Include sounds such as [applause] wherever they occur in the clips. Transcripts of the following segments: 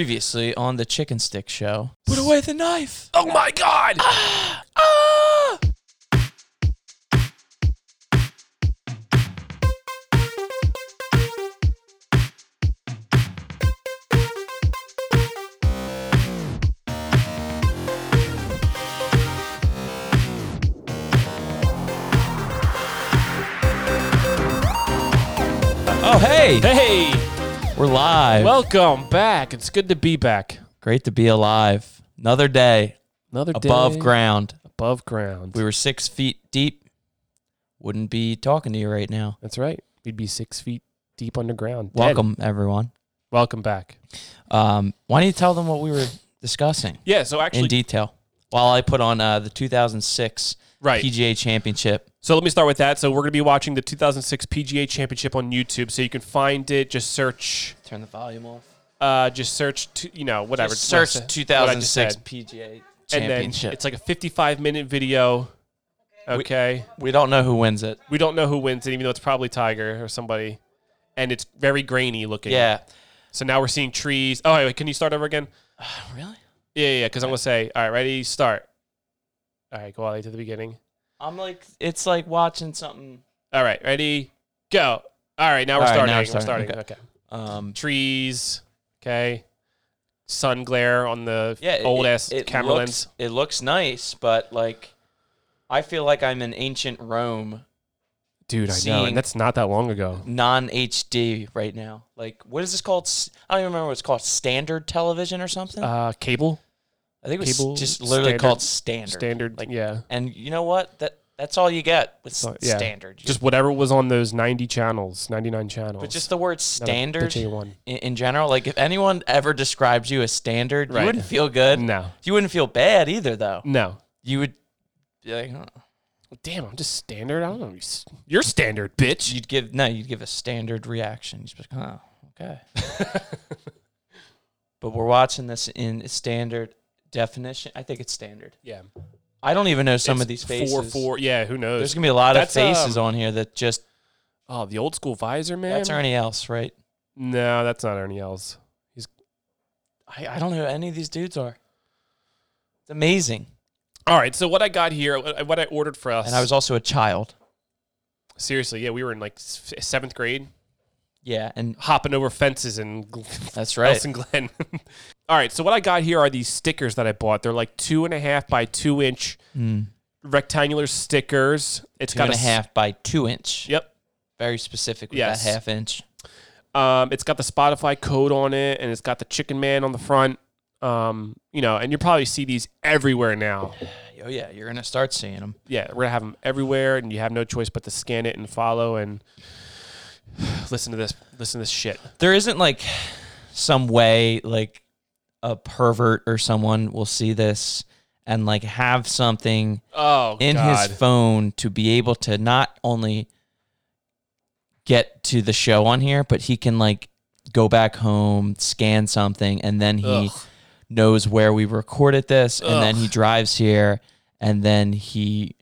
previously on the Chicken Stick Show. Put away the knife. Oh my [gasps] god! Ah! Oh, hey, Hey, we're live. welcome back. It's good to be back. Great to be alive. Another day Another day above ground. Above ground. If we were six feet deep, wouldn't be talking to you right now. That's right. We'd be six feet deep underground. Dead. Welcome, everyone. Welcome back. Um, why don't you tell them what we were discussing Yeah. So actually, in detail while I put on uh, the 2006 right. PGA Championship? So let me start with that. So we're gonna be watching the 2006 PGA Championship on YouTube. So you can find it. Just search. Turn the volume off. Uh, just search. To, you know, whatever. Just what I search said- what I just 2006 said. PGA And then Championship. it's like a 55 minute video. Okay. we don't know who wins it. We don't know who wins it, even though it's probably Tiger or somebody. And it's very grainy looking. Yeah. So now we're seeing trees. Oh, wait, can you start over again? Really? Yeah, yeah, because I'm going to say, all right, ready, start. All right, go all the way to the beginning. I'm like, it's like watching something. All right, ready, go. All right, now we're All right, starting. now we're we're starting, starting. Okay. Um, Trees, okay. Sun glare on the yeah, it- old it- ass it camera looks, lens. It looks nice, but like, I feel like I'm in ancient Rome, Dude, I know. seeing- And that's not that long ago. non HD right now. Like, what is this called? S- I don't even remember what it's called. Standard television or something. Uh, cable, I think it was cable just literally standard- called standard. standard, Like, yeah. and you know what? That that's all you get with So- s- yeah. standard. You- Just whatever was on those 90 channels, 99 channels. but just the word Not a standard bitchy one. in, in general. Like, if anyone ever describes you as standard, Right. you wouldn't feel good. No, You wouldn't feel bad either, though. no. You would. Be like, "Huh." Damn, I'm just standard. I don't know. You're standard, bitch. You'd give no, you'd give a standard reaction. You'd just be like, oh, okay. [laughs] but we're watching this in standard definition. I think it's standard. Yeah. I don't even know some It's of these faces. Four, four. Yeah, who knows? There's gonna be a lot of That's, um, faces on here that just oh, the old school visor, man. that's Ernie else, right? No, that's not Ernie Els. I, I don't know who any of these dudes are. It's amazing. All right, so what I got here, what what I ordered for us. And I was also a child. seriously, yeah, we were in like s- seventh grade, Yeah, and hopping over fences and [laughs] that's right. Elson Glen. All right, so what I got here are these stickers that I bought. They're like two and a half by two inch Mm. rectangular stickers. It's Two got and a s- half by two inch. Yep. Very specific with Yes. that half inch. Um, it's got the Spotify code on it, and it's got the Chicken Man on the front. Um, you know, and you probably see these everywhere now. Oh yeah, you're gonna start seeing them. yeah, we're gonna have them everywhere, and you have no choice but to scan it and follow and [sighs] listen to this, listen to this shit. there isn't like some way like a pervert or someone will see this and like have something Oh, in God. his phone to be able to not only get to the show on here but he can like go back home scan something and then he Ugh. knows where we recorded this and then Ugh. he drives here and then he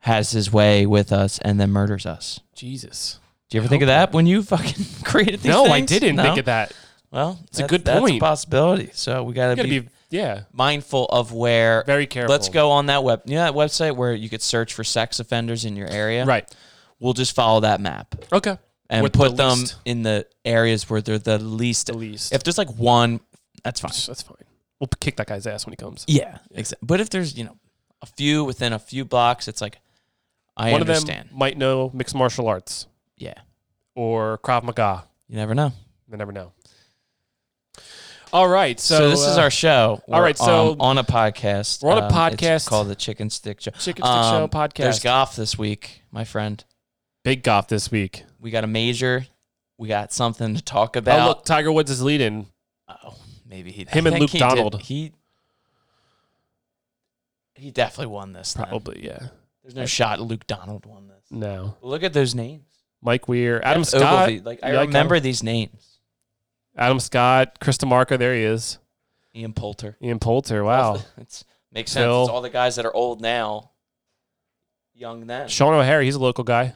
has his way with us and then murders us Jesus. do you ever think of that when you fucking [laughs] created these no, I things? didn't No? think of that. Well, It's a that- good that's point. possibility. So we got to You gotta be, be, yeah, mindful of where. very careful. Let's go on that web. You know that website where you could search for sex offenders in your area. Right. We'll just follow that map Okay. and With the put them least- in the areas where they're the least. the least. If there's like one, that's fine. that's fine. We'll kick that guy's ass when he comes. Yeah, exactly. But if there's you know a few within a few blocks, it's like I One understand. of them might know mixed martial arts yeah, or Krav Maga. you never know. You never know. All right, so, So, this is uh, our show. all right, We're, so- um, on a podcast. We're on a Um, it's podcast. called the Chicken Stick Show. Chicken Stick Show Um, podcast. There's golf this week, my friend. Big golf this week. We got a major. We got something to talk oh, about. look, Tiger Woods is leading. Oh, maybe he. I Him and think Luke he Donald. Did, he. He definitely won this. then. Probably, yeah. There's no shot Luke Donald won this. No. Look at those names. Mike Weir, Adam That's Scott, Ogilvy. Like I You like remember these names. Adam Scott, Chris DeMarco, there he is. Ian Poulter. Ian Poulter, wow. [laughs] it's makes sense. Phil. It's all the guys that are old now, young then. Sean O'Hare, he's a local guy.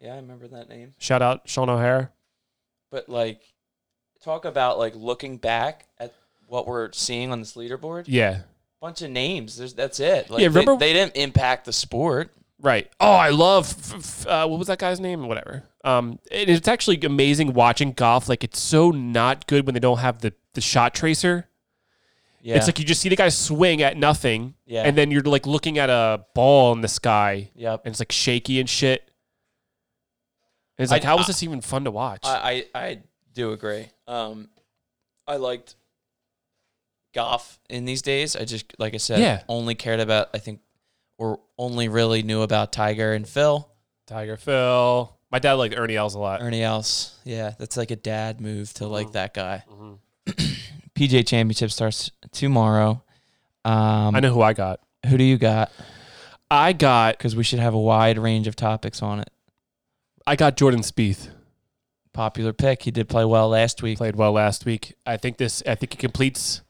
Yeah, I remember that name. Shout out Sean O'Hare. But like, talk about like looking back at what we're seeing on this leaderboard. Yeah. Bunch of names. There's, that's it. Like, Yeah, they- remember- they, didn't impact the sport. Right. Oh, I love. F- f- uh, what was that guy's name? Whatever. Um, and it's actually amazing watching golf. Like it's so not good when they don't have the the shot tracer. Yeah. It's like you just see the guy swing at nothing. Yeah. And then you're like looking at a ball in the sky, yep. [laughs] and it's like shaky and shit. And it's like, I- how was this even fun to watch? I, I I do agree. Um, I liked golf in these days. I just like I said, Yeah. only cared about I think, or only really knew about Tiger and Phil. Tiger Phil. My dad liked Ernie Els a lot. Ernie Els. Yeah, that's like a dad move to like that guy. Mhm. [clears throat] PJ Championship starts tomorrow. Um, I know who I got. Who do you got? I got Because we should have a wide range of topics on it. I got Jordan Spieth. Popular pick. He did play well last week. Played well last week. I think this. I think he completes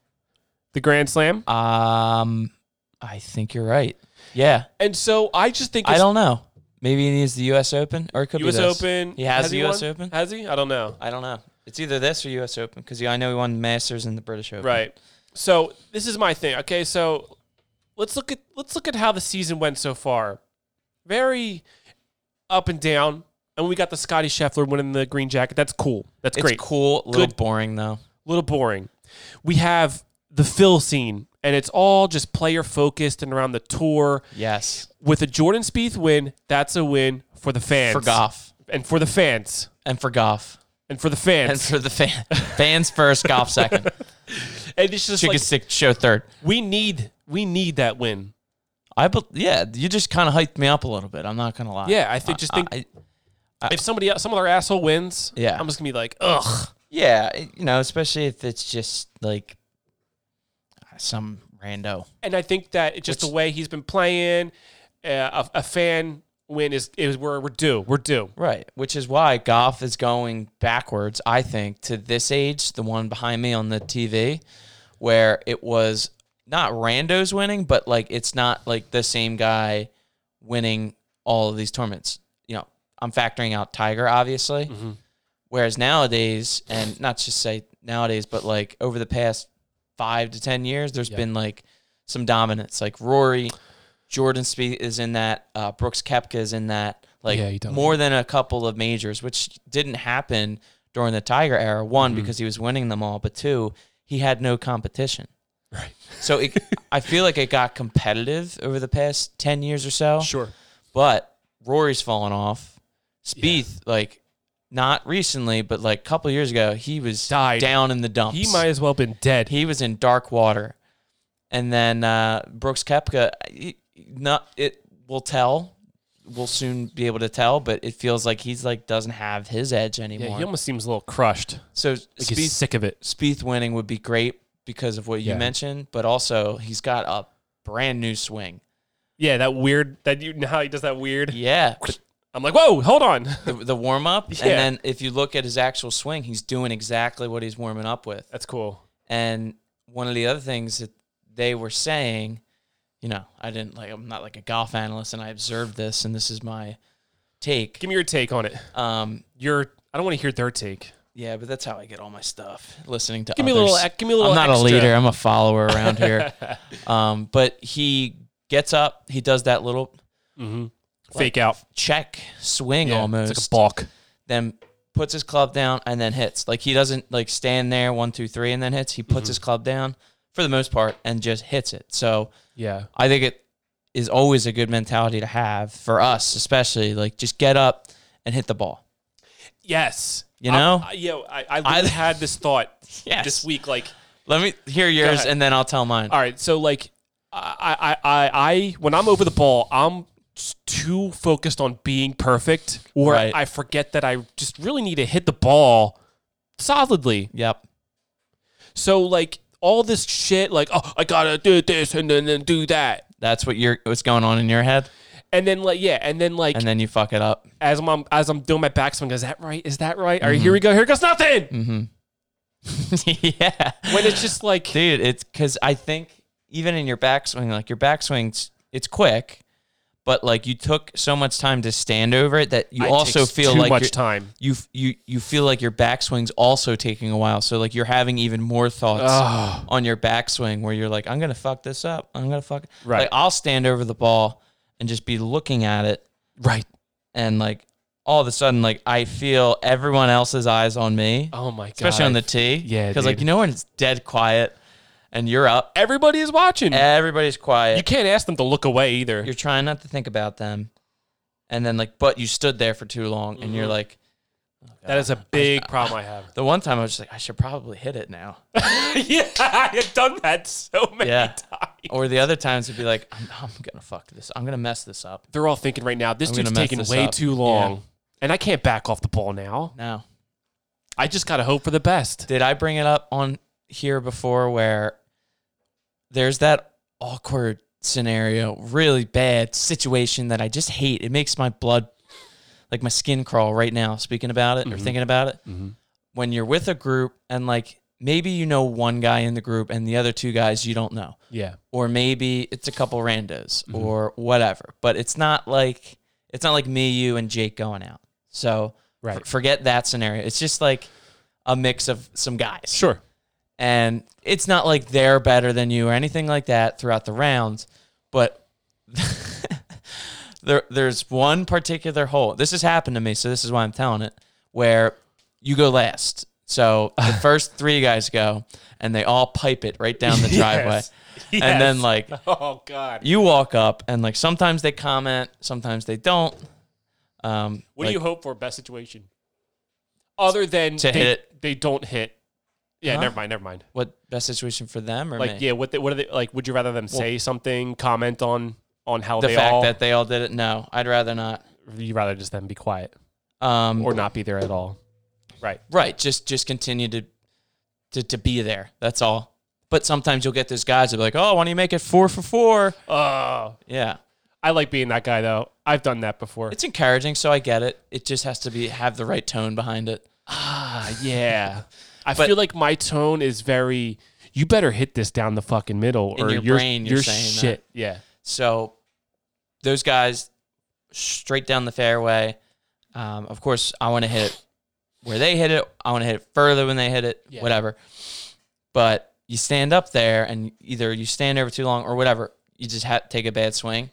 the Grand Slam. Um, I think you're right. Yeah, And so I just think I it's don't know. Maybe he needs the U.S. Open, or it could U.S. be this. Open. He has, the won? U.S. Open. Has he? I don't know. I don't know. It's either this or U.S. Open because I know he won Masters and the British Open. Right. So this is my thing. Okay, so let's look at let's look at how the season went so far. Very up and down. And we got the Scotty Scheffler winning the green jacket. That's cool. That's It's great. cool. A little Good. boring though. little boring. We have the Phil scene, and it's all just player focused and around the tour. Yes. With a Jordan Spieth win, that's a win for the fans. For golf And for the fans. and for golf And for the fans. and for the [laughs] fan fans first, golf second, and it's just chicken like, stick show third. we need we need that win. I bel yeah, you just kind of hyped me up a little bit. I'm not gonna lie. Yeah, I think just think I- if somebody else- some other asshole wins, Yeah. I'm just gonna be like, ugh. yeah, it- you know, especially if it's just like some rando. And I think that it's just the way he's been playing, uh, a, a fan win is is where we're due. We're due. Right, which is why golf is going backwards, I think, to this age, the one behind me on the TV, where it was not randos winning, but like it's not like the same guy winning all of these tournaments. You know, I'm factoring out Tiger, obviously. Mm-hmm. Whereas nowadays, and not just say nowadays, but like over the past five to 10 years, there's been like some dominance, like Rory, Jordan Spieth is in that, uh, Brooks Kepka is in that, like Yeah, he does. more than a couple of majors, which didn't happen during the Tiger era. Mm-hmm. One, because he was winning them all, but two, he had no competition. Right. So it, I feel like it got competitive over the past 10 years or so. [laughs] Sure. But Rory's fallen off. Spieth, like, not recently, but like a couple years ago, he was Died. down in the dumps. He might as well have been dead. He was in dark water. And then uh, Brooks Kepka, he- not it will tell. We'll soon be able to tell, but it feels like he's like doesn't have his edge yeah, anymore. he almost seems a little crushed. so Like Spieth, he's sick of it. Spieth winning would be great because of what you Yeah. mentioned, but also he's got a brand new swing. Yeah, that weird that you know how he does that weird. Yeah, but I'm like, whoa, hold on. [laughs] the, the warm up, Yeah. and then if you look at his actual swing, he's doing exactly what he's warming up with. That's cool. And one of the other things that they were saying, you know, I didn't like, I'm not like a golf analyst, and I observed this, and this is my take. Give me your take on it. Um, Your I don't want to hear their take. yeah, but that's how I get all my stuff. Listening to Give me a others. little. e, Give me a little. I'm not extra. a leader. I'm a follower around [laughs] here. um, but he gets up. He does that little hmm Fake out. check swing Yeah, almost. It's like a balk. then puts his club down and then hits. Like he doesn't like stand there one two three and then hits. He puts his club down for the most part and just hits it. So Yeah. I think it is always a good mentality to have for us, especially like just get up and hit the ball. Yes. You know? I, I, yeah, I, I, literally had this [laughs] thought Yes. this week. Like, Let me hear yours ahead. and then I'll tell mine. all right, so like, I, I, I, I, when I'm over the ball, I'm s- too focused on being perfect, or Right. I forget that I just really need to hit the ball solidly. Yep. So like all this shit, like, oh, I gotta do this and then, then do that, That's what you're what's going on in your head. and then like yeah, and then like And then you fuck it up. [laughs] as I'm as I'm doing my backswing, is that right? Is that right? All right, Mm-hmm. here we go. Here goes nothing. yeah. When it's just like dude it's because i think even in your backswing like your backswing's it's quick but like you took so much time to stand over it that you It also takes feel too like much you're- time. you f- you you feel like your backswing's also taking a while. So like you're having even more thoughts Ugh. on your backswing where you're like, I'm gonna fuck this up. I'm gonna fuck. Right. Like I'll stand over the ball and just be looking at it, Right. and like all of a sudden, like I feel everyone else's eyes on me, Oh my god. especially on the tee. Yeah, Because like dude. you know when it's dead quiet, and you're up, everybody is watching. everybody's quiet. you can't ask them to look away either. Eh. you're trying not to think about them, and then like, but you stood there for too long, and Mm-hmm. you're like. That is a big problem [laughs] I have. The one time I was just like, I should probably hit it now. yeah, I've done that so many Yeah. times. Or the other times it'd be like, I'm, I'm gonna fuck this. I'm gonna mess this up They're all thinking right now, this I'm gonna dude's mess taking this way up. too Yeah. long. And I can't back off the ball now. now. I just gotta hope for the best. Did I bring it up on here before where there's that awkward scenario, really bad situation that I just hate. It makes my blood, like my skin crawl right now, speaking about it or thinking about it. When you're with a group and like maybe you know one guy in the group and the other two guys you don't know. Yeah. or maybe it's a couple randos or whatever. But it's not like it's not like me, you, and Jake going out. So Right. f- forget that scenario. It's just like a mix of some guys, Sure. [laughs] and it's not like they're better than you or anything like that throughout the rounds. But [laughs] there, there's one particular hole. This has happened to me, so this is why I'm telling it. Where you go last. So the first three guys go, and they all pipe it right down the driveway. [laughs] And then like Oh god. you walk up and like sometimes they comment, sometimes they don't. Um, What like, do you hope for best situation? Other than To they, hit it. they don't hit. Yeah, Huh? never mind, never mind. What best situation for them or Like me? yeah, what they, what are they like would you rather them say something, comment on on how the they fact all that they all did it. No, I'd rather not. you'd rather just them be quiet Um, or not be there at all. Right. right, just just continue to, to to be there. That's all. But sometimes you'll get those guys that be like, "Oh, why don't you make it four for four? Oh, Yeah, I like being that guy though. I've done that before. it's encouraging, so I get it. It just has to be have the right tone behind it. Ah, yeah. [laughs] I uh, But- feel like my tone is very. You better hit this down the fucking middle, In or your you're, brain, you're you're saying that. shit. Yeah. So those guys straight down the fairway. Um, of course, I want to hit it where they hit it. I want to hit it further when they hit it, Yeah. whatever. But you stand up there and either you stand over too long or whatever, you just ha- take a bad swing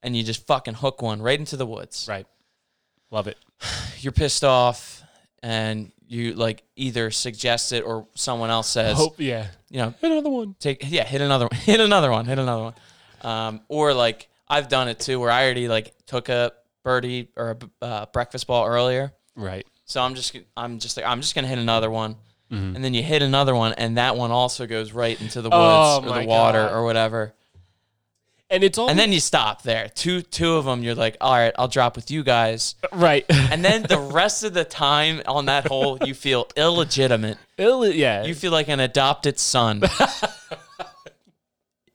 and you just fucking hook one right into the woods. Right. Love it. You're pissed off and you like either suggest it or someone else says, Hope. Yeah. you know, Another one. take yeah hit another one [laughs] hit another one hit another one um, or like i've done it too where i already like took a birdie or a b- uh, breakfast ball earlier Right. so i'm just i'm just like i'm just gonna hit another one Mm-hmm. and then you hit another one and that one also goes right into the woods Oh, or my the water God. or whatever And it's all and then you stop there two two of them you're like all right i'll drop with you guys right. [laughs] and then the rest of the time on that hole you feel illegitimate Ill- yeah. you feel like an adopted [laughs] son.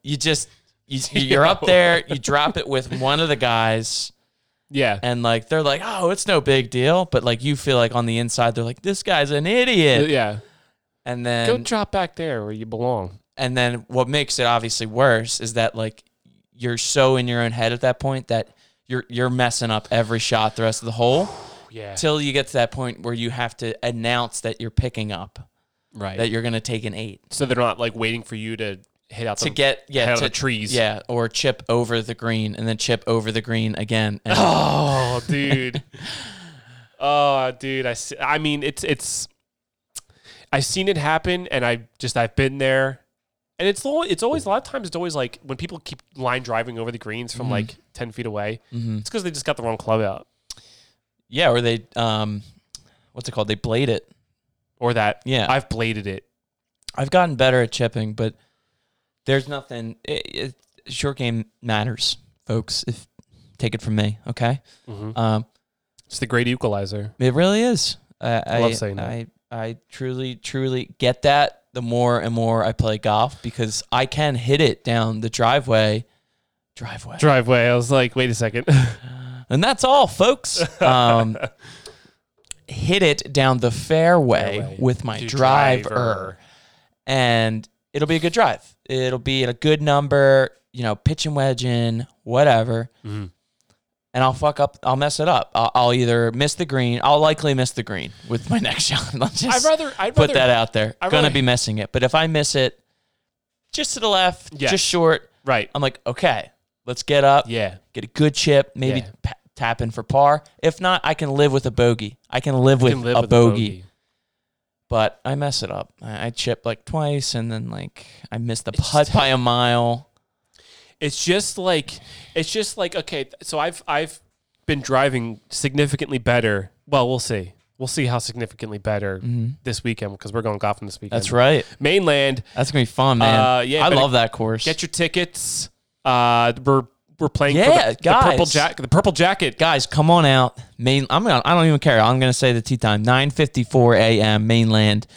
you just you, [laughs] you're up there, you drop it with one of the guys, yeah. and like they're like, "Oh, it's no big deal," but like you feel like on the inside they're like, "This guy's an idiot." yeah. And Go then drop back there where you belong. and then what makes it obviously worse is that like you're so in your own head at that point that you're you're messing up every shot the rest of the hole Yeah. till you get to that point where you have to announce that you're picking up right. that you're going to take an 8. so they're not like waiting for you to hit out to the, get yeah head of to, the trees. yeah or chip over the green and then chip over the green again [laughs] and [laughs] Oh, [laughs] dude. oh, dude. I, s- I mean, it's it's. I've seen it happen, and I just I've been there, and it's al- it's always a lot of times it's always like when people keep line driving over the greens Mm-hmm. from like ten feet away, it's because they just got the wrong club out yeah or they um what's it called they blade it or that. Yeah. I've bladed it. i've gotten better at chipping but there's nothing it, it, short game matters folks if take it from me okay um It's the great equalizer. it really is i i Love saying that. I, I truly truly get that the more and more i play golf because i can hit it down the driveway driveway Driveway. I was like, wait a second. [laughs] And that's all, folks. Um, hit it down the fairway, Fairway. with my To driver, driver. and it'll be a good drive. It'll be at a good number, you know, pitching wedge in, whatever. and I'll fuck up. I'll mess it up. I'll, I'll either miss the green. I'll likely miss the green with my [laughs] next shot. Let's just I'd rather I'd put rather that out there. I'd Gonna rather- be missing it, but if I miss it, just to the left, Yes. just short, right. I'm like, okay, let's get up, Yeah. get a good chip, maybe Yeah. pa- tap in for par. If not, I can live with a bogey. I can live with, Can live a, with bogey, but I mess it up. I, I chip like twice, and then like I miss the putt by a mile. It's just like it's just like okay, th- so I've I've been driving significantly better. Well, we'll see. We'll see how significantly better this weekend because we're going golfing this weekend. Mm-hmm. That's right. Mainland, That's gonna be fun, man. Uh, yeah, I better love that course. get your tickets. Uh, we're we're playing Yeah, for the, the purple guys. jack the purple jacket. guys, come on out. Main, I'm gonna, I don't even care. I'm gonna say the tea time, 9:54 a.m. mainland.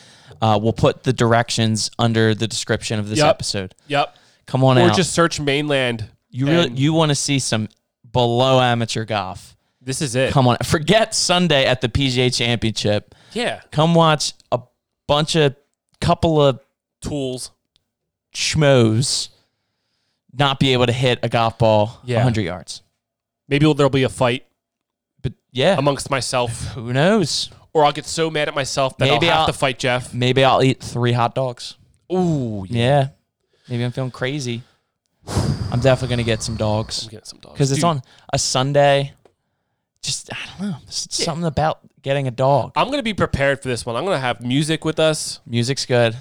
Uh, we'll put the directions under the description of this Yep. episode. Yep. Come on Or out. just search mainland. you really, and- you want to see some below amateur golf? This is it. Come on, forget Sunday at the PGA Championship. Yeah. Come watch a bunch of couple of Tools. schmoes not be able to hit a golf ball Yeah. 100 yards. Maybe there'll be a fight But yeah, amongst myself, who knows? or I'll get so mad at myself that Maybe I'll have I'll- to fight Jeff. Maybe I'll eat three hot dogs. Ooh, yeah. Yeah. Maybe I'm feeling crazy. I'm definitely going to get some dogs I'm getting some dogs because it's Dude, on a Sunday. Just, I don't know. It's Something about getting a dog. I'm gonna be prepared for this one. I'm gonna have music with us. Music's good.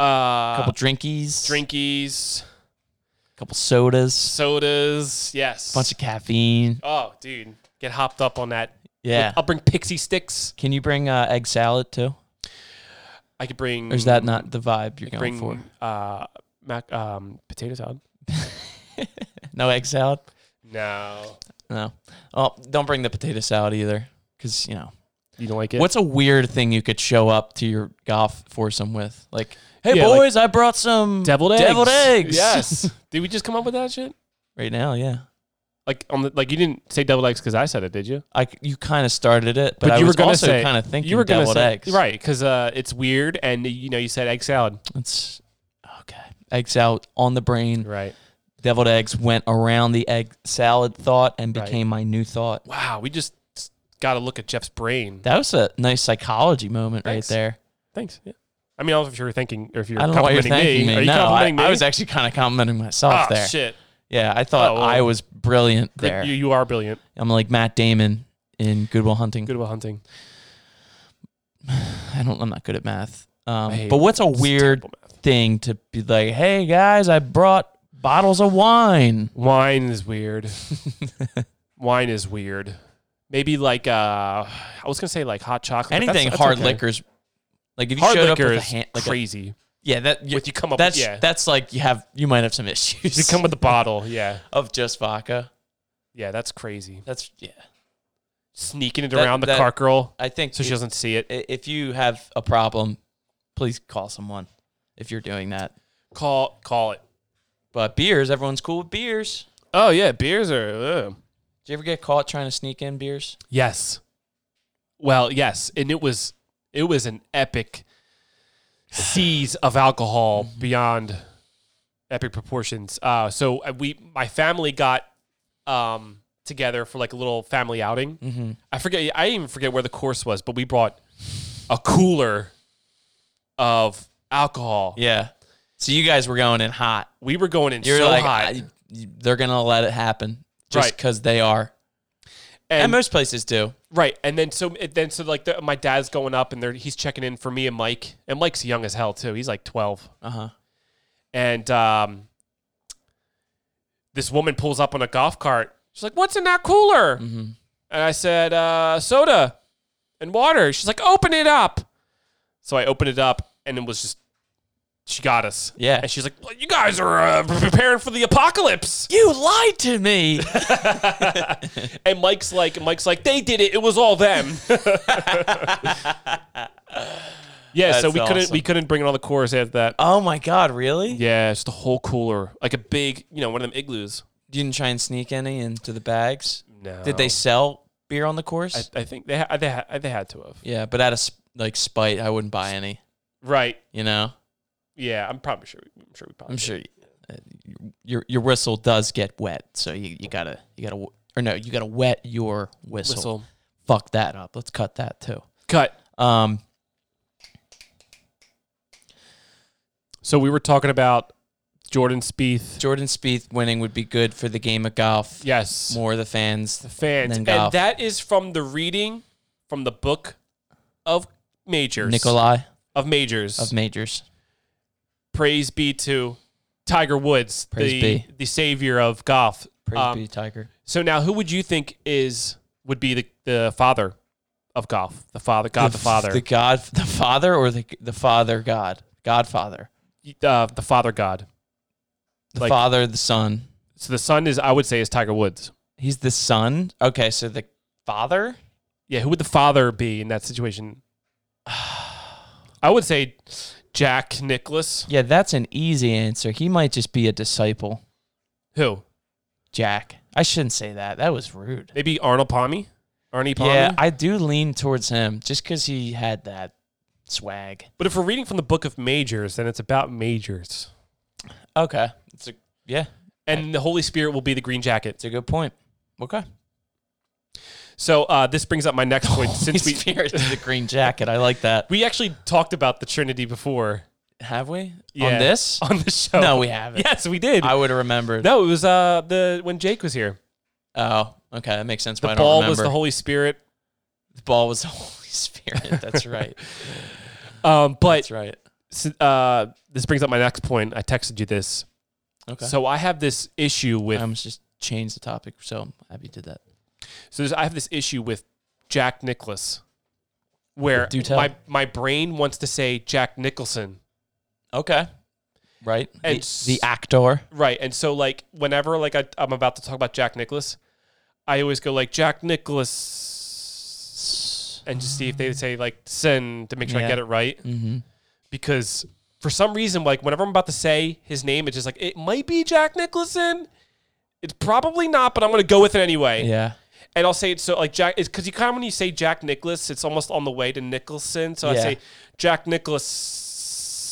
Uh, couple drinkies, drinkies, couple sodas, sodas. Yes. bunch of caffeine. oh, dude, get hopped up on that. Yeah. I'll bring pixie sticks. Can you bring uh, egg salad too? I could bring. Or is that not the vibe you're going Mm. bring for? uh mac um potato salad? No egg salad? No, No. Oh, don't bring the potato salad either because, you know. you don't like it. What's a weird thing you could show up to your golf foursome with? Like, hey Yeah, like- boys, I brought some deviled eggs? deviled eggs. [laughs] Yes. Did we just come up with that shit? right now, yeah. Like on the like you didn't say deviled eggs because I said it, did you? I c- you kind of started it, but, I you was were gonna also say- kind of thinking you were gonna deviled say, eggs. right? Because uh, it's weird, and you know you said egg salad, It's oh okay. Eggs out on the brain. right? Deviled eggs went around the egg salad thought and Right. became my new thought. Wow, we just got to look at Jeff's brain. That was a nice psychology moment Thanks. right there. Thanks. Yeah. I mean, I don't know if you were thinking or if you're I don't know why you're complimenting thanking me. Are you no, I, complimenting me? I was actually kind of complimenting myself Ah, there. shit. Yeah, I thought Oh, well. I was brilliant there. You, you are brilliant. I'm like Matt Damon in Goodwill Hunting. Good about hunting. I don't. I'm not good at math. I Um, hate but what's a It's weird terrible math. thing to be like? Hey guys, I brought bottles of wine. Wine is [laughs] weird. Wine is weird. Maybe like uh, I was gonna say like hot chocolate. but that's- Anything that's hard okay. liquors. Like if you Hard showed up liquor with a is hand, like a- crazy. yeah, that you, With you come up, that's with, yeah. that's like you have you might have some issues [laughs] you come with the bottle, yeah, of just vodka. yeah. That's crazy. That's yeah. Sneaking it That- around the that- car girl I think so she doesn't see it. i- if you have a problem, please call someone if you're doing that. Call, call it. But beers, everyone's cool with beers. Oh yeah, beers are. Ugh. Did you ever get caught trying to sneak in beers? Yes. Well, yes, and it was it was an epic seize [sighs] of alcohol beyond epic proportions. Uh, so uh, we my family got um, together for like a little family outing. Mm-hmm. I forget I even forget where the course was, but we brought a cooler of alcohol. Yeah. So you guys were going in hot. We were going in You're so like, high, I- they're gonna let it happen just Right. because they are, and, and most places do. Right, and then so it- then so like the, my dad's going up and they're, he's checking in for me and Mike, and Mike's young as hell too. He's like twelve, Uh huh. and um, this woman pulls up on a golf cart. She's like, "What's in that cooler?" And I said, uh, "Soda and water." She's like, "Open it up." So I opened it up, and it was just she got us. Yeah. and she's like, well, "You guys are uh, preparing for the apocalypse." [laughs] You lied to [laughs] me. And Mike's like, Mike's like, they did it. It was [laughs] all them. yeah, so That's we couldn't awesome. we couldn't bring it on the course after that. oh my god, really? Yeah, it's the whole cooler, like a big, you know, one of them igloos. You didn't try and sneak any into the bags. No, Did they sell beer on the course? I, I think they ha- they ha- they had to have. yeah, but out of sp- like spite, I wouldn't buy any. Right. You know, Yeah, I'm probably sure. I'm sure we probably. I'm did. sure y- uh, your your whistle does get wet, so you, you gotta you gotta w- or no, you got to wet your whistle. Whistle. Fuck that up. Let's cut that too. Cut. Um, So we were talking about Jordan Spieth. Jordan Spieth winning would be good for the game of golf. Yes. More the fans. the fans. than And golf. that is from the reading from the book of majors. Nikolai Of majors. of majors. Praise be to Tiger Woods, Praise the, be. the savior of golf. Praise Um, be Tiger. So now who would you think is would be the, the father of golf? The father God the, f- Father. The God the Father or the the Father God. Godfather. uh, the Father God. The Like- Father, the Son. So the son is I would say is Tiger Woods. He's the son. Okay, so the father? Yeah, who would the father be in that situation? [sighs] I would say Jack Nicholas. Yeah, that's an easy answer. He might just be a disciple. Who? Jack. I shouldn't say that. That was rude. Maybe Arnold Palmy? Arnie Palmy? Yeah, I do lean towards him just because he had that swag. but if we're reading from the book of majors, then it's about majors. Okay. It's a yeah, And the Holy Spirit will be the green jacket. it's a good point. Okay. So uh, this brings up my [laughs] next point. Since we Spirit is the green jacket. I like that. [laughs] we actually talked about the Trinity before [laughs] Have we? Yeah. On [laughs] this? on the show. No, we haven't. Yes, we did. I would have remembered. no, it was uh the when Jake was here. Oh, okay. That makes sense. The why I don't ball remember. was the Holy Spirit. The ball was the [laughs] Holy Spirit. That's right. Um, [laughs] but That's right. s- uh, this brings up my next point. I texted you this. Okay. So I have this issue with. I almost just changed the topic, so I'm happy you did that. so there's, I have this issue with Jack Nicholas, where Do tell. my my brain wants to say Jack Nicholson, Okay. Right. And the, s- the actor. right? And so like whenever like I, I'm about to talk about Jack Nicholas, I always go like Jack Nicholas, and just see if they say like sin to make sure I Yeah. get it right. Mm-hmm. because for some reason, like whenever I'm about to say his name, it's just like it might be Jack Nicholson. It's probably not, but I'm gonna go with it anyway. Yeah. And I'll say it so like Jack it's because you kind of when you say Jack Nicholas, it's almost on the way to Nicholson. So I Yeah. say Jack Nicholas,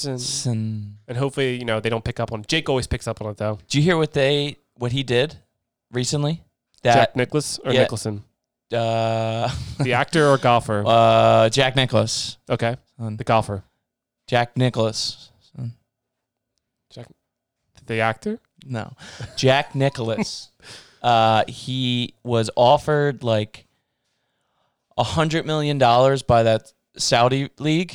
Sin. and hopefully you know they don't pick up on. it. Jake always picks up on it though. Did you hear what they what he did recently? Jack That Nicholas or yeah. Nicholson, uh, [laughs] the actor or golfer? uh, Jack Nicholas. okay, Um, the golfer, Jack Nicholas. the actor. No, [laughs] Jack Nicholas. uh, he was offered like a hundred million dollars by that Saudi league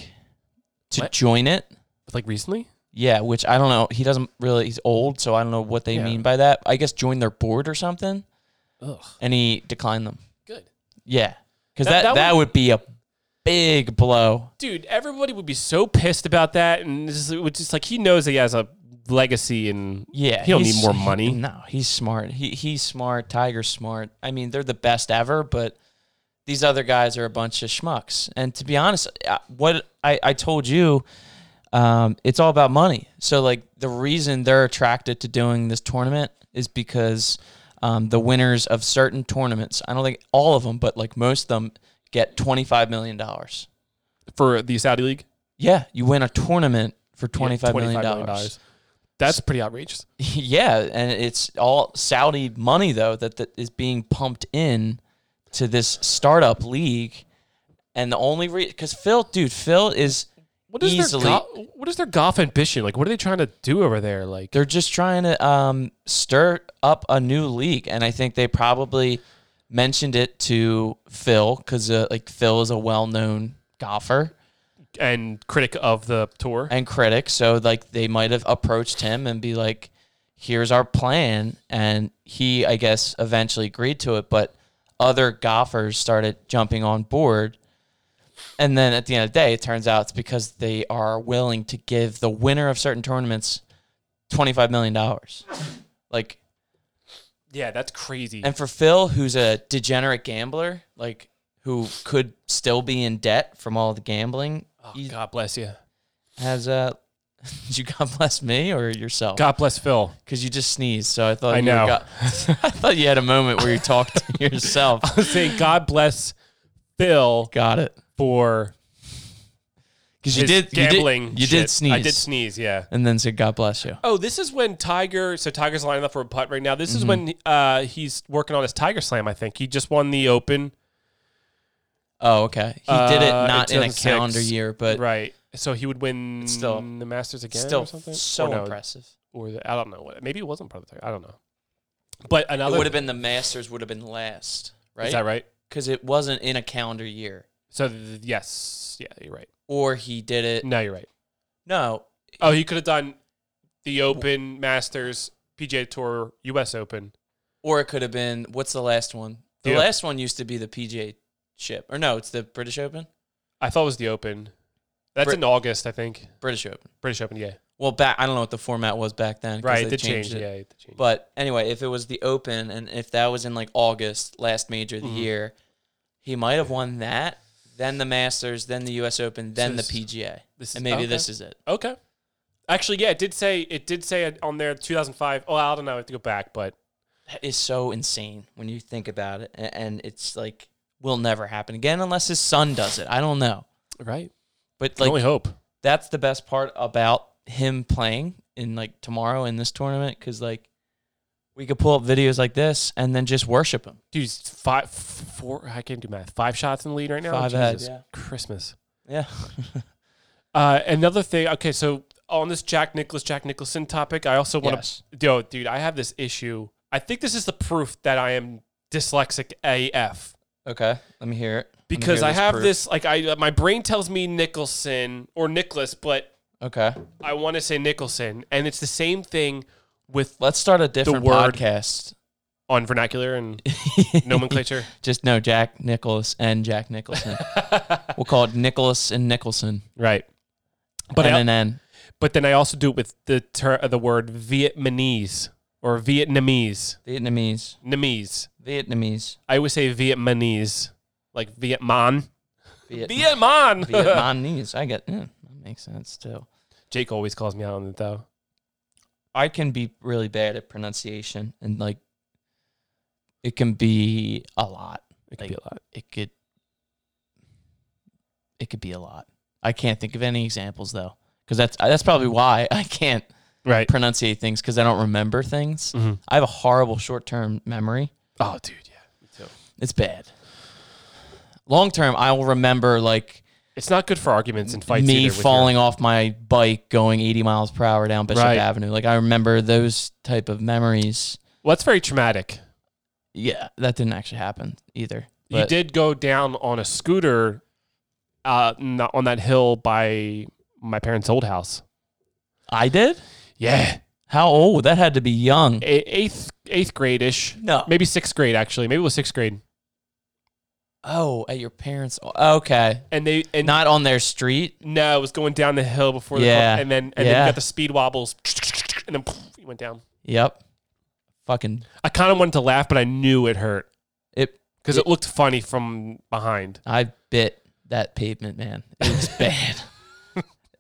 to What? join it. Like recently, Yeah, which I don't know. He doesn't really. He's old, so I don't know what they Yeah. mean by that. I guess join their board or something. Ugh. And he declined them. good Yeah, because that That- that that, would, be a big blow. dude, everybody would be so pissed about that, and this is- it would just like he knows that he has a legacy and Yeah, He don't he's- need more money. No, he's smart. He he's smart. Tiger's smart. I mean, they're the best ever, but these other guys are a bunch of schmucks. And to be honest, uh, what I, I told you, um, it's all about money. So like the reason they're attracted to doing this tournament is because um, the winners of certain tournaments, I don't think all of them, but like most of them, get twenty five million dollars. for the Saudi league, Yeah, you win a tournament for yeah, twenty five million $25 dollars. That's pretty outrageous. [laughs] Yeah, and it's all Saudi money though that, that is being pumped in to this startup league, and the only reason because Phil, dude, Phil is What is Easily. their go- what is their golf ambition? Like, what are they trying to do over there? Like, they're just trying to um, stir up a new league, and I think they probably mentioned it to Phil because uh, like Phil is a well known golfer and critic of the tour. and critic, so like they might have approached him and be like, "Here's our plan," and he, I guess, eventually agreed to it, but. other golfers started jumping on board. And then at the end of the day, it turns out it's because they are willing to give the winner of certain tournaments $25 million. Like, yeah, that's crazy. and for Phil, who's a degenerate gambler, like, who could still be in debt from all the gambling, Oh, he God bless you. has uh, [laughs] Did you God bless me or yourself? God bless [laughs] Phil. Because you just sneezed, so I thought I you were know. [laughs] God- [laughs] I thought you had a moment where you talked to yourself. I was saying God bless Phil Got it. for because you his did you did- gambling. You did, shit. sneeze. I did sneeze. Yeah. and then said, "God bless you." Oh, this is when Tiger. So Tiger's lining up for a putt right now. This is Mm-hmm. when uh, he's working on his Tiger Slam. I think he just won the Open. Oh, okay. He did it Uh, not in a 2006. calendar year, but right. So he would win still- the Masters again. still or something? so Or no, impressive. Or the, I don't know what. Maybe it wasn't part of the Tiger. I don't know. But It another would have been the Masters would have been last, Is that right? right? Because it wasn't in a calendar year, So th- yes, yeah, you're right. or he did it. No, you're right. No, Oh, he could have done the Open, Masters, PGA Tour, U.S. Open. or it could have been what's the last one? The Yeah. last one used to be the PGA Chip, or no, it's the British Open. I thought it was the Open. That's Brit- in August, I think. British Open. British Open, yeah. Well, back I don't know what the format was back then. 'cause Right, they it changed. Yeah, it did change. But anyway, if it was the Open and if that was in like August, last major of the Mhm. year, he might have won that, then the Masters, then the U.S. Open, then this- the PGA, this and maybe okay. this is it. Okay. Actually, yeah, it did say it did say it on there 2005. Oh, I don't know. I have to go back, but That is so insane when you think about it, a- and it's like will never happen again unless his son does it. I don't know, right. but Like, like only hope. that's the best part about him playing in like tomorrow in this tournament because like we could pull up videos like this and then just worship him. Dude, he's five, f- four. I can't do math. Five shots in the lead right now. Five ahead, Jesus. yeah. Christmas. [laughs] Yeah, Uh, another thing. Okay, so on this Jack Nicholas, Jack Nicholson topic, I also want Yes. to. Yo, dude, I have this issue. I think this is the proof that I am dyslexic AF okay. Let me hear it Let me because hear I have proof. this like I my brain tells me Nicholson or Nicholas, but Okay, I want to say Nicholson, and it's the same thing with let's start a different word. [laughs] podcast. on [laughs] vernacular and nomenclature. Just no Jack Nicholas and Jack Nicholson. [laughs] we'll call it Nicholas and Nicholson. Right. But N I- and N. But then I also do it with the ter- uh, the word Vietnamese or Vietnamese. Vietnamese. Namese. Vietnamese. I always say Vietnamese, like Vietman. Viet- [laughs] Vietman. Vietnamese. I get yeah, that makes sense too. [laughs] Jake always calls me out on it though. I can be really bad at pronunciation and like it can be a lot. It could be a lot. It could it could be a lot. I can't think of any examples though, because that's uh, that's probably why [laughs] I can't Right. pronunciate things because I don't remember things. Mhm. I have a horrible short term memory. Oh, dude, yeah. Me too. It's bad. Long term, I will remember like It's not good for arguments and fights. me either with falling off my bike going 80 miles per hour down Bishop Right. Avenue. Like I remember those type of memories. Your, well, that's very traumatic. Yeah, that didn't actually happen either. you But did go down on a scooter, uh, n- on that hill by my parents' old house. I did. Yeah, How old? That had to be young. A- eighth eighth grade ish. No. Maybe sixth grade actually. Maybe it was sixth grade. Oh, at your parents. Okay, And they and not on their street. no, it was going down the hill before the Yeah. car, and then and then Yeah. you got the speed wobbles and then it went down. Yep. Fucking I kind of wanted to laugh, but I knew it hurt it. because it, looked funny from behind. I bit that pavement, man. It's bad.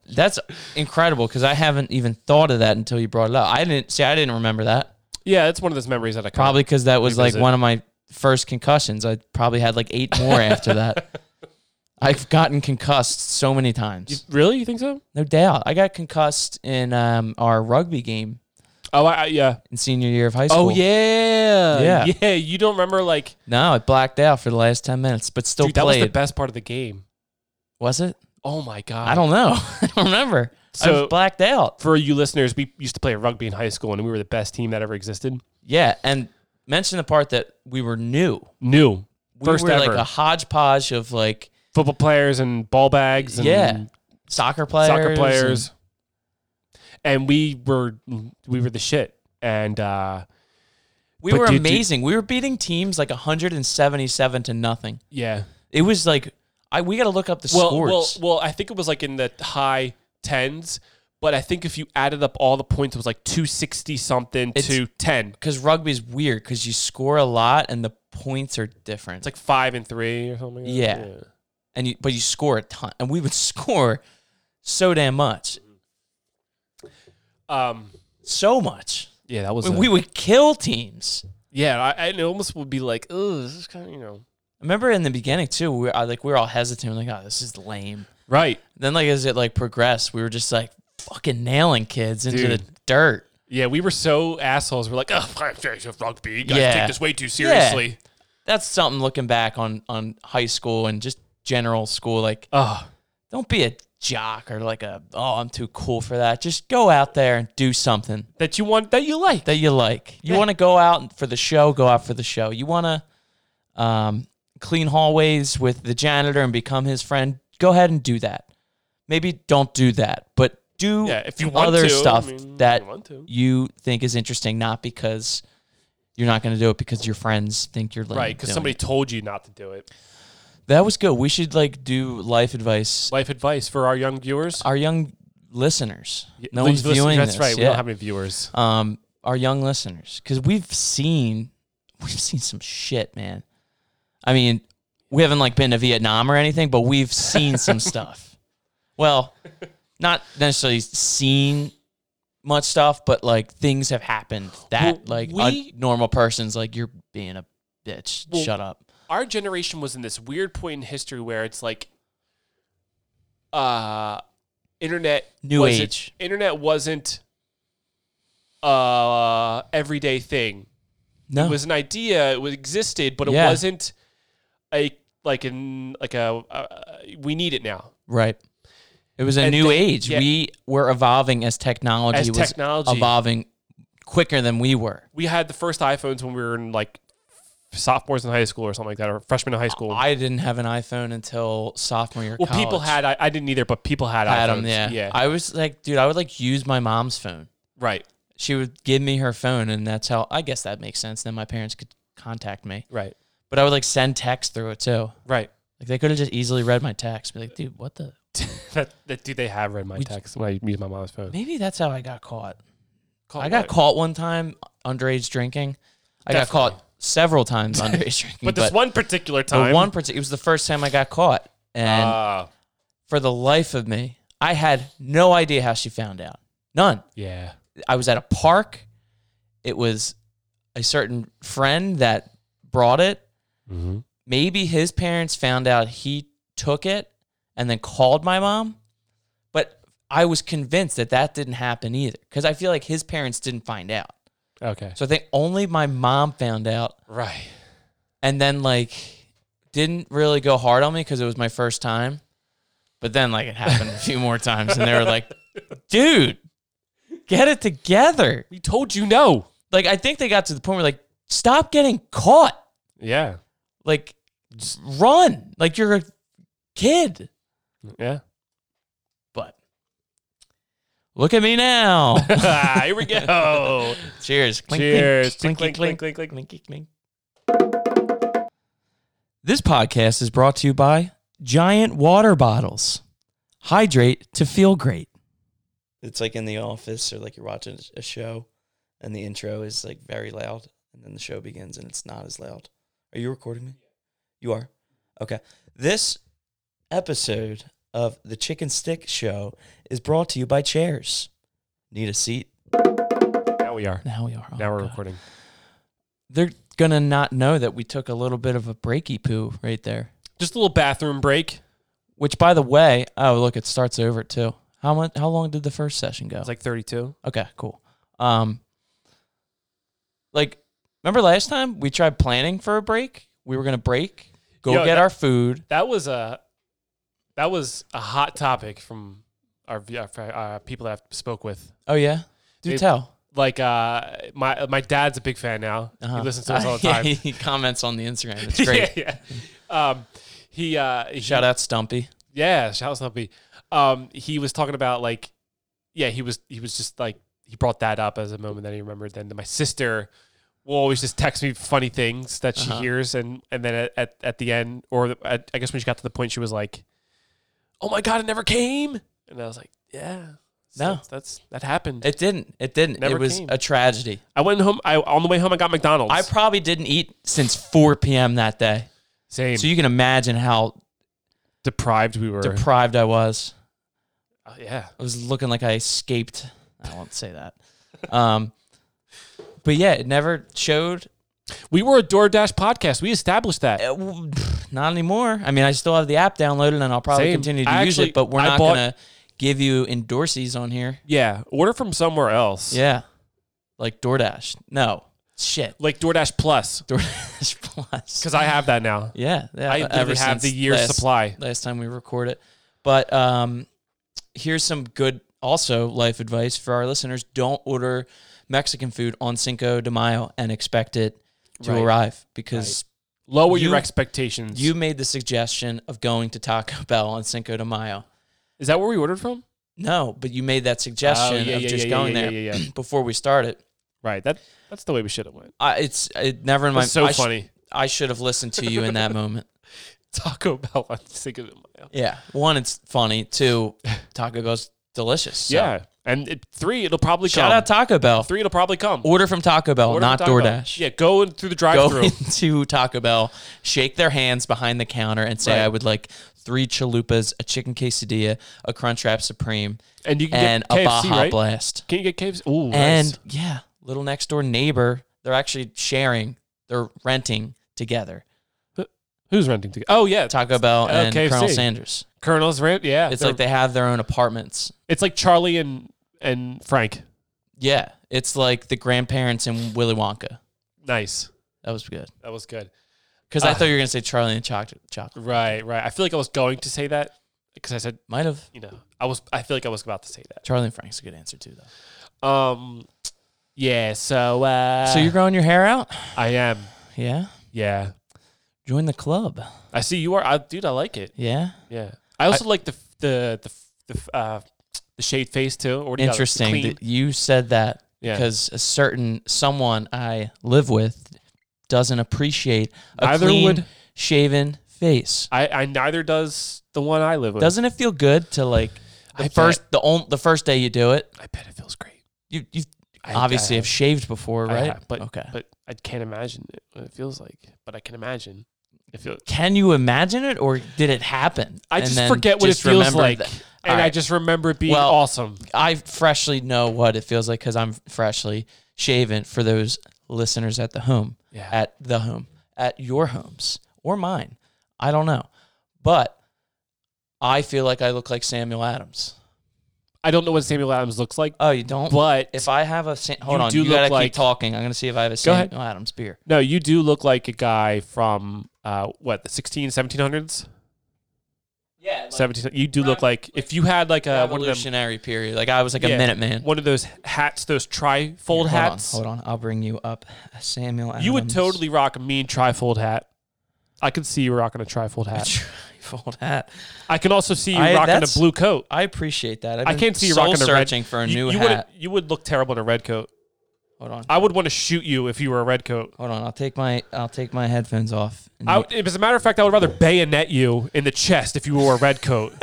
That's incredible because I haven't even thought of that until you brought it up. I didn't see. I didn't remember that. Yeah, it's one of those memories that I kinda- Probably because that was like Revisit. one of my first concussions. I probably had like eight more after that. I've gotten concussed so many times. really you think so? No doubt. I got concussed in um, our rugby game Oh, I, I, yeah. in senior year of high school. Oh yeah, Yeah. yeah. You don't remember like No, it blacked out for the last 10 minutes, but still Dude, that was played. the best part of the game. was it? Oh my god! I don't know. [laughs] I don't remember. I So- was blacked out. For you listeners, we used to play rugby in high school, and we were the best team that ever existed. Yeah. And mention the part that we were new. New, We first were ever like a hodgepodge of like football players and ball bags and Yeah, soccer players. soccer and- players, and, we were we were the shit. And uh, we But were did you- amazing. we were beating teams like 177 to nothing. yeah, It was like, I we got to look up the well, scores. well, well, I think it was like in the high tens, but I think if you added up all the points, it was like two sixty something It's- to ten. because rugby's weird because you score a lot and the points are different. It's like five and three or something. like that. Yeah. and you, but you score a ton, and we would [laughs] score so damn much, yeah. Um. so much. Yeah, that was We, a- we would kill teams. Yeah, I, I and it almost would be like, oh, this is kind of you know. I remember in the beginning too. We I, like we were all hesitant, like, oh, this is lame. Right. Then like as it like progressed, we were just like fucking nailing kids into Dude. the dirt. Yeah, we were so assholes. We're like, oh, rugby. You guys Yeah. take this way too seriously. That's something looking back on on high school and just general school. Like Oh, don't be a jock or like a oh I'm too cool for that. Just go out there and do something that you want, that you like. that you like. You want to go out for the show, go out for the show. You want to um, clean hallways with the janitor and become his friend. Go ahead and do that. Maybe don't do that, but do Yeah, if you want other to, I stuff mean, that if you want to. you think is interesting, not because you're not going to do it because your friends think you're lame Right, because doing somebody it. told you not to do it. That was good. We should like do life advice. Life advice for our young viewers. Our young listeners, Y- Uh, no these one's listeners- viewing That's this. right. We yeah. don't have any viewers. um, our young listeners because we've seen [laughs] we've seen some shit, man. I mean, we haven't like been to Vietnam or anything, but we've seen [laughs] some stuff. Well, not necessarily seen much stuff, but like things have happened that Well, like we- a normal person's like you're being a bitch. Well, Shut up. Our generation was in this weird point in history where it's like, uh, internet New wasn't- age. Internet wasn't uh everyday thing. No, It was an idea. It was existed, but it Yeah. wasn't a like an like a uh, we need it now. right. It was a And new then- age. yeah. We were evolving as technology As was technology- evolving quicker than we were. We had the first iPhones when we were in like sophomores in high school or something like that, or freshmen in high school. I didn't have an iPhone until sophomore year. of well, people college. had. I, I didn't either, but people had, had iPhones. them. Yeah. yeah, I was like, dude, I would like use my mom's phone. right, She would give me her phone, and that's how I guess that makes sense. Then my parents could contact me, right, but I would like send text through it too. right. Like they could have just easily read my text, be like, dude, what the? that, that do they have read my We- text when I use my mom's phone? Maybe that's how I got caught. Call I it got what? caught one time underage drinking. I got Definitely. caught several [laughs] times underage drinking, but this one particular the time, one partic- it was the first time I got caught, and Ah, for the life of me, I had no idea how she found out. None. yeah, I was at a park. It was a certain friend that brought it. mm-hmm. Maybe his parents found out he took it and then called my mom. But I was convinced that that didn't happen either because I feel like his parents didn't find out. okay, So I think only my mom found out right, and then like didn't really go hard on me because it was my first time. But then like it happened a few more times and they were like, dude, get it together. we told you no, like I think they got to the point where like stop getting caught. yeah, Like just run. Like you're a kid. yeah. [laughs] But look at me now. Here we go. Cheers. Clink, clink, Cheers. clink, Clink, clink, clink, clink, clink. clink, clink, clink. This podcast is brought to you by Giant Water Bottles. Hydrate to feel great. It's like in the office or like you're watching a show and the intro is like very loud and then the show begins and it's not as loud. Are you recording me? You are. Okay. This episode of the Chicken Stick Show is brought to you by Chairs. Need a seat? Now we are. Now we are. Oh, Now we're God. recording. They're gonna not know that we took a little bit of a breaky poo right there. Just a little bathroom break. Which, by the way, oh look, it starts over too. How much? How long did the first session go? It's like 32. okay, cool. Um, like remember last time we tried planning for a break? We were gonna break, go Yo, get that- our food. That was a that was a hot topic from our, our uh, people that I've spoke with. Oh yeah, do It- tell. Like uh, my my dad's a big fan now. He listens to us all [laughs] [laughs] the Yeah, time. Uh-huh. he comments on the Instagram. [laughs] It's great. yeah, yeah. Um, he uh, he- Shout out Stumpy. Yeah, shout out Snumpy. Um, he was talking about like, yeah, he was he was just like he brought that up as a moment that he remembered. Then my sister will always just text me funny things that she Uh-huh. hears, and and then at, at, at the end, or at, I guess when she got to the point, she was like, "Oh my god, it never came," and I was like, "Yeah, No. that's, that's that happened." It didn't. It didn't. Never it was came. a tragedy. I went home. I on the way home, I got McDonald's. I probably didn't eat since 4 p.m. that day. Same. So you can imagine how deprived we were. deprived I was. Uh, yeah. I was looking like I escaped. I won't say that. Um, but yeah, it never showed. We were a DoorDash podcast. We established that. Uh, w- Not anymore. I mean, I still have the app downloaded and I'll probably Same. continue to I use actually- it, but we're I not bought- gonna give you endorsees on here. Yeah, order from somewhere else. Yeah, like DoorDash. No shit. [laughs] like DoorDash Plus DoorDash [laughs] Plus. because I have that now. Yeah, yeah. I ever literally have since the year's last- supply. Last time we record it, but um, here's some good also life advice for our listeners: Don't order Mexican food on Cinco de Mayo and expect it to Right. arrive because Lower You- your expectations. you made the suggestion of going to Taco [laughs] Bell on Cinco de Mayo. is that where we ordered from? No, but you made that suggestion Oh, yeah, of yeah, just yeah, going yeah, there yeah, [clears throat] yeah, yeah. before we started. Right. That that's the way we should have went. I, it's it never in my That's so I sh- funny. [laughs] I should have listened to you in that moment. Taco Bell on Cinco de Mayo. Yeah. One, it's funny. Two, Taco Bell's delicious. so. Yeah, and it, three, it'll probably Shout come. out Taco Bell. three, it'll probably come. Order from Taco Bell, Order from not Taco Bell. DoorDash. Yeah, go in through the Go drive-through. into Taco Bell, shake their hands behind the counter, and say, Right. "I would like three chalupas, a chicken quesadilla, a Crunchwrap Supreme, and you can and get a KFC, Baja right? Blast." Can you get KFC? Ooh, nice. And yeah, little next door neighbor, they're actually sharing, they're renting together. who's renting together? Oh yeah, Taco Bell Oh, and Colonel KFC. Sanders. Colonel's rent. Yeah, It's they're- like they have their own apartments. it's like Charlie and and Frank. Yeah, it's like the grandparents in Willy Wonka. Nice. That was good. That was good. Because I Ah. thought you were gonna say Charlie and Chocolate. Chocolate Right, right. I feel like I was going to say that because I said, might have you know, I was. I feel like I was about to say that. Charlie and Frank's a good answer too, though. Um, yeah. So, uh, so you're growing your hair out? I am. Yeah. Yeah. Join the club. I see you are. I, dude, I like it. Yeah. Yeah. I also like the f- the the f- the f- uh the shaved face too. Or what do you call it? The Interesting clean- that you said that Yeah. because a certain someone I live with doesn't appreciate a Neither clean, would- shaven face. I, I neither does the one I live with. Doesn't it feel good to like the I bet- first the on, the first day you do it? I bet it feels great. You you I- obviously I have shaved before, I right? have, but okay. but I can't imagine it, what it feels like. But I can imagine. It feel, Can you imagine it, or did it happen? I And just then forget what just it feels remember like, that- and I Alright. just remember it being Well, uh, awesome. I freshly know what it feels like because I'm freshly shaven for those listeners at the home, Yeah. at the home, at your homes or mine. I don't know. But I feel like I look like Samuel Adams. I don't know what Samuel Adams looks like, Oh, you don't? but if I have a. Sa- hold You on. do You look got to like- keep talking. I'm going to see if I have a Go ahead. Samuel Adams beer. no, you do look like a guy from uh, what the 16, 1700s, Yeah. 17. You do look like if you had like a uh, one of them, revolutionary period. Like I was like Yeah. a minute man. one of those hats, those hold tri-fold hats. On, hold on. I'll bring you up a Samuel Adams. You would totally rock a mean tri-fold hat. I could see you rocking a tri-fold A [laughs] hat. trifold hat. I can also see you I- rocking a that's- blue coat. I appreciate that. I've I been can't see you soul rocking a red. searching for a you, new you hat. Would, you would look terrible in a red coat. Hold on, I would want to shoot you if you were a red coat. hold on. I'll take my I'll take my headphones off. and I, you- would- as a matter of fact, I would rather bayonet you in the chest if you wore a [laughs] red coat,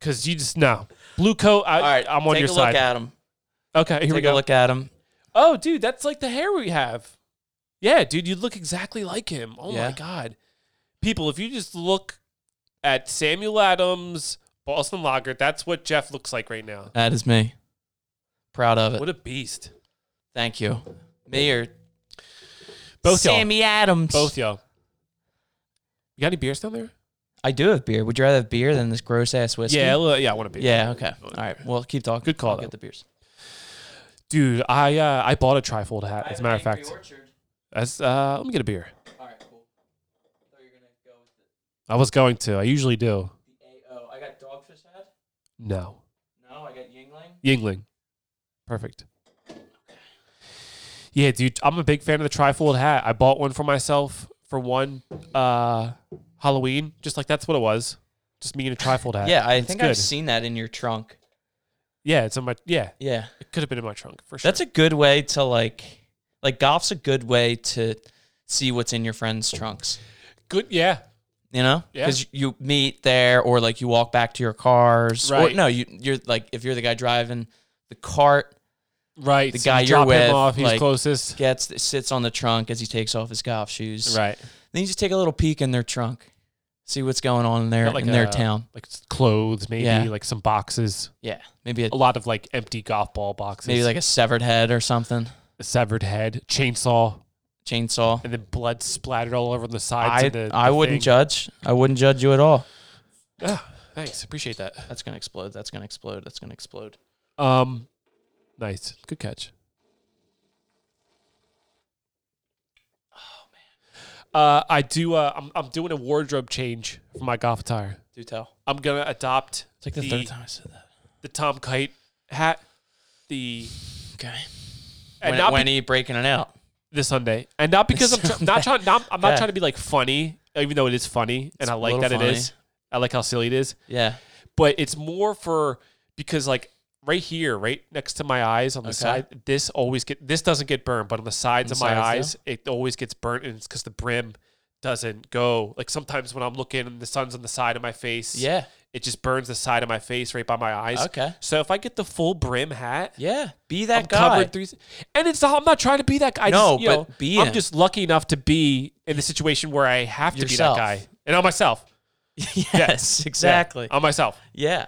because you just no blue coat. I, All right, I'm on take your a side. Look at him. okay, here we Take go. a look at him. Oh, dude, that's like the hair we have. Yeah, dude, you look exactly like him. Oh Yeah. my god, people, if you just look at Samuel Adams, Boston Lager, that's what Jeff looks like right now. That is me. Proud of it. What a beast. Thank you. Me or Both Sammy Adams. y'all. Both y'all. You got any beers down there? I do have beer. Would you rather have beer than this gross ass whiskey? Yeah, li- yeah, I want a beer. Yeah. Okay. All right. Well, keep talking. Good call, I'll though. get the beers. Dude, I uh, I bought a trifold hat. As a matter of fact, That's, uh, let me get a beer. All right. Cool. So you're gonna go with I was going to. I usually do. the AO. I got dogfish head. No, No, I got Yingling. Yingling. Perfect. Yeah, dude, I'm a big fan of the trifold hat. I bought one for myself for one uh, Halloween. Just like that's what it was. Just me and a trifold hat. Yeah, I It's think good. I've seen that in your trunk. Yeah, it's in my. Yeah, Yeah. it could have been in my trunk for sure. That's a good way to like like golf's a good way to see what's in your friends' trunks. good. Yeah, You know? Yeah. Because you meet there or like you walk back to your cars. Right. Or no, you you're like if you're the guy driving the cart right. The so guy you you're drop with, him off. He's like- closest. gets sits on the trunk as he takes off his golf shoes. Right. Then you just take a little peek in their trunk. See what's going on in their Got like in their a- town. Like s- clothes, maybe Yeah. like some boxes. Yeah. Maybe a A lot of like empty golf ball boxes. maybe like a severed head or something. a severed head, chainsaw. chainsaw. and the blood splattered all over the sides I, of the, the I wouldn't thing. judge. I wouldn't judge you at all. Ah, thanks, appreciate that. That's gonna explode. That's gonna explode. That's gonna explode. Um, nice, good catch. Oh man, uh, I do. Uh, I'm I'm doing a wardrobe change for my golf attire. Do tell. I'm gonna adopt It's like the, third time I said that. the Tom Kite hat, the Okay. and When, not when are you breaking it out? be- this Sunday, and not [laughs] because I'm tr- not trying. Not, I'm not Yeah. trying to be like funny, even though it is funny, and It's I a like little that it funny. is. I like how silly it is. Yeah. but it's more for because like right here, right next to my eyes on the Okay. side, this always get this doesn't get burned, but on the sides On of the my eyes, sides, it always gets burnt, and it's because the brim doesn't go. Like sometimes when I'm looking, and the sun's on the side of my face, Yeah. it just burns the side of my face right by my eyes. Okay. So if I get the full brim hat. Yeah. Be that I'm guy. covered three, and it's not, I'm not trying to be that guy. I No, just, you but know, be I'm him. just lucky enough to be in the situation where I have to Yourself. be that guy, and on myself. [laughs] yes. Yeah, Exactly. on myself. Yeah.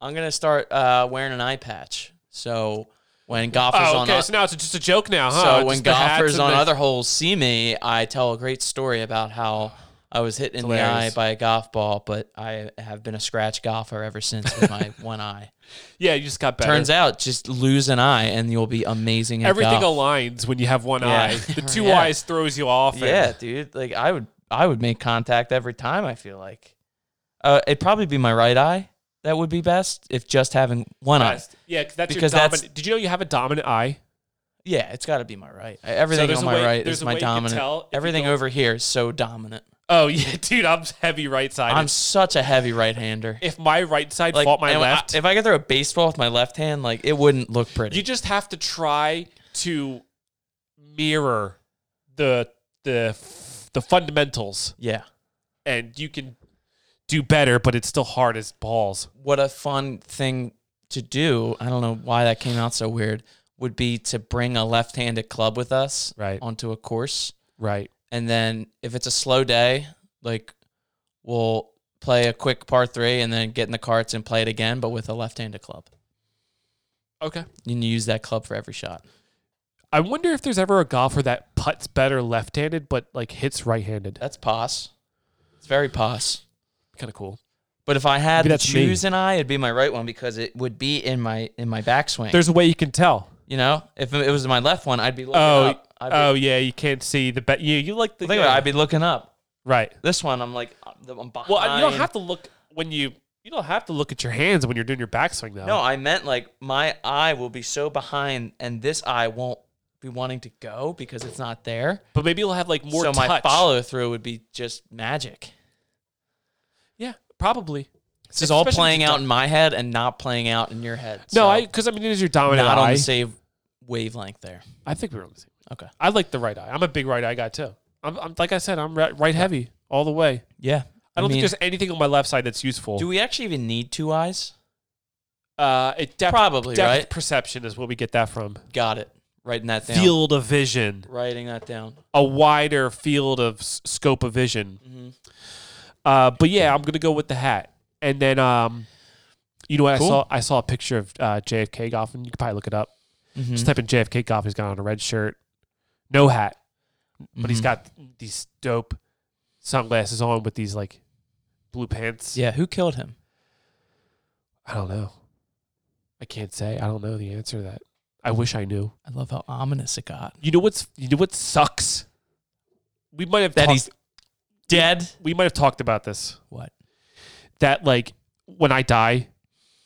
I'm gonna start uh, wearing an eye patch. So when golfers Oh, on okay. o- so now it's just a joke now, huh? so Just when the hats golfers and on the- other holes see me, I tell a great story about how I was hit in the eye hilarious. by a golf ball, but I have been a scratch golfer ever since with [laughs] my one eye. Yeah, you just got better. Turns out, just lose an eye and you'll be amazing at everything golf. aligns when you have one Yeah. eye. [laughs] The two Yeah. eyes throws you off. and- yeah, dude. Like I would, I would make contact every time. I feel like uh, it'd probably be my right eye that would be best if just having one eye. That's- yeah, 'cause that's Because your that's- dominant. did you know you have a dominant eye? Yeah, it's got to be my right. I- Everything there's on a my way- right there's is a my way you can dominant. tell if you Everything go- over here is so dominant. Oh yeah, [laughs] dude, I'm heavy right sided. I'm such a heavy right-hander. [laughs] if my right side Like fought my and I- left, if I could throw a baseball with my left hand, like it wouldn't look pretty. you just have to try to mirror the the the fundamentals, yeah. and you can do better. But it's still hard as balls. What a fun thing to do. I don't know why that came out so weird. Would be to bring a left-handed club with us Right. onto a course, Right. and then if it's a slow day, like we'll play a quick par three, and then get in the carts and play it again, but with a left-handed club. Okay. You can use that club for every shot. I wonder if there's ever a golfer that puts better left-handed, but like hits right-handed. That's pos. It's very pos. Kind of cool. But if I had Maybe to that's me. choose an eye, it'd be my right one because it would be in my in my backswing. There's a way you can tell. you know, if it was my left one, I'd be looking Oh, up. I'd be, oh yeah, you can't see the bet. You you like the think about it. yeah. I'd be looking up. right. This one, I'm like, uh, I'm behind. Well, you don't have to look when you you don't have to look at your hands when you're doing your backswing though. No, I meant like my eye will be so behind, and this eye won't be wanting to go because it's not there. but maybe you'll have like more so touch. my follow through would be just magic. yeah, probably. This is all Especially if playing you're out dom- in my head and not playing out in your head. No, So I because I mean it is your dominant not on eye. the same wavelength there. I think we're on the same. Okay. I like the right eye. I'm a big right eye guy too. I'm, I'm like I said, I'm right, right heavy all the way. Yeah. I don't mean, think there's anything on my left side that's useful. Do we actually even need two eyes? uh, it def- Probably, depth right? Perception is what we get that from. Got it. Writing that down. Field of vision, Writing that down. a wider field of s- scope of vision. Mhm. Uh, but yeah, I'm gonna go with the hat, and then um, you know what Cool. I saw? I saw a picture of uh, JFK Goffin. You could probably look it up. Mm-hmm. Just type in JFK Goffin. He's got on a red shirt, no hat, but he's Mhm. got these dope sunglasses on with these like blue pants. Yeah, who killed him? I don't know. I can't say. I don't know the answer to that. I wish I knew. I love how ominous it got. You know what's you know what sucks? We might have That talked, he's dead. we might have talked about this. What? That like when I die,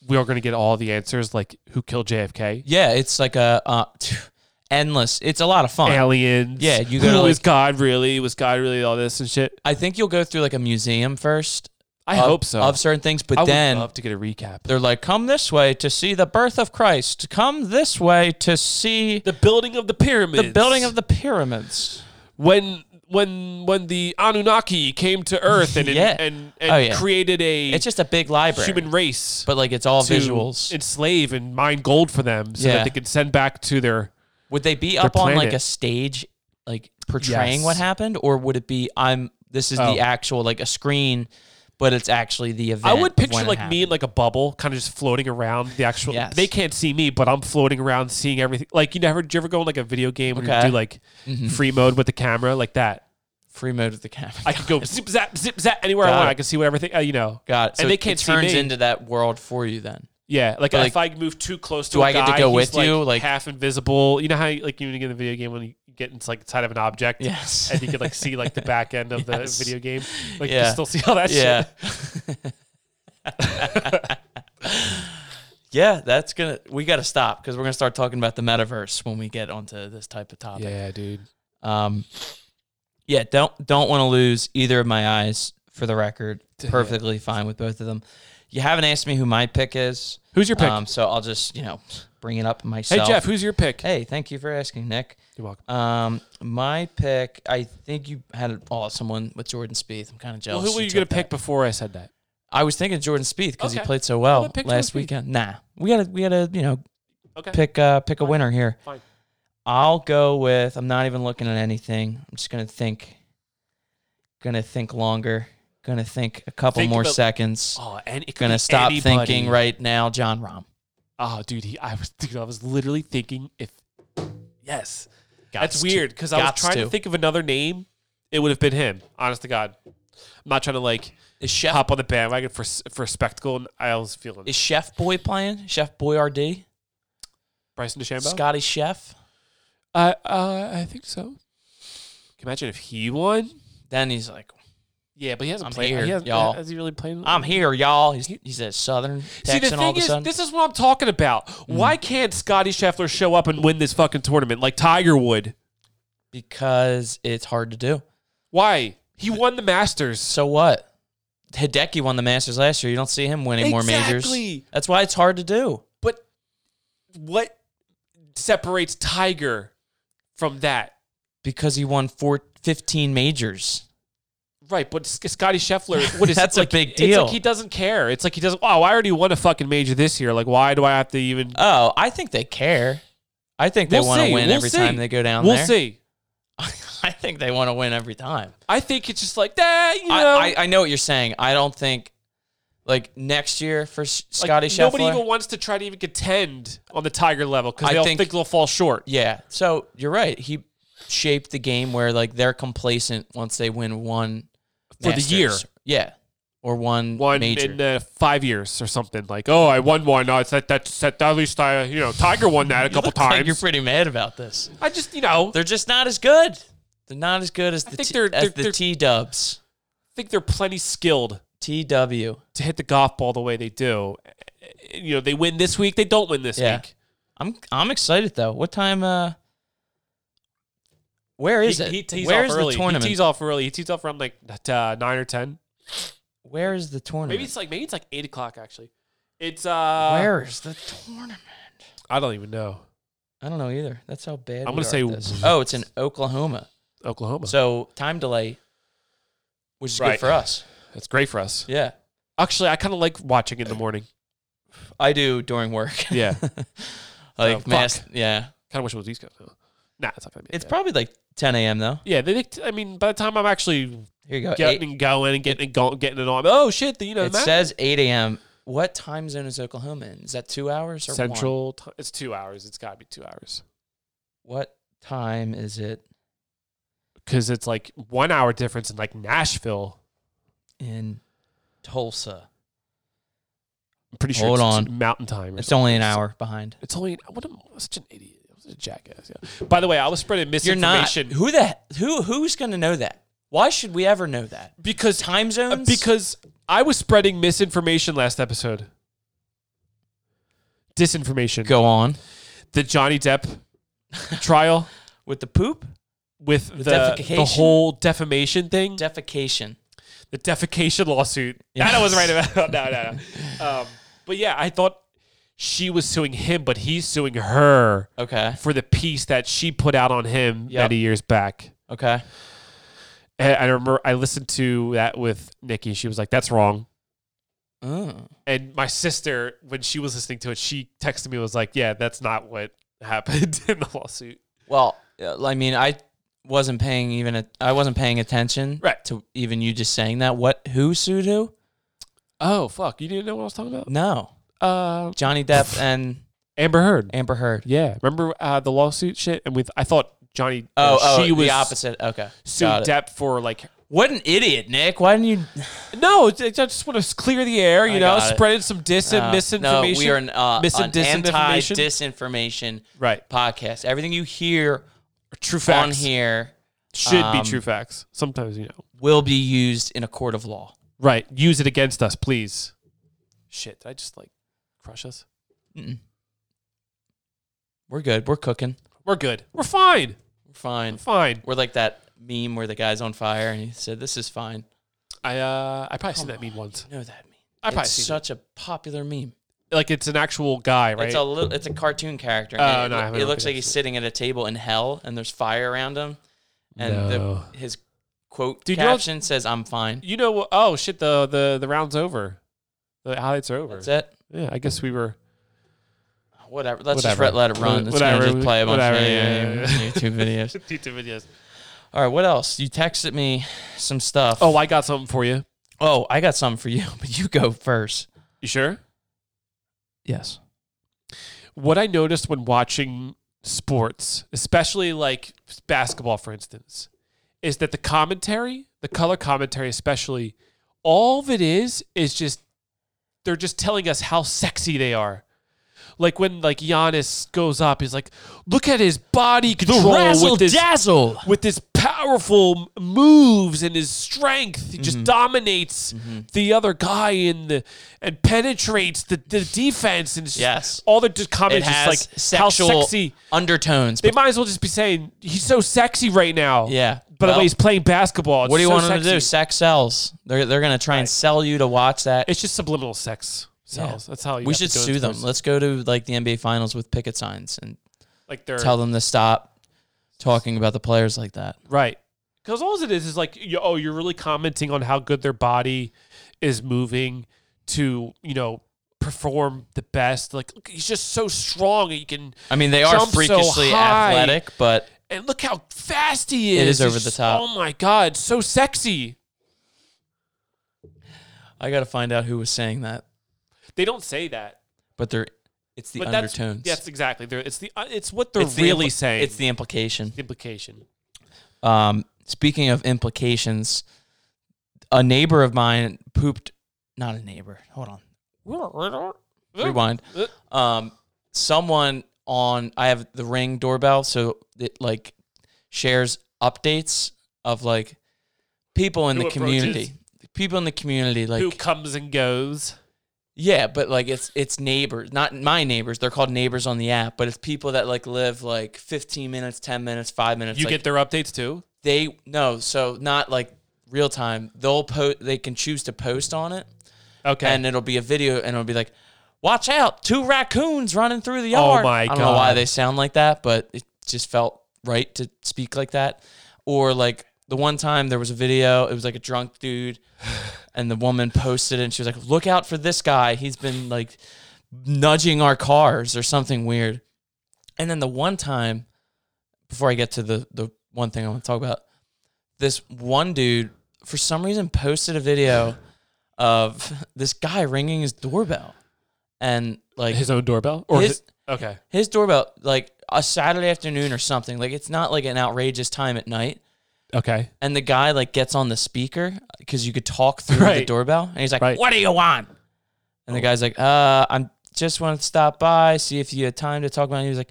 we are gonna get all the answers like who killed JFK? Yeah, it's like a uh, [sighs] endless. It's a lot of fun. Aliens. Yeah, you Who gotta, was like- God really? Was God really all this and shit? I think you'll go through like a museum first. I of, hope so. Of certain things, but I then would love to get a recap. they're like, come this way to see the birth of Christ. Come this way to see The building of the pyramids. the building of the pyramids. when when when the Anunnaki came to Earth and Yeah. and, and, Oh, yeah. created a It's just a big library. human race. but like it's all to visuals. enslave and mine gold for them so Yeah. that they could send back to their Would they be up on like planet. a stage, like portraying Yes. what happened, or would it be I'm this is Oh. the actual like a screen but it's actually the I event. would of picture when it like me in like a bubble, kind of just floating around the actual. Yes. They can't see me, but I'm floating around, seeing everything. Like you never, did you ever go in like a video game where Okay. you do like happened. Mhm. free mode with the camera like that? free mode with the camera. I could go zip zap zip zap anywhere Got I want. it. I can see what everything. Uh, you know, Got it. So and they it- can't it see turns me. into that world for you [laughs] then. yeah. Like, But, if I move too close to, do I I get to go with like, you? Like- half invisible. You know how like you get in the video game when you get into like inside of an object. Yes. And you could like see like the back end of [laughs] the Yes. video game, like you Yeah. can still see all that yeah. shit. [laughs] yeah, that's gonna. We gotta stop because we're gonna start talking about the metaverse when we get onto this type of topic. Yeah, dude. Um, yeah, don't don't want to lose either of my eyes. For the record, Yeah. perfectly fine with both of them. You haven't asked me who my pick is, Who's your pick? um, so I'll just you know bring it up hey myself. Jeff, who's your pick? Hey, thank you for asking, Nick. You're welcome. Um, my pick. I think you had oh, someone with Jordan Spieth. I'm kind of Well, jealous. who were you took gonna that. pick before I said that? I was thinking Jordan Spieth because he Okay. played so Well, well then pick last Jordan Spieth. weekend. Nah, we gotta we gotta you know Okay. pick uh pick a winner here. Fine. I'll go with. I'm not even looking at anything. I'm just gonna think. Gonna think longer. Gonna think a couple Think more about- seconds. Oh, and it could gonna be stop anybody. thinking right now. John Rom. Oh, dude, he, I was dude, I was literally thinking if yes, Gots that's to. weird because I was Gots trying to. to. think of another name. It would have been him. Honest to God, I'm not trying to like Is Chef hop on the bandwagon for s- for spectacle. And I was feeling is Chef Boy playing? Chef Boy RD. Bryson DeChambeau. Scotty Chef. Uh, uh, I think so. Can you imagine if he won. Then he's like, Yeah, but he hasn't I'm played. here, he hasn't, y'all. Has he really played? I'm here, y'all. He's, he's a Southern See, the Texan thing all of a is, sudden. Mm. this is what I'm talking about. Why can't Scotty Scheffler show up and win this fucking tournament like Tiger would? because it's hard to do. Why? He won the Masters. So what? Hideki won the Masters last year. You don't see him winning more majors. Exactly. That's why it's hard to do. But what separates Tiger from that? Because he won four, 15 majors. Right, but S- Scotty [laughs] Scheffler, what is That's it? a like, big It's deal. like he doesn't care. It's like he doesn't. Oh, I already won a fucking major this year. Like, why do I have to even? Oh, I think they care. I think they We'll want to see. win We'll every see. time they go down We'll there. see. [laughs] I think they want to win every time. I think it's just like that. You know, I, I, I know what you're saying. I don't think, like, next year for S- Like, Scotty Nobody Scheffler. even wants to try to even contend on the Tiger level because I they'll think- think they'll fall short. Yeah. So you're right. He shaped the game where like they're complacent once they win one For the Masters. year. Yeah. Or one, one major. in uh, five years or something. Like, oh, I won one. No, it's that that's that at least I you know Tiger won [laughs] that a couple Looks [laughs] like times. you're pretty mad about this. I just you know They're just not as good. They're not as good as the think T- they're- as they're- the they're- T Dubs. think they're plenty skilled T W. to hit the golf ball the way they do. You know, they win this week. They don't win this Yeah. week. I'm I'm excited though. What time? Uh, where is he, it? He tees Where off is early. the he tournament? tees off early. He tees off from like t- uh, nine or ten. where is the tournament? Maybe it's like maybe it's like eight o'clock actually. It's uh, where is the tournament? I don't even know. I don't know either. That's how bad. I'm we gonna are say- at this. Oh, it's in Oklahoma. Oklahoma. So time delay, which is good Right. for us. That's great for us. Yeah, Actually, I kind of like watching in the morning. I do during [laughs] [laughs] work. Yeah, like Oh, fuck. mass. Yeah, kind of wish it was East Coast. Though. Nah, it's not gonna be. it's bad. probably like 10 a.m. though. Yeah, they. They. I mean, by the time I'm actually Here you go. Eight- getting and going and getting and go, getting it on, oh shit, the, you know, it the says 8 a.m. What time zone is Oklahoma in? Is that two hours or one? Central. Time, it's two hours. It's got to be two hours What time is it because it's like one hour difference in like Nashville. in Tulsa? I'm pretty sure. Hold it's, on. it's mountain time. Or It's something. only an hour behind. It's only. What am I? Such an idiot. I'm such a jackass. Yeah. By the way, I was spreading You're not. misinformation Who the who who's gonna know that? Why should we ever know that? because Time uh, zones. because I was spreading misinformation last episode. Disinformation. go on [laughs] The Johnny Depp trial with the poop with the, the defecation? whole defamation thing. defecation. the defecation lawsuit. Yeah. That I was right [laughs] about. No, no, no. Um, but yeah, I thought she was suing him, but he's suing her Okay. for the piece that she put out on him Yep. many years back. Okay. And I remember I listened to that with Nikki. She was like, "That's wrong." Oh. And my sister, when she was listening to it, she texted me and was like, "Yeah, that's not what [laughs] happened in the lawsuit." Well, uh, I mean, I wasn't paying even a, I wasn't paying attention Right. to even you just saying that. What? Who sued who? Oh fuck! You didn't know what I was talking about? No, Uh, Johnny [laughs] Depp and Amber Heard. Amber Heard. Yeah, remember uh, the lawsuit shit? And with I thought Johnny. Oh, uh, oh, she was the opposite. Okay, sued got it. Depp for like. What an idiot, Nick. Why didn't you? No, I just want to clear the air. You I know, got it. spreading some dis [laughs] and Uh, misinformation. No, we are an, uh, Mis- and an disinformation? anti-disinformation right. podcast. Everything you hear True on facts here should um, be true facts. Sometimes you know. will be used in a court of law. Right. Use it against us, please. Shit, did I just like crush us? Mm-mm. We're good. We're cooking. We're good. We're fine. We're fine. We're fine. We're like that meme where the guy's on fire and he said, "This is fine." I uh, I probably seen that meme once. You know that meme. I probably it's seen such a popular meme. it. Like it's an actual guy, right? It's a little, it's a cartoon character. Oh, and it, no, I loo- it haven't looks looked at like he's sitting at a table in hell, and there's fire around him, and No. the, his quote Dude, you know- caption says, "I'm fine." you know what? Oh shit! The the the round's over. The highlights are over. That's it. Yeah, I guess we [laughs] were. Whatever. Let's just Whatever. let, let it run. It's Whatever. gonna just play a bunch Whatever, of yeah, yeah, yeah. [laughs] YouTube videos. YouTube videos. All right. What else? You texted me some stuff. Oh, I got something for you. oh, I got something for you, [laughs] but you go first. You sure? Yes. What I noticed when watching sports, especially like basketball, for instance, is that the commentary, the color commentary, especially, all of it is is just they're just telling us how sexy they are. Like when like Giannis goes up, he's like, "Look at his body control with his dazzle. with his powerful m- moves and his strength. He Mm-hmm. just dominates the other guy in the and penetrates the, the defense and it's just- Yes. all the just It comments is has just like how sexual sexy. undertones. They but- might as well just be saying he's so sexy right now. yeah. Oh. But well, he's playing basketball. It's what do you so want them to sexy. do? Sex sells. They're they're gonna try and sell you to watch that. It's just subliminal sex cells. That's how you we have to should go sue into them. those- Let's go to like the NBA finals with picket signs and Like they're tell them to stop talking about the players like that. Right. Because all it is is like, you, oh, you're really commenting on how good their body is moving to, you know, perform the best. Like, look, he's just so strong. and He can, I mean, they are Jump so freakishly high. athletic, but and look how fast he is. It is He's over the just- top. Oh my god, so sexy. I got to find out who was saying that. They don't say that, But they're it's the but that's undertones. that's exactly. They're, it's the uh, it's what they're It's the really impli- saying. It's the implication. implication. Um, speaking of implications, a neighbor of mine pooped. Not a neighbor. Hold on. [laughs] Rewind. Um, someone on I have the Ring doorbell, so it like shares updates of like people in Who the community. People in the community, like Who comes and goes? yeah, but like it's it's neighbors, not my neighbors. They're called neighbors on the app, but it's people that like live like 15 minutes, 10 minutes, five minutes. you like, get their updates too. they no so not like real time they'll post they can choose to post on it Okay. and it'll be a video and it'll be like watch out two raccoons running through the Oh yard my i don't know why God. they sound like that but it just felt right to speak like that or like the one time there was a video it was like a drunk dude [sighs] and the woman posted it and she was like look out for this guy he's been like nudging our cars or something weird and then the one time before i get to the the one thing i want to talk about this one dude for some reason posted a video of [laughs] this guy ringing his doorbell and like his, his own doorbell or His- hi- okay. doorbell like a saturday afternoon or something like it's not like an outrageous time at night Okay. and the guy like gets on the speaker because you could talk through the Right. doorbell and he's like Right. what do you want and Oh. the guy's like uh i'm just want to stop by see if you had time to talk about it. he was like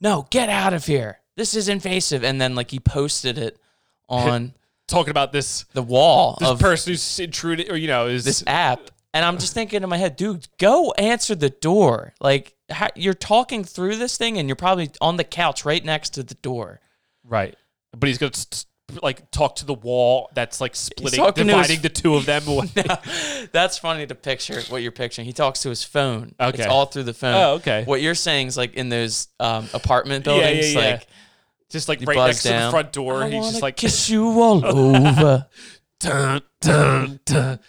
no get out of here this is invasive and then like he posted it [laughs] on Talking about this the wall this of person who's intruded or you know is this app and i'm just thinking in my head dude go answer the door like how, you're talking through this thing and you're probably on the couch right next to the [laughs] door [laughs] right but he's gonna s- s- like talk to the wall that's like splitting talking to his- dividing the two of them [laughs] away. that's funny to picture what you're picturing he talks to his phone Okay. it's all through the phone Oh, okay. what you're saying is like in those um, apartment Yeah, yeah, buildings yeah. like just like You right buzz next to the down. front door I he's wanna just like kiss you [laughs] all over dun, [laughs] dun, dun.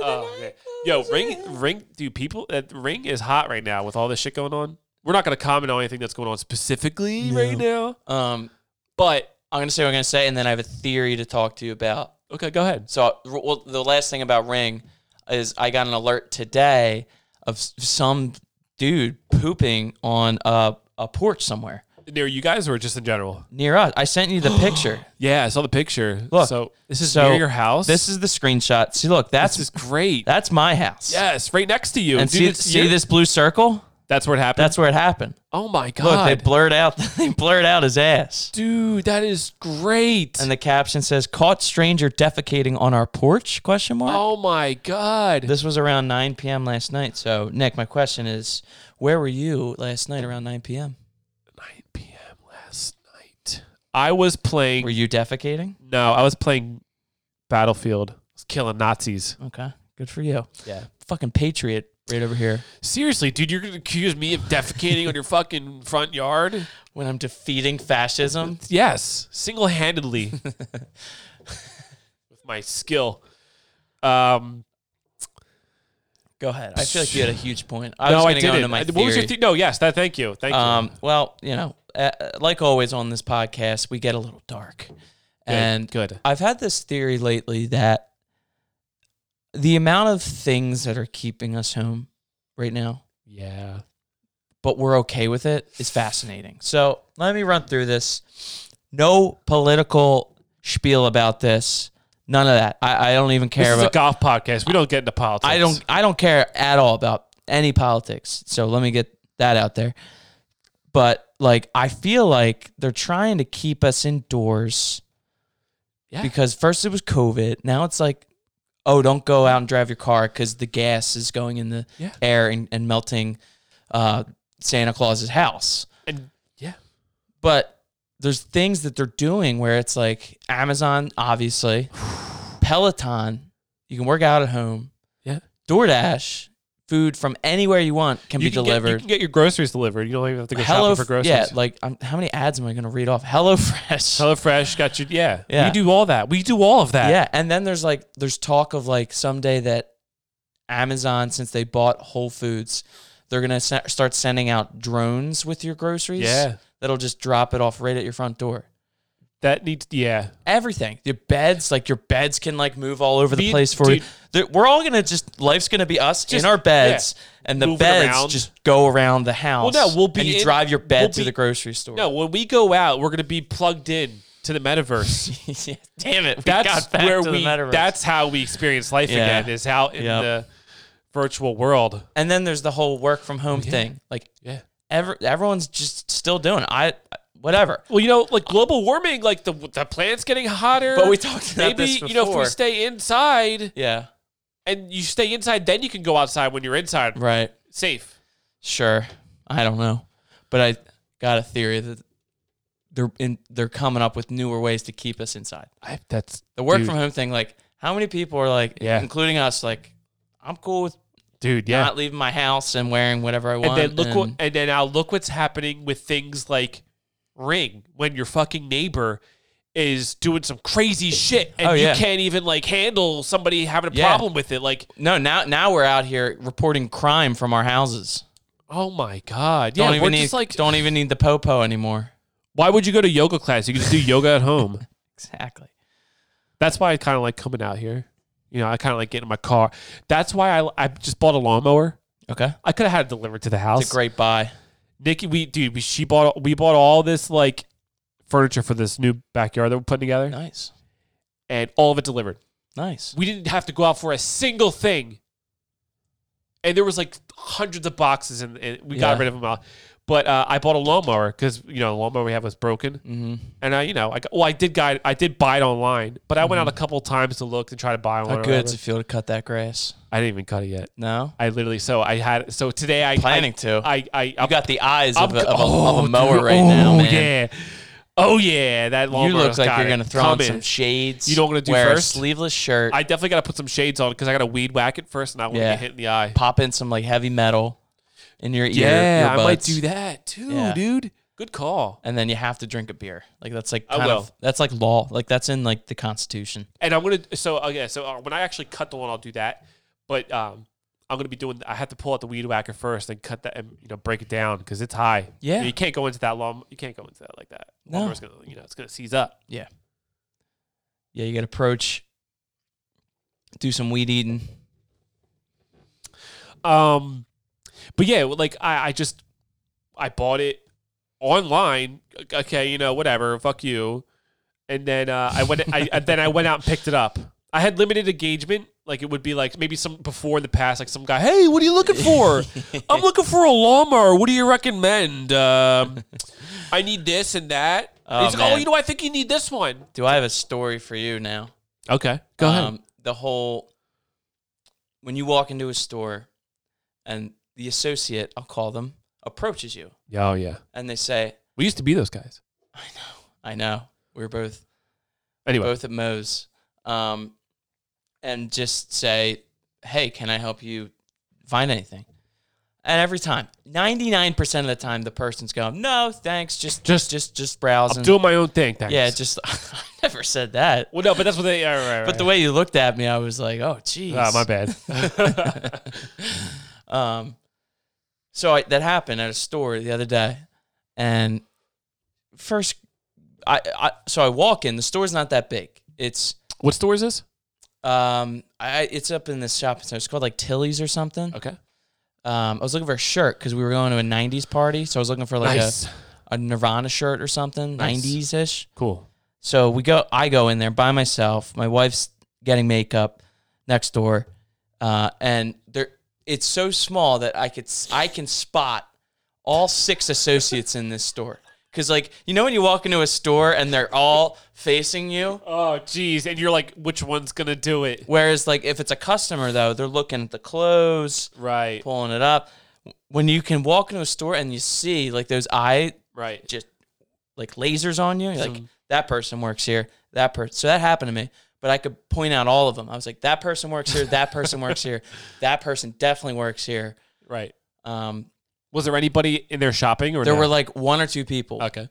Oh, man. yo ring ring dude people uh, ring is hot right now with all this shit going on we're not gonna comment on anything that's going on specifically right now um, but i'm going to say what i'm going to say and then i have a theory to talk to you about okay go ahead So, well, the last thing about Ring, is I got an alert today of s- some dude pooping on a, a porch somewhere Near you guys or just in general? near us. I sent you [gasps] the picture. Yeah, I saw the picture. Look, so this is so near your house. This is the screenshot. See, look, that's this is great. that's my house. yes, right next to you. And Dude, see, it's see your- this blue circle? That's what happened. That's where it happened. oh my Look, god, they blurred out [laughs] they blurred out his ass. dude, that is great. And the caption says, "Caught stranger defecating on our porch?" Question mark. oh my god. This was around 9 p.m. last night. So, Nick, my question is, where were you last night around 9 p.m.? 9 p.m. last night. I was playing. Were you defecating? no, I was playing Battlefield. I was killing Nazis. Okay, good for you. Yeah. Fucking patriot right over here. Seriously, dude, you're gonna accuse me of defecating on your fucking front yard? When I'm defeating fascism, Yes, single-handedly [laughs] with my skill. Um, go ahead. I feel like you had a huge point. I no, was I going to didn't. go into my I- theory. What was your the- no? Yes, that. Thank you. Thank you. Um, well, you know, uh, like always on this podcast, we get a little dark. And good. I've had this theory lately that the amount of things that are keeping us home right now, Yeah. but we're okay with it, is fascinating. So let me run through this. No political spiel about this. None of that. I, I don't even This care is a about. golf podcast. We don't get into politics. I don't. I don't care at all about any politics. So let me get that out there. But like, I feel like they're trying to keep us indoors [laughs] Yeah. because first it was COVID. Now it's like, oh, don't go out and drive your car because the gas is going in the Yeah. air and, and melting uh, Santa Claus's house. And- yeah. But there's things that they're doing where it's like Amazon, [sighs] obviously, Peloton, you can work out at home. Yeah. DoorDash, food from anywhere you want can you be can delivered. Get, you can get your groceries delivered. You don't even have to go Hello, shopping for groceries. yeah. Like, um, how many ads am I going to read off? [laughs] Hello Fresh. HelloFresh got you. Yeah. Yeah. We do all that. We do all of that. Yeah, and then there's like there's talk of like someday that Amazon, since they bought Whole Foods, they're gonna se- start sending out drones with your groceries. Yeah. that'll just drop it off right at your front door. That needs. Yeah. Everything, your beds, like your beds can like move all over the Me- place for dude. you. There- We're all gonna just life's gonna be us Just- in our beds, and the Move it beds around. just go around the house. no, we'll be and you in- drive your bed we'll to be- the grocery store. No, when we go out, we're gonna be plugged in to the [laughs] metaverse. Yeah, [laughs] damn it, we That's got back where to we. the metaverse. That's how we experience life Yeah. again. Is out in Yep. the virtual world. and then there's the whole work from home thing, like. Yeah. Every, everyone's just still doing it. I whatever. Well, you know, like global warming, like the the planet's getting hotter. But we talked about maybe this you know if we before. stay inside Yeah. and you stay inside, then you can go outside when you're inside, Right. safe. Sure. I don't know. But I got a theory that they're in, they're coming up with newer ways to keep us inside. I, that's The work Dude. from home thing, like how many people are like Yeah. including us, like, I'm cool with dude. Yeah, not leaving my house and wearing whatever I and want. then look what and then now look what's happening with things like ring when your fucking neighbor is doing some crazy shit and Oh, yeah. you can't even like handle somebody having a Yeah. problem with it like No, now now we're out here reporting crime from our houses. oh my god yeah Don't we're even need just like don't even need the popo anymore. why would you go to yoga class you can just [laughs] do yoga at home Exactly. that's why i kind of like coming out here you know i kind of like getting in my car that's why i, I just bought a lawnmower Okay. i could have had it delivered to the house It's a great buy. nikki we dude we, she bought we bought all this like furniture for this new backyard that we're putting together Nice. and all of it delivered Nice. we didn't have to go out for a single thing. And there was like hundreds of boxes, and, and we got Yeah. rid of them all. But uh, I bought a lawnmower because you know the lawnmower we have was broken, Mm-hmm. and I you know I got, well I did guide I did buy it online, but I went out a couple times to look and try to buy one. How or Mm-hmm. good does it whatever. feel to cut that grass? I didn't even cut it yet. No, I literally so I had so today I planning to. I I, I you got the eyes of I'm- a, of a, of oh, a mower dude, right now, oh, man. Yeah. Oh yeah, that lawnmower. You look like got you're it. gonna throw on Coming. some shades. You know what I'm gonna do wear first? a sleeveless shirt. I definitely got to put some shades on because I got to weed whack it first, and I want to Yeah. get hit in the eye. pop in some like heavy metal in your ear. Yeah, I might earbuds, do that too, Yeah. dude. Good call. And then you have to drink a beer. Like that's like I kind will. of that's like law. Like that's in like the Constitution. And I'm gonna so uh, yeah. So uh, when I actually cut the one, I'll do that. But um, I'm gonna be doing. I have to pull out the weed whacker first and cut that and you know break it down because it's high. Yeah. you can't go into that long. You can't go into that like that. No. Lumber's gonna you know it's gonna seize up. Yeah, you got to approach, do some weed eating, Um, but yeah, like I, I just I bought it online. Okay, you know, whatever. Fuck you. And then uh, I went. I and then I went out and picked it up. I had limited engagement. Like it would be like maybe some before in the past, like some guy. Hey, what are you looking [laughs] for? I'm looking for a lawnmower. What do you recommend? Um, I need this and that. Oh, He's like, oh, man. you know, I think you need this one. Do I have a story for you now? Okay, go ahead. Um, the whole when you walk into a store and the associate, I'll call them, approaches you Yeah, oh yeah, and they say, we used to be those guys. "I know, I know, we were both Anyway, both at Moe's," um, and just say, "Hey, can I help you find anything?" And every time, ninety nine percent of the time, the person's going, "No, thanks, just Just- just just just browsing." I'm doing my own thing. Thanks. yeah, just [laughs] I never said that. Well, no, but that's what they. All right, all right, But the way you looked at me, I was like, "Oh, jeez." Ah, my bad. [laughs] um, so I, that happened at a store the other day, and first, I, I so I walk in. The store's not that big. It's what store is this? um, I it's up in this shopping center. It's called like Tilly's or something. Okay. Um, I was looking for a shirt because we were going to a '90s party, so I was looking for like nice. a, a Nirvana shirt or something, Nice. '90s ish. cool. So we go. I go in there by myself. My wife's getting makeup next door, uh, and there. It's so small that I could s- I can spot all six associates in this store. Cause like you know when you walk into a store and they're all facing you, Oh, geez. And you're like, which one's gonna do it? whereas like if it's a customer though they're looking at the clothes, Right. pulling it up. When you can walk into a store and you see like those eye Right. just like lasers on you. You're like that person works here, that person. So that happened to me, but I could point out all of them. I was like, that person works here, that person works [laughs] here, that person definitely works here. Right. Um, Was there anybody in there shopping or there no? were like one or two people, okay.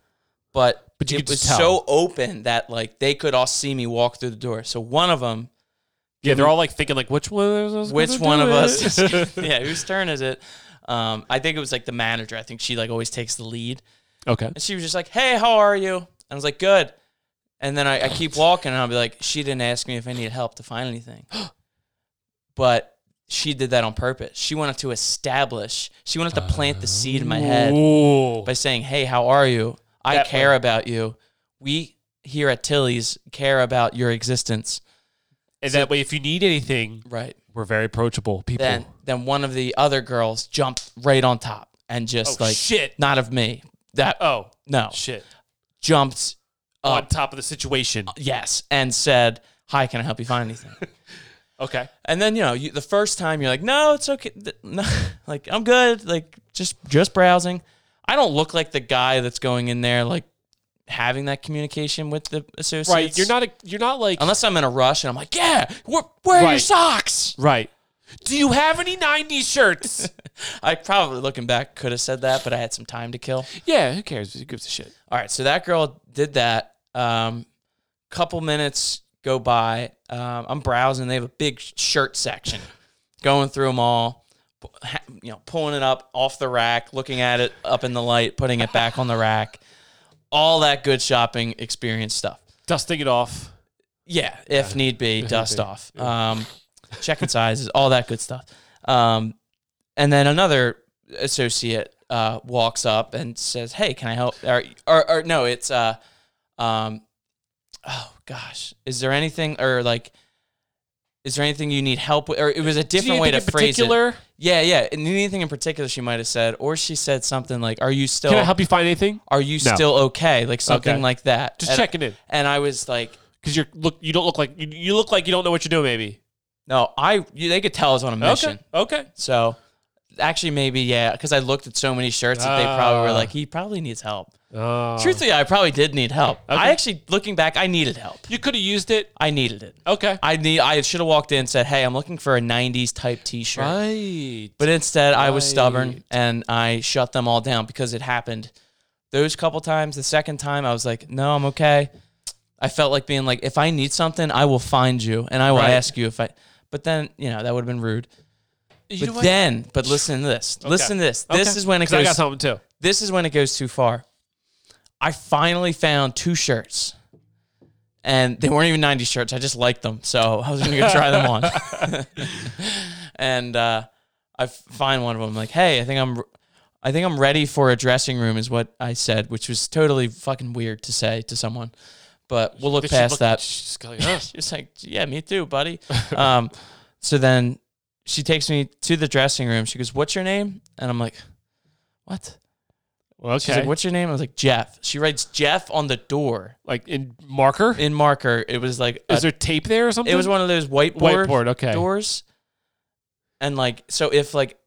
but but you it could just was tell. so open that like they could all see me walk through the door. So one of them, Yeah, they're all like thinking like, which one? Of us is which gonna one do of it? us? [laughs] yeah, whose turn is [laughs] it? Um, I think it was like the manager. I think she like always takes the lead. okay. And she was just like, "Hey, how are you?" And I was like, "Good." And then I, I [laughs] keep walking, and I'll be like, "She didn't ask me if I needed help to find [gasps] anything," but she did that on purpose. She wanted to establish. She wanted to plant the seed in my head Ooh. by saying, "Hey, how are you? I Oh. That care way. about you. We here at Tilly's care about your existence." and that way, if you need anything, Right. we're very approachable people. Then, then one of the other girls jumped right on top and just Oh, like, shit. not of me. That oh no, shit! jumped On up top of the situation. yes, and said, "Hi, can I help you find [laughs] anything?" Okay. and then you know, you, the first time you're like, "No, it's okay, Th- [laughs] no, like I'm good, like just just browsing." I don't look like the guy that's going in there like having that communication with the associates, Right. you're not. A, you're not like. unless I'm in a rush and I'm like, "Yeah, where, where are your Right. socks?" [laughs] right. Do you have any '90s shirts? I probably looking back could have said that, but I had some time to kill. [laughs] yeah. Who cares? Who gives a shit? All right, so that girl did that. Um, couple minutes go by. Um, I'm browsing. They have a big shirt section. Going through them all, pu- ha- you know, pulling it up off the rack, looking at it up in the light, putting it back on the rack. All that good shopping experience stuff. Dusting it off. Yeah, if need be, dust be, off. Um, checking sizes, all that good stuff. Um, and then another associate uh, walks up and says, "Hey, can I help?" Or, or, or no, it's uh, um, oh gosh, is there anything or like, is there anything you need help with? Or it was a different way to Anything in phrase it. particular? Yeah, yeah. And anything in particular she might have said, or she said something like, "Are you still? Can I help you find anything? Are you No. still okay?" Like something Okay. like that. Just and, checking in And I was like. because you're look. You don't look like you, you look like you don't know what you're doing. Maybe. No, I you, they could tell I was on a mission. Okay. Okay. So actually, maybe yeah, because I looked at so many shirts that they probably were Ah. like, he probably needs help. Oh. Truthfully, I probably did need help. I Okay. actually, looking back, I needed help. You could have used it. I needed it. Okay. I need. I should have walked in and said, "Hey, I'm looking for a '90s type T-shirt." Right. But instead, I was stubborn Right. and I shut them all down because it happened those couple times. The second time, I was like, "No, I'm okay." I felt like being like, "If I need something, I will find you and I will Right. ask you if I." But then, you know, that would have been rude. You know But what? then, but listen to this. Listen to this. This Okay. is when it 'Cause I got goes. something too. This is when it goes too far. I finally found two shirts, and they weren't even '90s [laughs] shirts. I just liked them, so I was gonna go try them on. and uh, I f- find one of them I'm like, hey, I think I'm, r- I think I'm ready for a dressing room is what I said, which was totally fucking weird to say to someone, but we'll look Bitch, past look- that. she's just like, [laughs] "Huh." She's like, yeah, me too, buddy. um, so then she takes me to the dressing room. She goes, what's your name? And I'm like, what? Well, okay. She's like, what's your name? I was like, Jeff. She writes Jeff on the door Like in marker? in marker. It was like, a- Is there tape there or something? Uh, it was one of those whiteboard, whiteboard. Okay. doors. And like, so if like,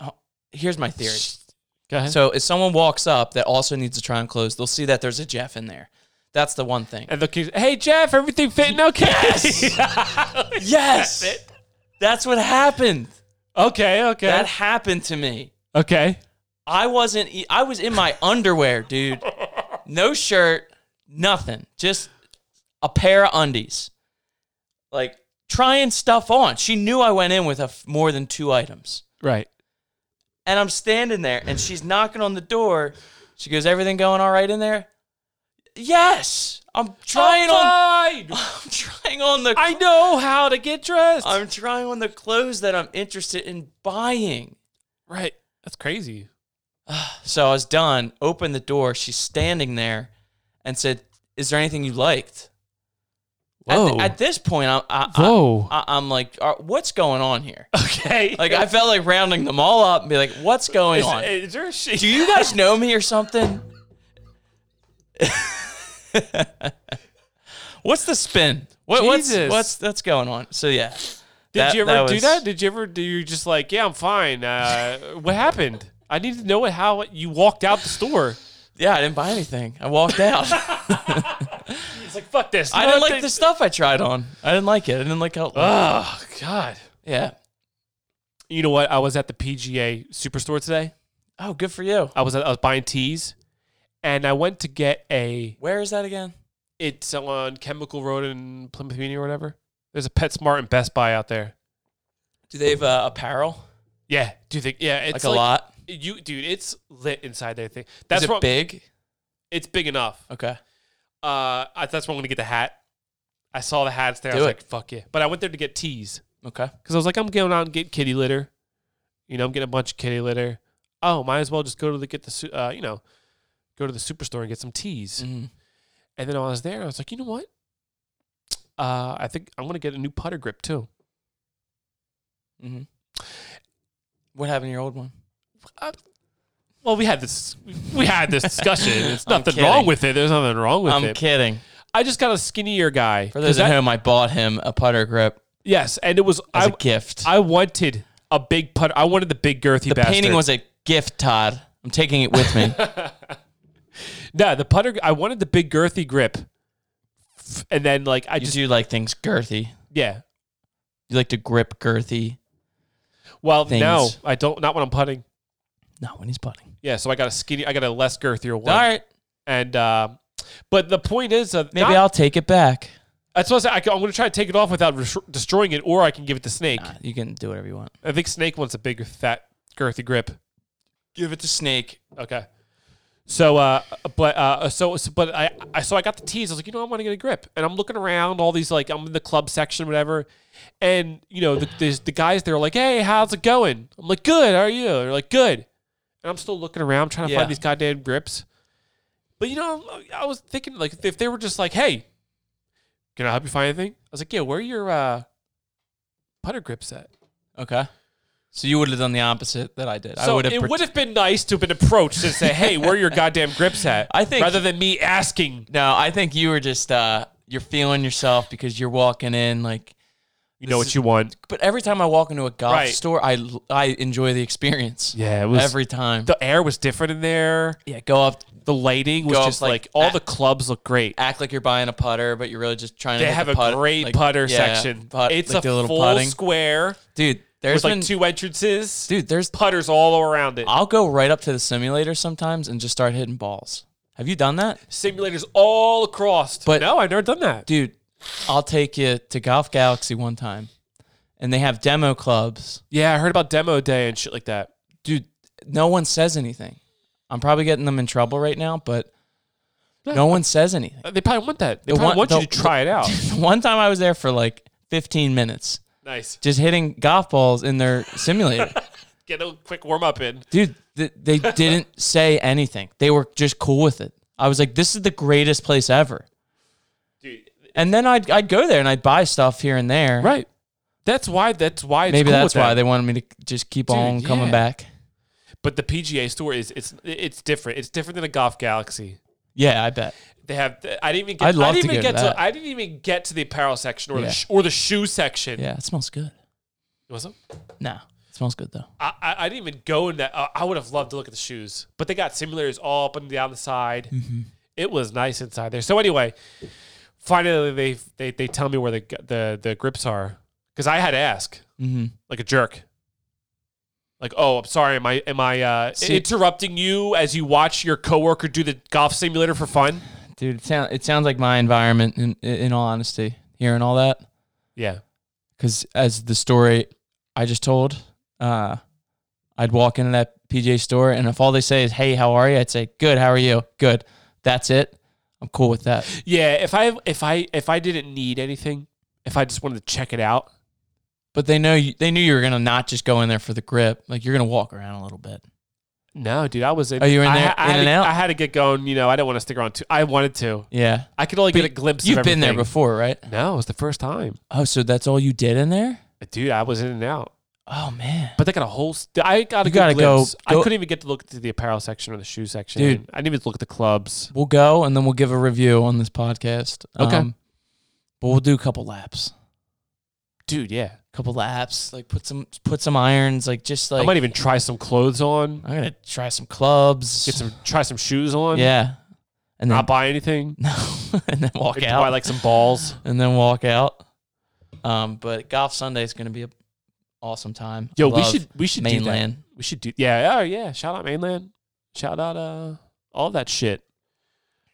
oh, here's my theory. Go ahead. So if someone walks up that also needs to try and close, they'll see that there's a Jeff in there. That's the one thing. and the kid's, hey Jeff, everything fitting okay? Yes, That's it. that's what happened. [laughs] okay, okay, That happened to me. okay. I wasn't. e- I was in my underwear, dude. No shirt, nothing. Just a pair of undies. Like trying stuff on. She knew I went in with a f- more than two items. Right. And I'm standing there, and she's knocking on the door. She goes, "Everything going all right in there?" Yes. I'm trying on. I'm [laughs] fine. I'm trying on the. Oh, I know how to get dressed. I'm trying on the clothes that I'm interested in buying. right. That's crazy. So I was done, opened the door. She's standing there and said, Is there anything you liked? At, th- Whoa. at this point, I, I, Whoa. I, I, am like, "Uh, What's going on here? okay. [laughs] Like, I felt like rounding them all up and be like, What's going [laughs] is, on? is there a she- Do you guys know me or something? [laughs] what's the spin? What, what's, Jesus. what's that's going on? So, yeah. Did you ever do that? Did you ever do you just like, yeah, I'm fine. Uh, [laughs] what happened? I need to know how you walked out the store. Yeah, I didn't buy anything. I walked [laughs] out. It's like fuck this. I didn't like the stuff I tried on. I didn't like it. I didn't like how. Oh god. yeah. You know what? I was at the PGA Superstore today. Oh, good for you. I was I was buying teas, and I went to get a Where is that again? it's on Chemical Road in Plymouth Meeting or whatever. There's a PetSmart and Best Buy out there. Do they have uh, apparel? Yeah, do you think? Yeah, it's like a lot. You, dude, it's lit inside there. Thing That's that's is it what big? it's big enough. Okay. Uh, I, that's where I'm gonna get the hat. I saw the hats there. I Do was it. like, fuck yeah. But I went there to get teas Okay. because I was like, I'm going out and get kitty litter. You know, I'm getting a bunch of kitty litter. Oh, might as well just go to the get the su- uh, you know, go to the superstore and get some teas. Mhm. And then I was there, I was like, you know what? Uh, I think I'm gonna get a new putter grip too. Mhm. What happened to your old one? Well, we had this we had this discussion. [laughs] It's I'm nothing kidding. wrong with it. There's nothing wrong with I'm it. kidding. I just got a skinnier guy. For those 'Cause at that- home, I bought him a putter grip yes, and it was as I a gift. I wanted a big putter. I wanted the big girthy the bastard. painting was a gift, Todd. I'm taking it with [laughs] me. [laughs] no the putter. I wanted the big girthy grip, F- and then like I you just do like things girthy. yeah. You like to grip girthy. Well, no, Things. I don't. Not when I'm putting. Not when he's putting. Yeah, so I got a skinny. I got a less girthier one. All right. And uh, but the point is, uh, Maybe not- I'll take it back. That's what I was- I, can- I'm going to try to take it off without res- destroying it, or I can give it to Snake. Nah, you can do whatever you want. I think Snake wants a bigger, fat, girthy grip. Give it to Snake. Okay. So, uh, but uh, so, so but I, I, so I got the tees. I was like, you know, I'm gonna get a grip, and I'm looking around all these like I'm in the club section, whatever, and you know, the the, the guys there are like, hey, how's it going? I'm like, good. How are you? They're like, good. And I'm still looking around trying to Yeah. find these goddamn grips. But you know, I was thinking like if they were just like, hey, can I help you find anything? I was like, yeah, where are your uh, putter grips at? Okay. So you would have done the opposite that I did. I So would have. it pret- would have been nice to have been approached and say, "Hey, where are your goddamn grips at?" [laughs] I think- rather than me asking, no, I think you were just uh, you're feeling yourself because you're walking in like. you know what you want. But every time I walk into a golf Right. store, I I enjoy the experience. Yeah, it was every time. the air was different in there. yeah, go up, The lighting was Go up, just like, like, all at- the clubs look great. act like you're buying a putter, but you're really just trying to. They hit have the a putt- great like- putter yeah, section. putt- it's like a the little full putting. square dude. There's with been like two entrances. dude. There's Putters all around it. I'll go right up to the simulator sometimes and just start hitting balls. Have you done that, Simulators all across. But- no, I've never done that. dude? I'll take you to Golf Galaxy one time, and they have demo clubs. Yeah, I heard about demo day and shit like that. dude, no one says anything. I'm probably getting them in trouble right now, but no one says anything. [laughs] Uh, They probably want that. They They [laughs] probably want- want, you they'll- to try it out. One time I was there for like 15 minutes. Nice. just hitting golf balls in their [laughs] simulator. Get a quick warm up in. Dude, th- they didn't say anything. They were just cool with it. I was like, this is the greatest place ever. Dude. And then I'd, I'd go there and I'd buy stuff here and there. Right. That's why that's why it's Maybe cool that's with why that. they wanted me to just keep on coming yeah. back. But the PGA store is it's it's different. It's different than a golf galaxy. Yeah, I bet. They have. I didn't even get. I'd love I didn't to even go to get that. I didn't even get to the apparel section or Yeah. the sh- or the shoe section. Yeah, it smells good. Was it? Nah, it smells good though. I, I I didn't even go in that. Uh, I would have loved to look at the shoes, but they got simulators all up and down the side. Mm-hmm. It was nice inside there. So anyway, finally they they, they tell me where the the the grips are because I had to ask Mm-hmm. like a jerk. Like, oh, I'm sorry. Am I am I uh, See- interrupting you as you watch your coworker do the golf simulator for fun? Dude, it, sound, it sounds like my environment, in, in all honesty, hearing all that. Yeah. Because as the story I just told, uh, I'd walk into that PJ store, and if all they say is, hey, how are you? I'd say, good, how are you? Good. That's it. I'm cool with that. Yeah, if I if I if I didn't need anything, if I just wanted to check it out, But they know you, they knew you were gonna not just go in there for the grip. Like you're gonna walk around a little bit. no, dude, I was in. Oh, you were in I there, ha- I, in had and to, out? I had to get going. You know, I didn't want to stick around too. I wanted to. Yeah, I could only But get a glimpse. you've of been there everything. before, right? No, it was the first time, Oh, so that's all you did in there? dude. I was in and out, Oh man, but they got a whole. St- I got a You good gotta go- glimpse. I go- couldn't even get to look to the apparel section or the shoe section. Dude. I didn't even look at the clubs. we'll go and then we'll give a review on this podcast. Um, Okay. but we'll do a couple laps, Dude, yeah, couple laps. Like put some put some irons. Like just like I might even try some clothes on, I'm gonna try some clubs. [laughs] get some, try some shoes on. yeah, and then not buy anything. [laughs] no, and then walk Maybe out. buy like some balls. and then walk out. Um, but golf Sunday is gonna be an awesome time. I Yo, we love should we should do that. mainland. We should do yeah, oh yeah. Shout out mainland. Shout out uh all that shit.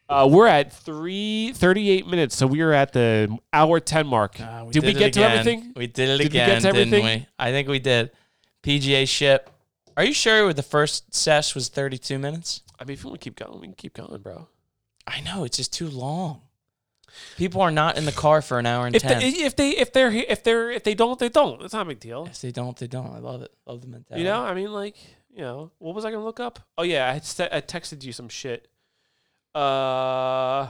Uh we're at three thirty-eight minutes, so we are at the hour ten mark. Ah, Did we it get to again. everything? We did it Did we get again, to didn't everything? we? I think we did. PGA ship. Are you sure with the first sesh was 32 minutes? I mean if you want to keep going, we can keep going, bro. I know it's just too long. People are not in the car for an hour and If ten. they, if they if they're he- if they're if they don't, they don't. It's not a big deal. if they don't, they don't. I love it. Love the mentality. You know, I mean like, you know, what was I gonna look up? Oh yeah, I had se- I texted you some shit. Uh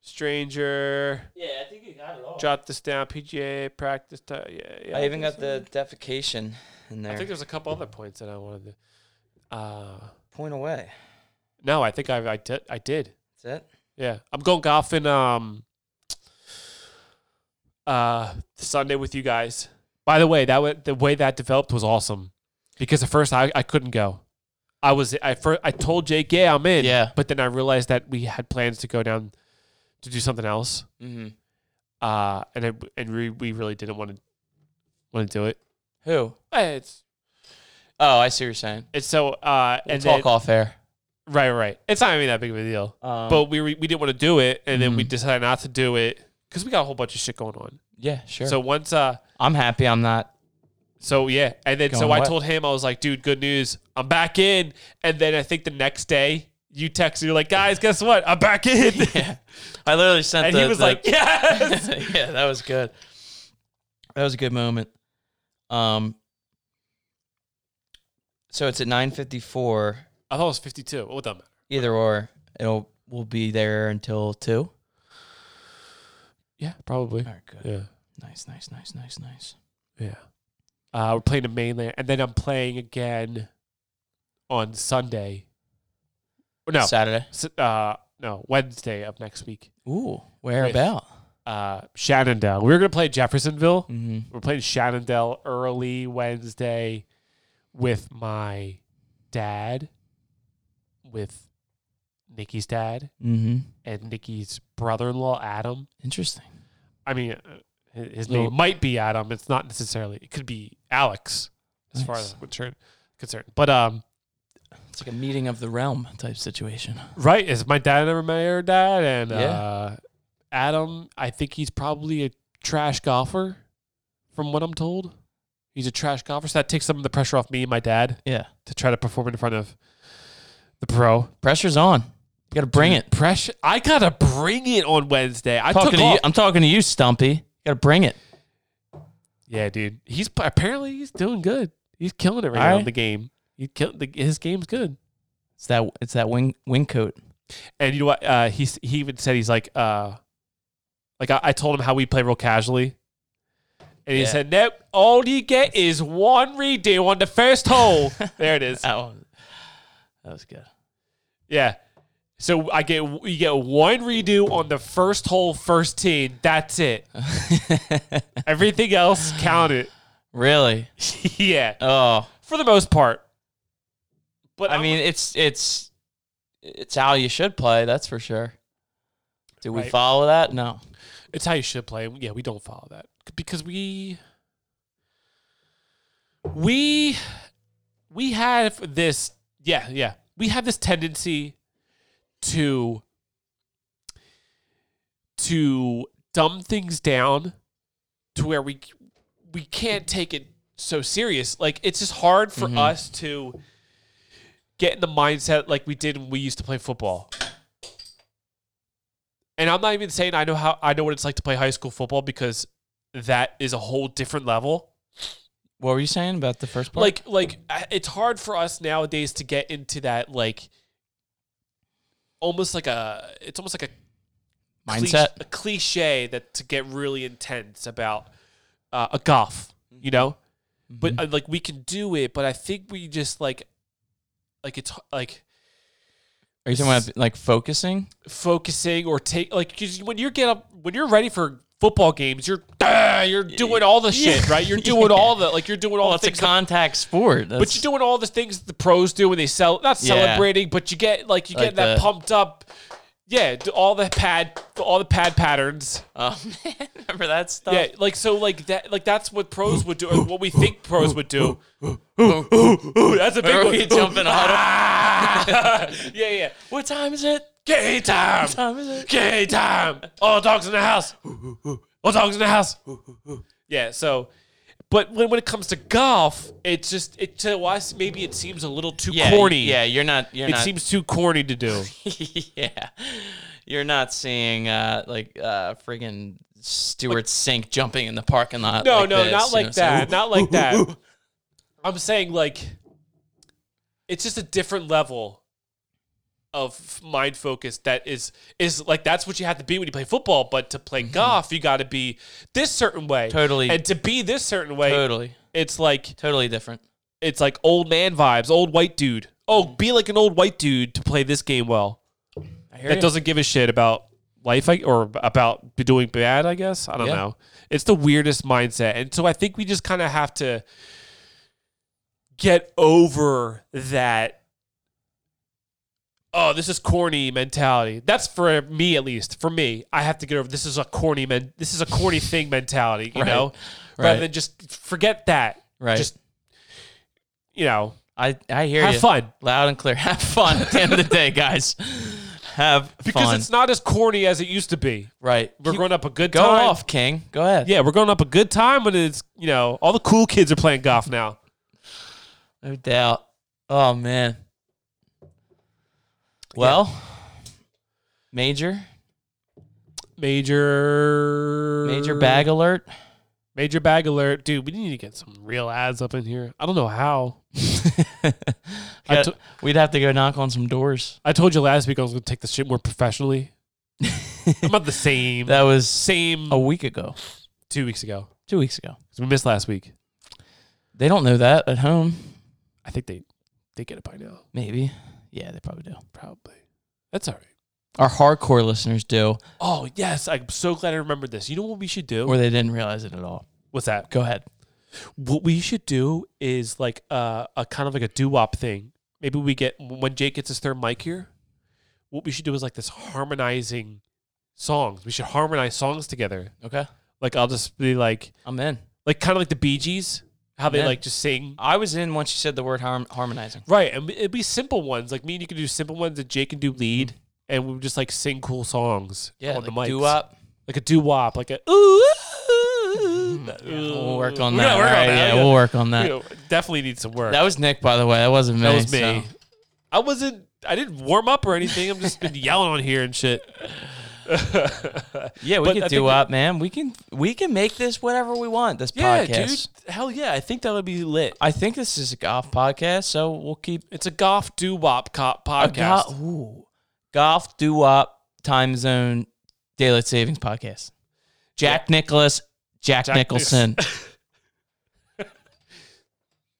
Stranger Yeah, I think you got it all. jot this down. PGA practice. T- yeah, yeah. I even got think so. the defecation in there. I think there's a couple other points that I wanted to. Uh, point away. no, I think I I did. I did. That's it. Yeah, I'm going golfing. Um, uh, Sunday with you guys. By the way, that wa- the way that developed was awesome because at first I, I couldn't go. I was I first, I told Jake, yeah, I'm in. Yeah. But then I realized that we had plans to go down to do something else. Mm-hmm. Uh, and I, and we, we really didn't want to want to do it. Who? Eh, It's Oh, I see what you're saying. It's so uh We'll and talk then, off air. right, right. It's not even that big of a deal. Um, but we re- we didn't want to do it, and then we Mhm. decided not to do it because we got a whole bunch of shit going on. yeah, sure. So So once uh, I'm happy. I'm not. so yeah, and then so Going I what? told him I was like, dude, good news, I'm back in. And then I think the next day you texted, you're like, guys, guess what? I'm back [laughs] in. [laughs] Yeah. I literally sent. and the, he was the- [laughs] like, [laughs] yes. yeah, that was good. That was a good moment. Um, so it's at nine fifty four. I thought it was 52. What the Either or, it'll we'll be there until two. Yeah, probably. All right, good. Yeah, Nice, nice, nice, nice, nice. yeah. Uh, we're playing the mainland, and then I'm playing again on Sunday. Oh, No, Saturday. S- uh, no Wednesday of next week. Ooh, where about? Uh, Shannondale. We were gonna play Jeffersonville. Mm-hmm. We're playing Shannondale early Wednesday with my dad, with Nikki's dad, Mm-hmm. and Nikki's brother-in-law Adam. Interesting. I mean, uh, his his Little- name might be Adam. It's not necessarily. It could be Alex, as far Nice. as I'm concerned. concerned. But um, It's like a meeting of the realm type situation. Right. Is my dad ever met your dad? And Yeah. uh, Adam, I think he's probably a trash golfer, from what I'm told. He's a trash golfer. So that takes some of the pressure off me and my dad Yeah, to try to perform in front of the pro. pressure's on. You got to bring it. Pressure. I got to bring it on Wednesday. I talking took to off. you, I'm talking to you, Stumpy. You got to bring it. Yeah, dude. He's apparently he's doing good. He's killing it right now in Aye. the game. He killed the, his game's good. It's that it's that wing wing coat. And you know what? Uh, he s- he even said he's like uh, like I, I told him how we play real casually, and he Yeah. said, "Nope, all you get is one redo on the first [laughs] hole." there it is. That one. That was good. Yeah. So I get you get one redo on the first hole, first tee. That's it. Everything else [sighs] counted. [laughs] [laughs] really? yeah, Oh, for the most part. But I I'm- mean, it's it's it's how you should play. That's for sure. Do we Right. follow that? No. It's how you should play. Yeah, we don't follow that because we we we have this. Yeah, yeah, we have this tendency to to dumb things down to where we we can't take it so serious. Like it's just hard for Mhm. us to get in the mindset like we did when we used to play football. And I'm not even saying I know how I know what it's like to play high school football because that is a whole different level. What were you saying about the first part? Like like um, I- it's hard for us nowadays to get into that like almost like a it's almost like a mindset. cliche, a cliche that to get really intense about uh, a golf, Mm-hmm. you know. But uh, like we can do it, but I think we just like like it's h- like Are you talking about like focusing? focusing or take like 'cause when you get up when you're ready for football games, you're "Ah," you're doing all the [laughs] shit, Yeah. right? You're doing all the like you're doing all Well, the it's a things. contact sport. but you're doing all the things the pros do when they sell not Yeah. celebrating, but you get like you get Like that the- pumped up. Yeah, do all the pad all the pad patterns. Oh [laughs] man, remember that stuff? Yeah, like so, like that, like that's what pros would do, or what we think pros would [laughs] do. that's a big Remember one. we jumping on [laughs] Ah! yeah, yeah. What time is it? Game time. Time is it? Game time. All dogs in the house. All dogs in the house. Yeah. So, but when when it comes to golf, it's just it to us maybe it seems a little too Yeah, corny. Yeah, you're not. You're It not. seems too corny to do. [laughs] yeah, you're not seeing uh, like uh, friggin' Stuart Sink jumping in the parking lot. No, like no, this, not you know, like so- that. Not like [laughs] that. I'm saying like it's just a different level of f- mind focus that is is like that's what you have to be when you play football, but to play golf you got to be this certain way. Totally. And to be this certain way, Totally, it's like totally different. it's like old man vibes, old white dude. Oh, be like an old white dude to play this game well. I hear That doesn't give a shit about life I, or about doing bad, I guess. I don't Yeah. know. It's the weirdest mindset. And so I think we just kind of have to get over that oh, this is corny mentality. That's for me at least. For me, I have to get over this is a corny men this is [laughs] a corny thing mentality, you Right. know? Rather Right. than just forget that. Right. Just you know, I I hear have you. fun. Loud and clear. [laughs] Have fun at the end of the day, guys. Have Because fun. it's not as corny as it used to be. right. We're growing up a good Go time. off, King. Go ahead. Yeah, we're growing up a good time when it's you know all the cool kids are playing golf now. No doubt. Oh man. Well, major Major major bag alert. major bag alert, dude. We need to get some real ads up in here. I don't know how. I Yeah, to- we'd have to go knock on some doors. I told you last week I was gonna take the shit [laughs] more professionally. I'm not the same. That Oh. was same a week ago, two weeks ago two weeks ago. 'Cause we missed last week. They don't know that at home. I think they they get it by now. Maybe. Yeah, they probably do. Probably. That's all right. Our hardcore listeners do, Oh yes, I'm so glad I remembered this. You know what we should do? or they didn't realize it at all. What's that? Go ahead. what we should do is like uh, a kind of like a doo wop thing. Maybe we get when Jake gets his third mic here. What we should do is like this harmonizing songs. We should harmonize songs together. Okay, Like I'll just be like, I'm in. like kind of like the Bee Gees, how they Yeah. like just sing. I was in once you said the word harm- harmonizing. Right, and it'd be simple ones. Like me and you can do simple ones, and Jake can do lead, and we would just like sing cool songs Mm-hmm. Yeah, on the like mics. doo-wop. like a doo [laughs] wop, like a ooh. We'll We'll work on that. All right, yeah, yeah. we'll work on that. You know, definitely need some work. That was Nick, by the way. That wasn't me. That was me. so- [laughs] I wasn't. I didn't warm up or anything. I'm just been yelling on here and shit. Yeah, we But I could think do up, man. We can we can make this whatever we want. This Yeah, podcast. dude. Hell yeah. I think that would be lit. I think this is a golf podcast, so we'll keep It's a golf doo wop cop a podcast. go- ooh, golf do up time zone daylight savings podcast. Jack Nicholas, Jack, Jack Nicholson. [laughs]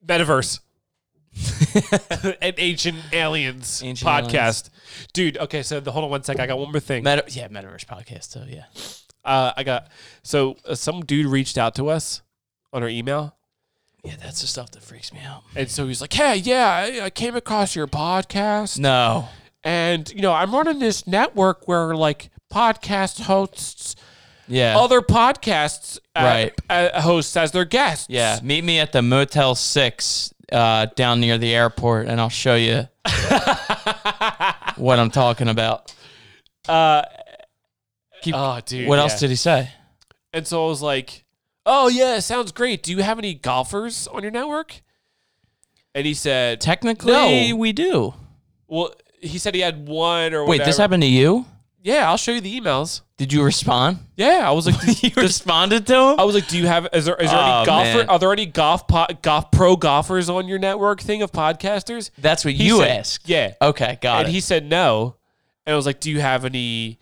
[laughs] Metaverse. and ancient aliens Ancient podcast. Dude, okay, so the, hold on one sec. I got one more thing. Meta- yeah, Metaverse podcast. So yeah, uh, I got so uh, some dude reached out to us on our email yeah, that's the stuff that freaks me out. And so he's like, "Hey, yeah, I, I came across your podcast, No, and you know, I'm running this network where like podcast hosts yeah, other podcasts uh, Right. uh, hosts as their guests. yeah. Meet me at the Motel Six uh, down near the airport, and I'll show [laughs] you what I'm talking about. Uh, Keep- oh, dude. What yeah. else did he say? And so I was like, "Oh yeah, sounds great. Do you have any golfers on your network?" And he said, Technically, No. we do. "Well, he said he had one or Wait, whatever. this happened to you? Yeah, I'll show you the emails. Did you respond? Oh, Yeah, I was [laughs] like, you responded to him? I was like, "Do you have? Is there is there Oh, any golfer? man. Are there any golf po- golf pro golfers on your network thing of podcasters?" That's what He you said- asked. Yeah, Okay, got and it. he said no, and I was like, "Do you have any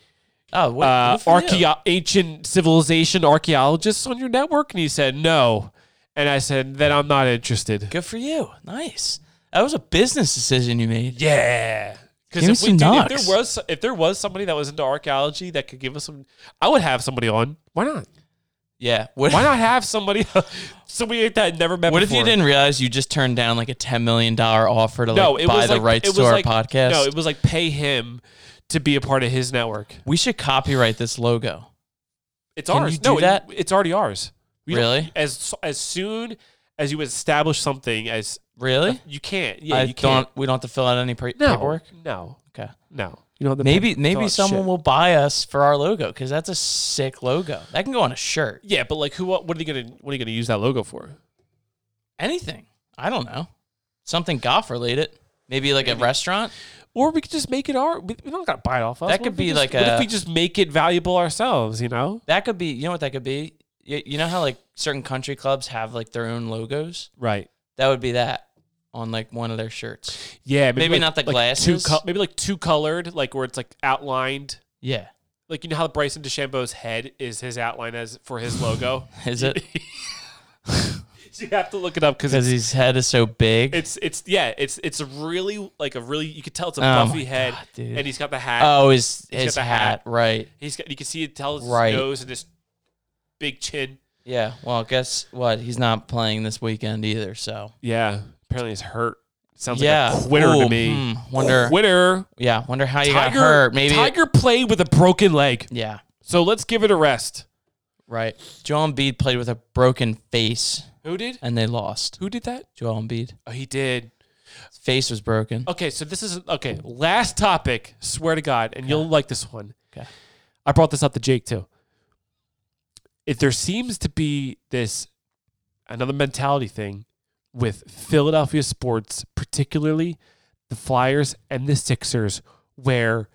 oh, what, uh, good for you. archaeo- ancient civilization archaeologists on your network?" And he said no, and I said, "Then I'm not interested." Good for you. Nice. That was a business decision you made. Yeah. Because Give me if, we- some dude, if knocks. there was if there was somebody that was into archaeology that could give us some, I would have somebody on. Why not? Yeah. What, Why not have somebody [laughs] somebody that I'd never met? what if before? you didn't realize you just turned down like a ten million dollar offer to like no, it buy was the like, rights it was to our like- podcast? No, it was like pay him to be a part of his network. we should copyright this logo. It's Can ours. you no, do it- that? it's already ours. We don't- Really? As as soon as you establish something, as Really? you can't. Yeah, I you don't. can't. We don't have to fill out any pre- No, paperwork. no, Okay. no. You know the Maybe paper- maybe oh, someone shit. will buy us for our logo because that's a sick logo. That can go on a shirt. Yeah, but like, who? What, what are you gonna? What are you gonna use that logo for? Anything. I don't know. Something golf related. Maybe like a restaurant. Or we could just make it our. We we don't gotta buy it off us. That What could if we be just- like What a- if we just make it valuable ourselves? You know. That could be. You know what that could be. You, you know how like certain country clubs have like their own logos. Right. That would be that on like one of their shirts. Yeah. Maybe, Maybe like- not the like two glasses. co- maybe like two colored, like where it's like outlined. Yeah. like you know how Bryson DeChambeau's head is his outline as for his logo. [laughs] Is it [laughs] you have to look it up because because his head is so big? it's it's yeah it's it's a really like a really you could tell it's a Oh puffy my head God, dude. and he's got the hat. oh, his got his the hat, hat. Right. He's got you can see it tells his Right. nose and his big chin. Yeah. Well, guess what? He's not playing this weekend either. So. Yeah, apparently he's hurt. Sounds yeah. like a quitter Ooh, to me. hmm, wonder. Quitter. Yeah. Wonder how you Tiger. got hurt. Maybe. Tiger played with a broken leg. Yeah. So let's give it a rest. Right. Joel Embiid played with a broken face Who did? and they lost. Who did that? Joel Embiid. Oh, he did. His face was broken. Okay, so this is okay. Last topic. Swear to God, and you'll like this one. Okay. I brought this up to Jake too. If there seems to be this another mentality thing with Philadelphia sports, particularly the Flyers and the Sixers, where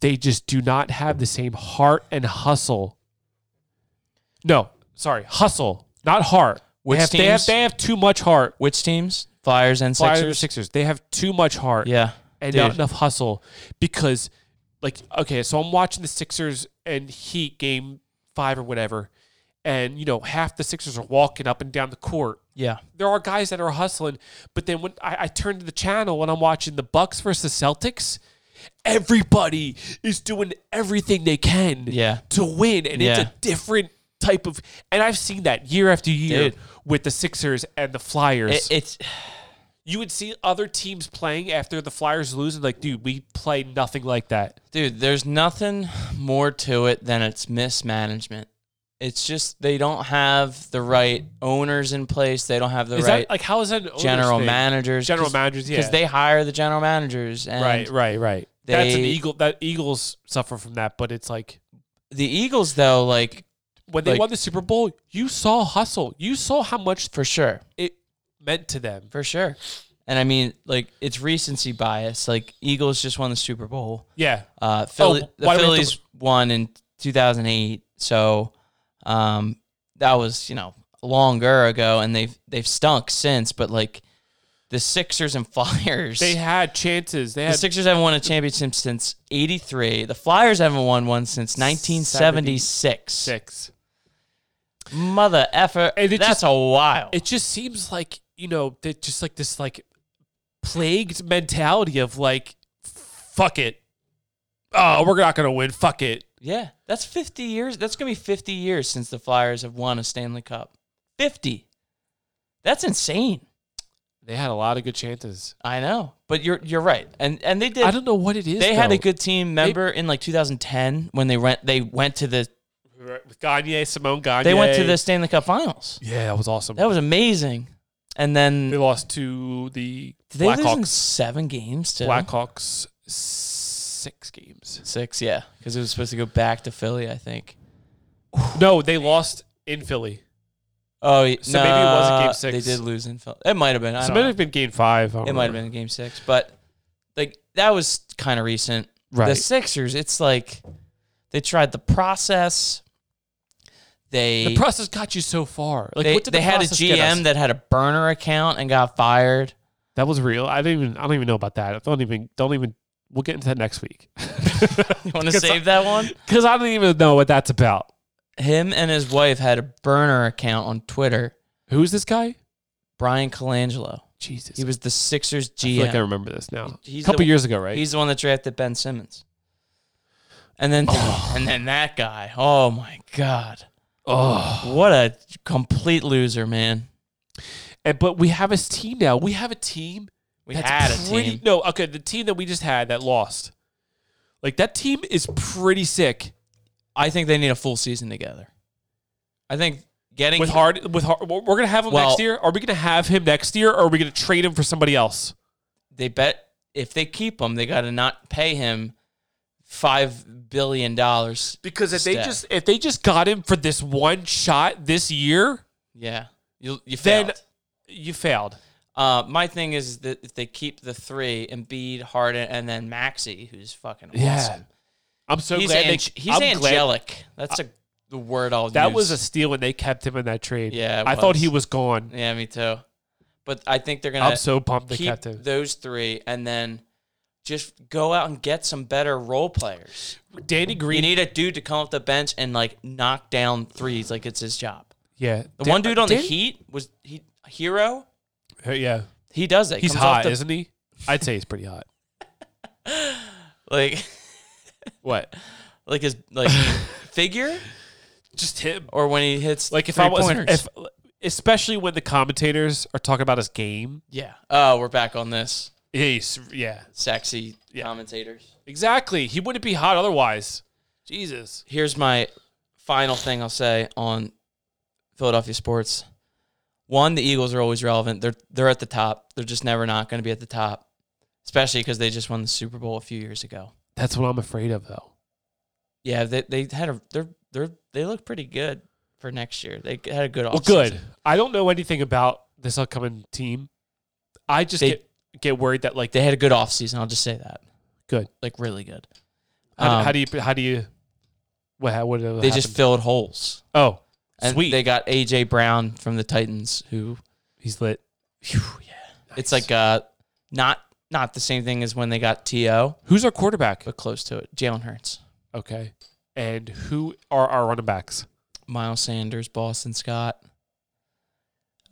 they just do not have the same heart and hustle. No, sorry, hustle, not heart. Which they, have, they have teams? they have too much heart. Which teams? Flyers and Flyers and Sixers. Sixers, they have too much heart Yeah. and Dude. not enough hustle because like okay so i'm watching the sixers and heat game five or whatever and you know half the sixers are walking up and down the court Yeah. there are guys that are hustling but then when i, I turn to the channel and i'm watching the bucks versus the celtics everybody is doing everything they can Yeah. to win and it's Yeah. a different type of and i've seen that year after year Dude. with the sixers and the flyers It, it's you would see other teams playing after the Flyers lose, and like, dude, we play nothing like that. dude, there's nothing more to it than it's mismanagement. It's just they don't have the right owners in place. They don't have the Is right that like how is that an owner's general thing? managers. General managers, yeah, Because they hire the general managers. And right, right, right. That's an they- eagle. That Eagles suffer from that, but it's like The Eagles, though, like, when they Like- won the Super Bowl, you saw hustle. You saw how much for sure. it meant to them. For sure. And I mean, like, it's recency bias. Like, Eagles just won the Super Bowl. Yeah, Uh, Philly, Oh, the why do we have to- Phillies won in 2008. So um, that was you know longer ago, and they've they've stunk since. But like the Sixers and [laughs] Flyers, They had chances. They the had Sixers haven't won a championship since '83. The Flyers haven't won one since 1976. six. Mother effer, And it that's just- a while. It just seems like you know, that just like this like plagued mentality of like, fuck it. Oh, we're not gonna win. Fuck it. yeah, that's 50 years. That's gonna be 50 years since the Flyers have won a Stanley Cup. 50. That's insane. They had a lot of good chances. I know, but you're you're right, and and they did. I don't know what it is. they had though. a good team. Remember in like 2010 when they went they went to the Right, with Gagne, Simone Gagne. they went to the Stanley Cup Finals. Yeah, that was awesome. That was amazing. And then they lost to the did they lose in Blackhawks. seven games to Blackhawks six games. six, yeah, because it was supposed to go back to Philly, I think. No, they lost in Philly. Oh, y- So maybe it was no, a game six. They did lose in Philly. It might have been. I So don't it might know. have been game five. I don't It might have remember. been game six, but like that was kind of recent. The right. Sixers, it's like they tried the process. They the process got you so far. Like they, what did they the had a process get us? GM that had a burner account and got fired. [laughs] that was real. I don't even. I don't even know about that. I don't even. Don't even. We'll get into that next week. [laughs] You [laughs] want to Because save that one? Because I don't even know what that's about. Him and his wife had a burner account on Twitter. Who's this guy? Brian Colangelo. Jesus. He was the Sixers I GM. feel like I remember this now. A He's couple the- years ago, right? He's the one that drafted Ben Simmons. And [laughs] then [laughs] and then that guy. Oh my god. oh. What a complete loser, man. And but we have a team now. We have a team We had a pretty, team. No, okay, the team that we just had that lost, like that team is pretty sick. I think they need a full season together. I think getting With hard, with hard, we're gonna have him Well- next year. Are we gonna have him next year, or are we gonna trade him for somebody else? they bet if they keep him, they got to not pay him 5 billion dollars. Because if Steph. they just if they just got him for this one shot this year, Yeah. You you failed. Then- you failed. Uh, my thing is that if they keep the three, Embiid, Harden, and then Maxi, who's fucking Yeah. awesome. I'm so he's glad. ang- they, he's I'm glad- angelic. That's a the word I'll that use. was a steal when they kept him in that trade. Yeah, it I thought was. he was gone. yeah, me too. But I think they're gonna I'm so pumped they keep kept him. those three and then just go out and get some better role players. Danny You Green. need a dude to come off the bench and like knock down threes like it's his job. yeah, The Dan- one dude on the Danny- Heat was he hero. Yeah, He does that. he's Comes off hot, the- isn't he? I'd say he's pretty hot. [laughs] like What? like his [laughs] like figure Just him. or when he hits Like if I was, pointers. if, especially when the commentators are talking about his game. yeah. Oh, we're back on this Yeah, he's- yeah, sexy Yeah. commentators. exactly. He wouldn't be hot otherwise. Jesus. Here's my final thing I'll say on Philadelphia sports. One, the Eagles are always relevant. They're they're at the top. They're just never not going to be at the top, especially because they just won the Super Bowl a few years ago. That's what I'm afraid of, though. Yeah, they they had a they're they're they look pretty good for next year. They had a good Well, offseason. good. I don't know anything about this upcoming team. I just They- get get worried that like They had a good offseason. I'll just say that. Good. Like really good. how, um, how do you how do you what how, what They just filled holes. oh And sweet they got AJ Brown from the Titans who he's lit. it's like uh not not the same thing as when they got TO, Who's our quarterback? but close to it. Jalen Hurts. Okay, and who are our running backs? Miles Sanders, Boston Scott,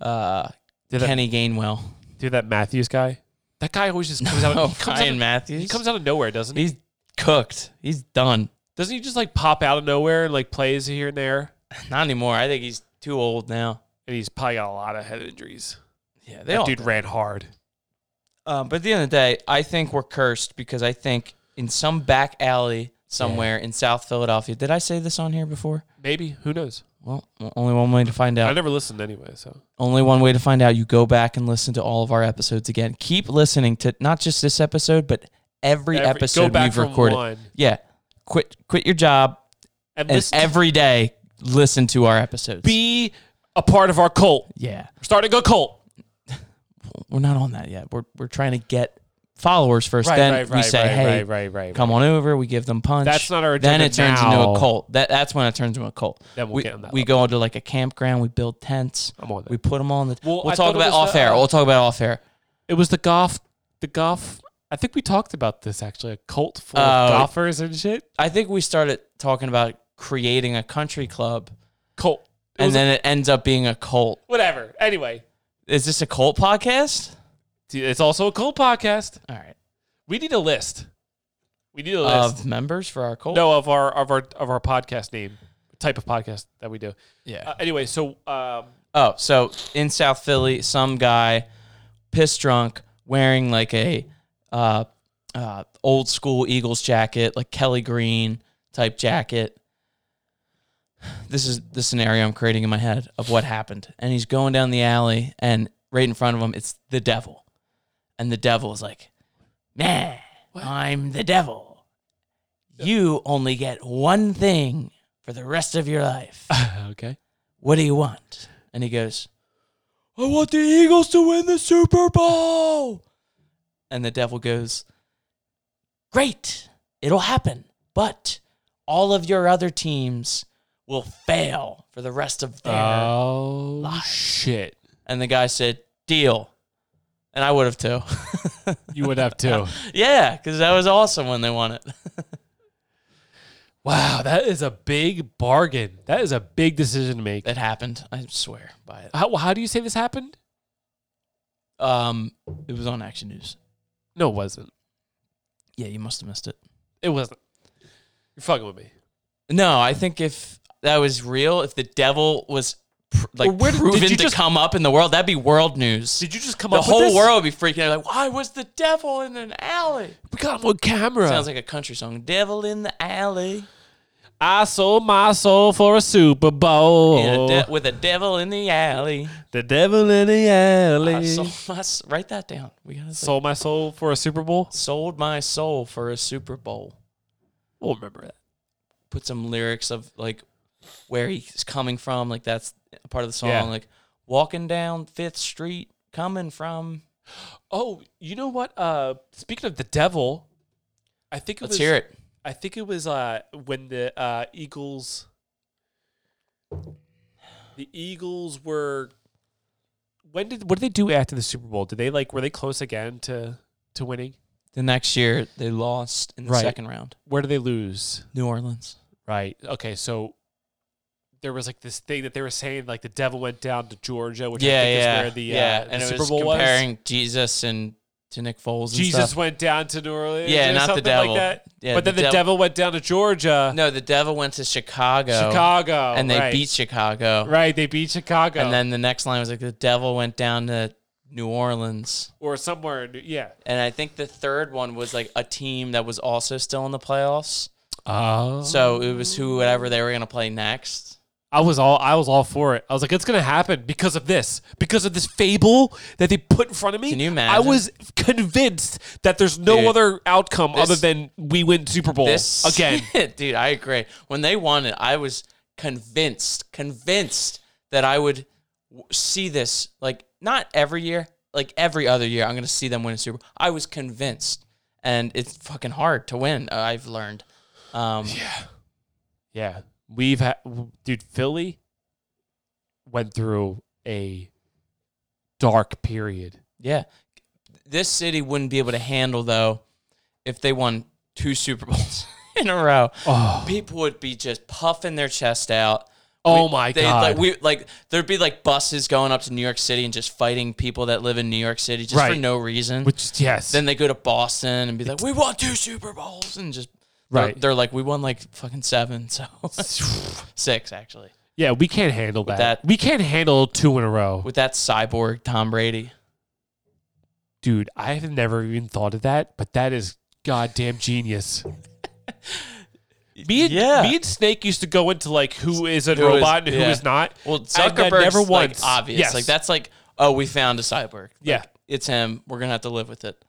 uh Did that, Kenny Gainwell. did that Matthews guy? That guy always just [laughs] comes out. Oh, Of, [laughs] he comes out Ryan of- Matthews. He comes out of nowhere, doesn't he? He's cooked. He's done. Doesn't he just like pop out of nowhere and like plays here and there? Not anymore. I think he's too old now. And he's probably got a lot of head injuries. Yeah, they That all dude ran hard. Um, but at the end of the day, I think we're cursed because I think in some back alley somewhere in South Philadelphia. Did I say this on here before? Maybe who knows? Well, only one way to find I out. never listened anyway, so Only one way to find out. You go back and listen to all of our episodes again. Keep listening to not just this episode, but every, Every- episode we've from recorded. one Yeah, quit quit your job and, and listen. every day listen to our episodes. be a part of our cult. yeah, We're starting a cult. we're not on that yet. We're we're trying to get followers first. Right, then right, we right, say, right, hey, right, right, right. come on over. We give them punch. That's not our Then agenda it turns into now. a cult. That that's when it turns into a cult. Then we'll we get on that we go to like a campground. We build tents. I'm on that. We put them on the. Well, We'll, I talk thought it about was off the- uh, air. We'll talk about off air. It was the golf, the golf. I think we talked about this actually. A cult full Oh. of golfers and shit. I think we started talking about creating a country club, Cult. It and was a- then it ends up being a cult. whatever. Anyway, Is this a cult podcast? dude, it's also a cult podcast. All right. We need a list. We need a list. Of members for our cult. no, of our of our of our podcast name, type of podcast that we do. Yeah. Uh, anyway, so um, Oh, so in South Philly, some guy piss drunk wearing like a uh, uh, old school Eagles jacket, like Kelly Green type jacket. This is the scenario I'm creating in my head of what happened. And he's going down the alley, and right in front of him, it's the devil. And the devil is like, nah, I'm the devil. You only get one thing for the rest of your life [laughs] okay, what do you want? And he goes, I want the Eagles to win the Super Bowl. And the devil goes, Great, it'll happen. But all of your other teams will fail for the rest of their. oh shit, and the guy said, Deal. And I would have too. [laughs] you would have too. yeah, because that was awesome when they won it. [laughs] [laughs] wow, that is a big bargain. That is a big decision to make. That happened. I swear by it. How, how do you say this happened? Um, it was on Action News. No, it wasn't. Yeah, you must have missed it. It wasn't. You're fucking with me. No, I think if that was real, if the devil was pr- like Well, where did- did proven you to just- come up in the world, that'd be world news. Did you just come the up with whole this? world would be freaking out. Like, why was the devil in an alley? We got him on camera. Sounds like a country song. Devil in the alley, I sold my soul for a Super Bowl. in a de- with a devil in the alley. the devil in the alley. I sold my s- write that down. We gotta say, sold my soul for a Super Bowl. sold my soul for a Super Bowl. We'll remember that. Put some lyrics of like where he's coming from. Like that's a part of the song. Yeah. Like walking down Fifth Street, coming from. Oh, you know what? Uh, speaking of the devil, I think it Let's was. hear it. I think it was uh when the uh Eagles. The Eagles were. When did what did they do after the Super Bowl? Did they like were they close again to to winning? The next year, they lost in the Right. second round. Where did they lose? New Orleans. Right. Okay. So there was like this thing that they were saying, like the devil went down to Georgia, which I think is where the, uh, the and Super it was Bowl was. comparing Jesus and to Nick Foles. And Jesus stuff. went down to New Orleans. Yeah, or not the something devil. Like that. Yeah, but the then the dev- devil, went down to Georgia, No, the devil went to Chicago, Chicago, and they right. beat Chicago. Right, they beat Chicago, And then the next line was like the devil went down to New Orleans. or somewhere. in- Yeah. And I think the third one was like a team that was also still in the playoffs. Oh. So it was whoever they were going to play next. I was all I was all for it. I was like, it's gonna happen because of this, because of this fable that they put in front of me. Can you I imagine? was convinced that there's no Dude, other outcome this- other than we win Super Bowl this [laughs] again. [laughs] dude. I agree. When they won it, I was convinced, convinced that I would w- see this like not every year, like every other year. I'm gonna see them win a Super. Bowl. I was convinced, and it's fucking hard to win. uh, I've learned. Um, Yeah, we've had, dude. Philly went through a dark period. yeah, this city wouldn't be able to handle though if they won two Super Bowls [laughs] in a row. Oh, People would be just puffing their chest out. oh We- my they, god! Like we like there'd be like buses going up to New York City and just fighting people that live in New York City just for Right. no reason. Which yes, then they go to Boston and be like, "We won two Super Bowls," and just they're- Right. They're, like, "We won like fucking seven, so [laughs] six actually." yeah, we can't handle that. that- We can't handle two in a row, With that cyborg Tom Brady, dude. I have never even thought of that, but that is goddamn genius. Me [laughs] and, Yeah. me and Snake used to go into like who is a is- robot and who yeah. is not. well, And that Zuckerberg's never like, once. obvious. Yes. Like that's like, oh, we found a cyborg. Like, Yeah. it's him. We're gonna have to live with it.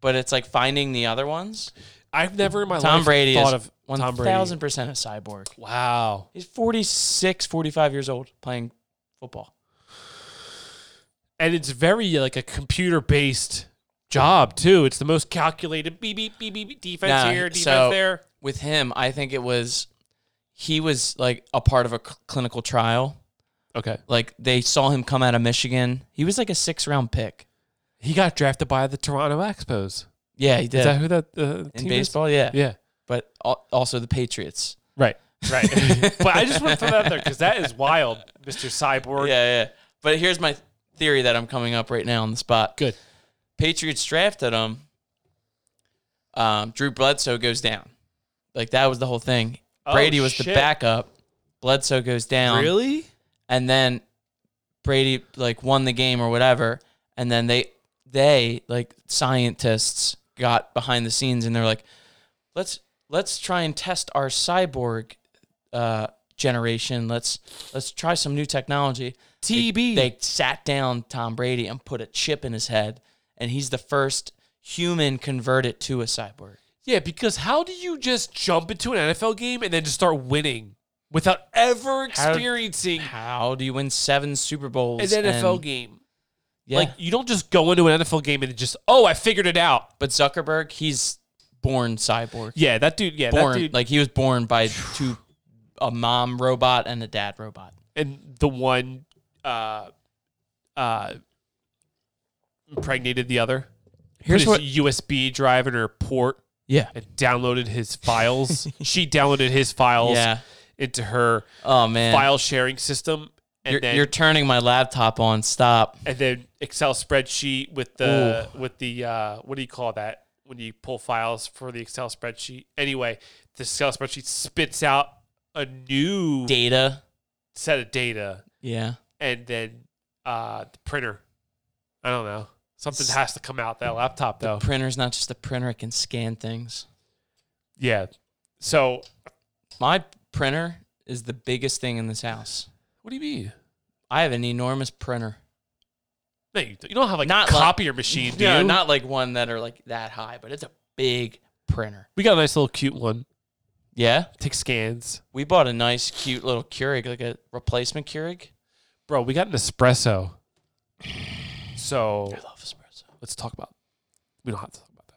But it's like finding the other ones. I've never in my Tom life Brady thought is of one Tom Brady. thousand percent a cyborg. Wow. He's 46, 45 years old playing football. and it's very like a computer based job too. It's the most calculated beep beep beep beep beep, defense Nah, here, defense so- there. with him, I think it was he was like a part of a cl- clinical trial. Okay, Like they saw him come out of Michigan. He was like a six round pick. he got drafted by the Toronto Expos. Yeah, he Is did that who that uh, in team baseball. Yeah, Is? Yeah, but al- also the Patriots. right, right. [laughs] but I just want to throw that out there because that is wild, Mister Cyborg. Yeah, yeah. But here's my theory that I'm coming up right now on the spot. Good. Patriots drafted him. Um, Drew Bledsoe goes down. Like that was the whole thing. Oh, Brady was the shit. backup. Bledsoe goes down. Really? and then Brady like won the game or whatever, and then they they like scientists got behind the scenes and they're like, let's let's try and test our cyborg uh, generation. Let's let's try some new technology. TB. They sat down Tom Brady and put a chip in his head, and he's the first human converted to a cyborg. Yeah, because how do you just jump into an NFL game and then just start winning without ever How- experiencing How do you win seven Super Bowls? an NFL and- game? Yeah. Like you don't just go into an NFL game and just oh I figured it out. but Zuckerberg, he's born cyborg. Yeah, that dude. Yeah, that born dude. like he was born [sighs] by two a mom robot and a dad robot. and the one uh uh impregnated the other. Here's Put what his USB drive in her port yeah. and downloaded [laughs] his files. she downloaded his files Yeah. into her Oh man. file sharing system. And you're, then you're turning my laptop on stop. and then Excel spreadsheet with the with the uh, what do you call that when you pull files for the Excel spreadsheet? Anyway, the Excel spreadsheet spits out a new Data. set of data, Yeah. and then uh, the printer. I don't know. Something has to come out that laptop though. Printer's not just a printer, it can scan things. yeah. So My printer is the biggest thing in this house. what do you mean? I have an enormous printer. No, you you don't have like Not a like- copier machine, do [laughs] Yeah, you? not like one that are like that high, but it's a big printer. we got a nice little cute one. Yeah. Take scans, We bought a nice cute little Keurig, like a replacement Keurig. bro. We got an espresso. So I love espresso. let's talk about. We don't have to talk about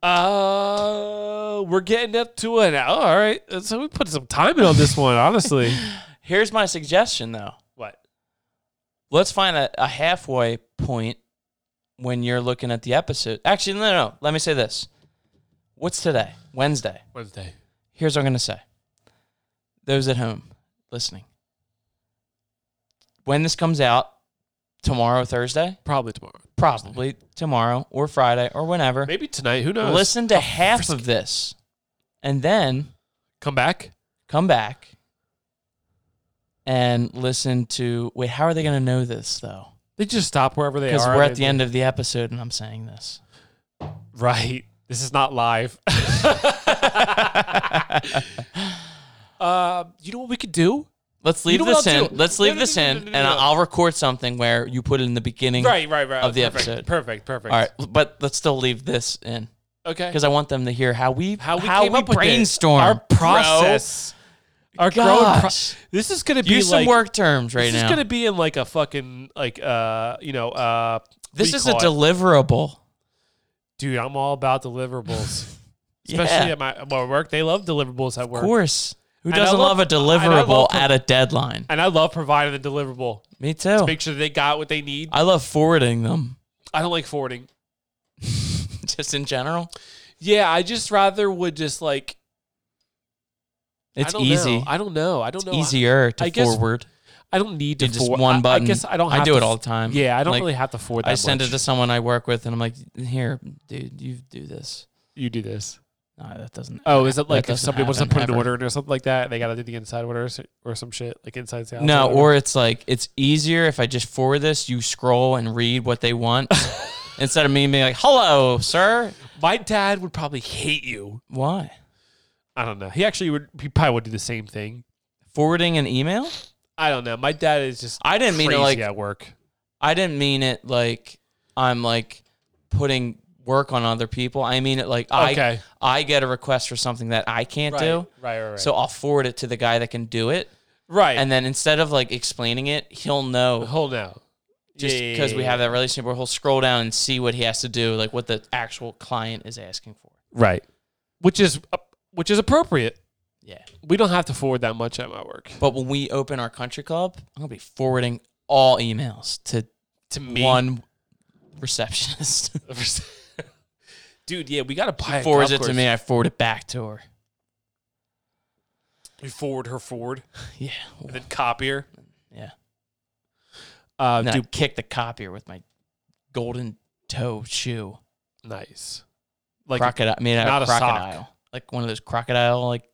that. Uh, we're getting up to an hour. All right, so we put some time in on this one. [laughs] Honestly, Here's my suggestion though. what? let's find a, a halfway point when you're looking at the episode. Actually, no, no, no. Let me say this. What's today? Wednesday. Wednesday. Here's what I'm going to say. Those at home listening, when this comes out, tomorrow, Thursday, Probably tomorrow. probably tomorrow or Friday or whenever, Maybe tonight. Who knows? listen to half frisk. of this and then Come back. come back and listen to. Wait, how are they going to know this, though? They just stop wherever they are. Because we're They- at the end of the episode and I'm saying this. Right. This is not live. [laughs] uh, you know what we could do? Let's leave know what this I'll in. do? Let's No, leave no, this no, no, in no, no, and no. I'll record something where you put it in the beginning. Right, right, right. Of the Perfect, episode. Perfect. Perfect. All right. But let's still leave this in Okay. because I want them to hear how we How we came up with it. brainstorm Our process. Our Bro. growing pro- Gosh. This is gonna be Use like some work terms right This now. is gonna be in like a fucking like uh you know uh what this do you is a call it? deliverable. dude. I'm all about deliverables, [laughs] Yeah. especially at my, my work. They love deliverables at Of work, course. Who And I doesn't love, love- a and I love deliverable pro- at a deadline? and I love providing the deliverable. Me too. Make sure they got what they need. I love forwarding them [laughs] I don't like forwarding. just in general. Yeah, I just rather would just like I It's don't easy. know. I don't know. I don't know. Easier to I guess forward. I don't need to You just forward. one I- button. I guess I don't. Have I do to it all f- the time. Yeah, I don't Like, really have to forward. That I send much. it to someone I work with, and I'm like, "Here, dude, you do this." you. Do this. No, that doesn't. Oh, is it like if doesn't somebody wants to happen put an ever. order in or something like that, and they got to do the inside order or s- or some shit like inside sales? No, or it's like it's easier if I just forward this. You scroll and read what they [laughs] want instead of me being like, "Hello, sir." my dad would probably hate you. Why I don't know. He actually would. He probably would do the same thing. forwarding an email? I don't know. My dad is just. I didn't mean crazy it like at work. I didn't mean it like I'm like putting work on other people. I mean it like Okay. I I get a request for something that I can't Right, do, right, right, right. so I'll forward it to the guy that can do it. right, and then instead of like explaining it, he'll know hold now. just Oh, Yeah, yeah, because we yeah, have that relationship where he'll scroll down and see what he has to do, like what the actual client is asking for. Right. Which is uh, which is appropriate. Yeah. We don't have to forward that much at my work. But when we open our country club, I'm gonna be forwarding all emails to To me, one receptionist. [laughs] dude, yeah, we gotta buy. [laughs] a Forwards it golf to course. Uh, me, I forward it back to her. You forward her forward, [laughs] Yeah. and then copy her. Yeah. Uh, And then I dude, kick the copier with my golden toe shoe. nice. Like crocodile. I mean, not not a a sock. crocodile. Like one of those crocodile, like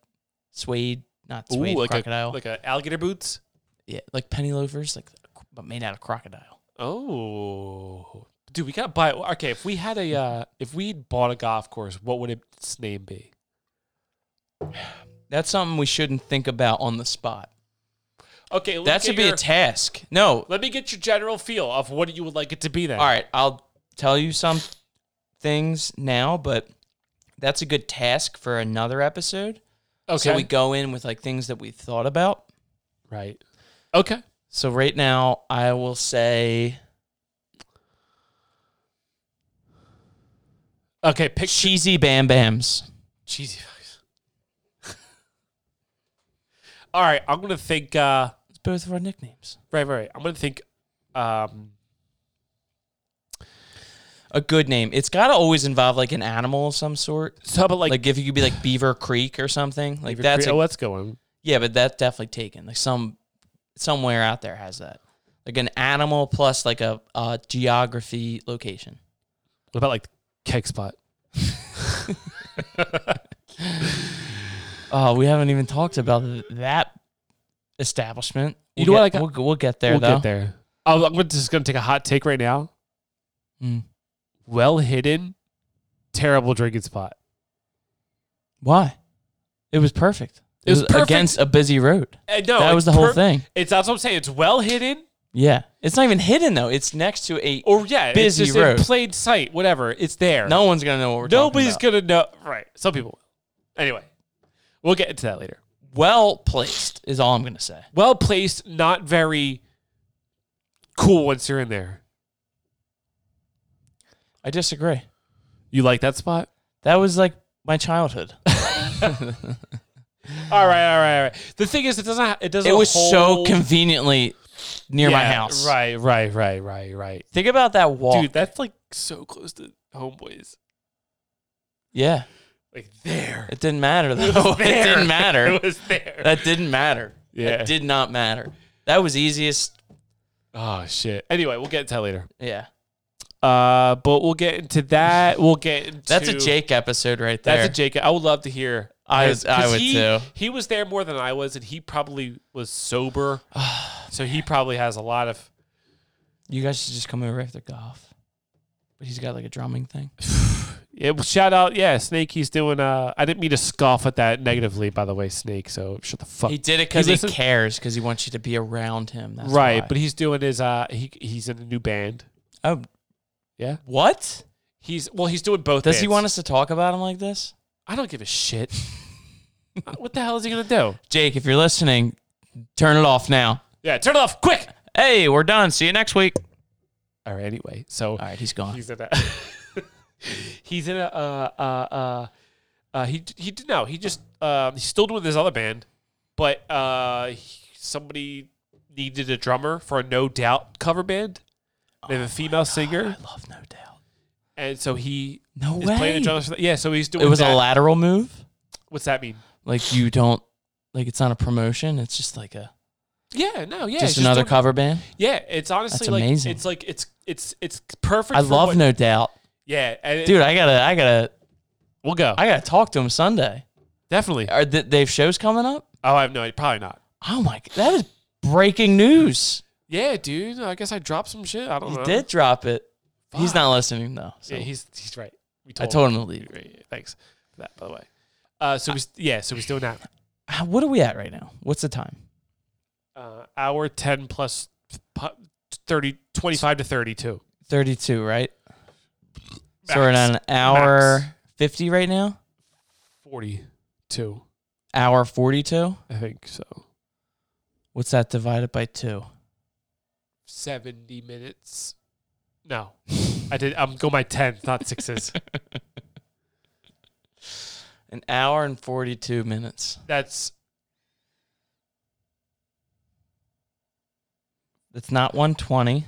suede, not ooh, suede, like crocodile. a like a alligator boots. yeah, like penny loafers, like but made out of crocodile. Oh, dude, we gotta buy. Okay, if we had a uh, if we had bought a golf course, what would its name be? That's something we shouldn't think about on the spot. Okay, let me That get should be your, a task. No. let me get your general feel of what you would like it to be. Then, All right, I'll tell you some things now, but that's a good task for another episode. okay, So we go in with like things that we thought about. right, okay. So right now, I will say Okay, pick cheesy bam bams. cheesy fries. [laughs] All right, I'm gonna think. Uh, It's both of our nicknames. right, right, right. I'm gonna think. Um, a good name. It's got to always involve like an animal of some sort. so, but like, Like, if you could be like Beaver Creek or something, like Beaver that's Creek- oh, a, let's go on. yeah, but that's definitely taken. Like some somewhere out there has that. Like an animal plus like a, a geography location. What about like cake [laughs] spot? Oh, we haven't even talked about th- that establishment. You We'll know what I get- got- We'll, g- we'll get there we'll though. get there. Oh, I'm gonna- just gonna take a hot take right now. Mm. Well hidden, terrible drinking spot. Why? It was perfect. It, It was was, perfect. against a busy road. Uh, no, that it's was the whole per- thing. It's that's what I'm saying. It's well hidden, Yeah, it's not even hidden though. It's next to a. or yeah, Busy it's just in road. plain sight. Whatever, it's there. no one's gonna know what we're talking nobody's about. gonna know. Right, some people. will. Anyway, we'll get into that later. well placed is all I'm gonna say. well placed, not very cool once you're in there. I disagree. You like that spot? That was like my childhood. All right, all right, all right. The thing is, it doesn't. ha- It doesn't. it was so hold- conveniently near my Yeah, house. Right, right, right, right, right. Think about that wall. Dude, that's like so close to homeboys. yeah. Like there. [laughs] It didn't matter It though. was [laughs] It, there. didn't matter. [laughs] It was there. that didn't matter. Yeah. It did not matter. That was easiest. oh shit. Anyway, we'll get into that later. Yeah. Uh, but we'll get into that. We'll get into That's a Jake episode right there. That's a Jake. I would love to hear. I- his- I 'cause would he, too. He was there more than I was, and he probably [sighs] was sober, so he probably has a lot of. you guys should just come over after golf. But he's got like a drumming thing. Yeah, well, shout out, yeah, Snake. He's doing. Uh, I didn't mean to scoff at that negatively, by the way, Snake. So shut the fuck. He did it because he, listens- cares because he wants you to be around him. That's right, why. but he's doing his. Uh, he he's in a new band. oh, Yeah, what he's well, he's doing both. does he bands. want us to talk about him like this? I don't give a shit. [laughs] Uh, what the hell is he gonna do? Jake, if you're listening, turn it off now. Yeah, turn it off quick. Hey, we're done. See you next week. All right, anyway, All so right, he's gone. He's in a. [laughs] he's in a. Uh, uh, uh, uh, he he did no. He just uh, he's still doing this other band, but uh, he- somebody needed a drummer for a No Doubt cover band. They have a female singer, I love No Doubt. and so he No is playing way. the drums. For that. Yeah, so he's doing. It was that. a lateral move. What's that mean? Like you don't like it's not a promotion. It's just like a Yeah, no, yeah, just he's another doing- cover band. Yeah, it's honestly That's like amazing. it's like it's it's it's perfect. I for love what- No Doubt, Yeah, and it- dude. I gotta, I gotta, we'll go I gotta talk to him Sunday. definitely. Are th- they have shows coming up? Oh, I have no, probably not. Oh my, g- that is breaking news. Yeah, dude. I guess I dropped some shit. I don't He know. did drop it. He's Fuck. not listening though. So Yeah, he's he's right. We I told him to leave. him. Right, yeah, Thanks for that, by the way. Uh, so we yeah, so he's doing that. How- What are we at right now? What's the time? Uh, hour ten plus pu- 30, 25 to thirty two. 32, right? So we're at Max. an hour Max. 50 right now? Forty two, Hour 42? I think so. What's that divided by two? seventy minutes. No, [laughs] I did. I'm going by tens, [laughs] not sixes. An hour and 42 minutes. That's It's not 120.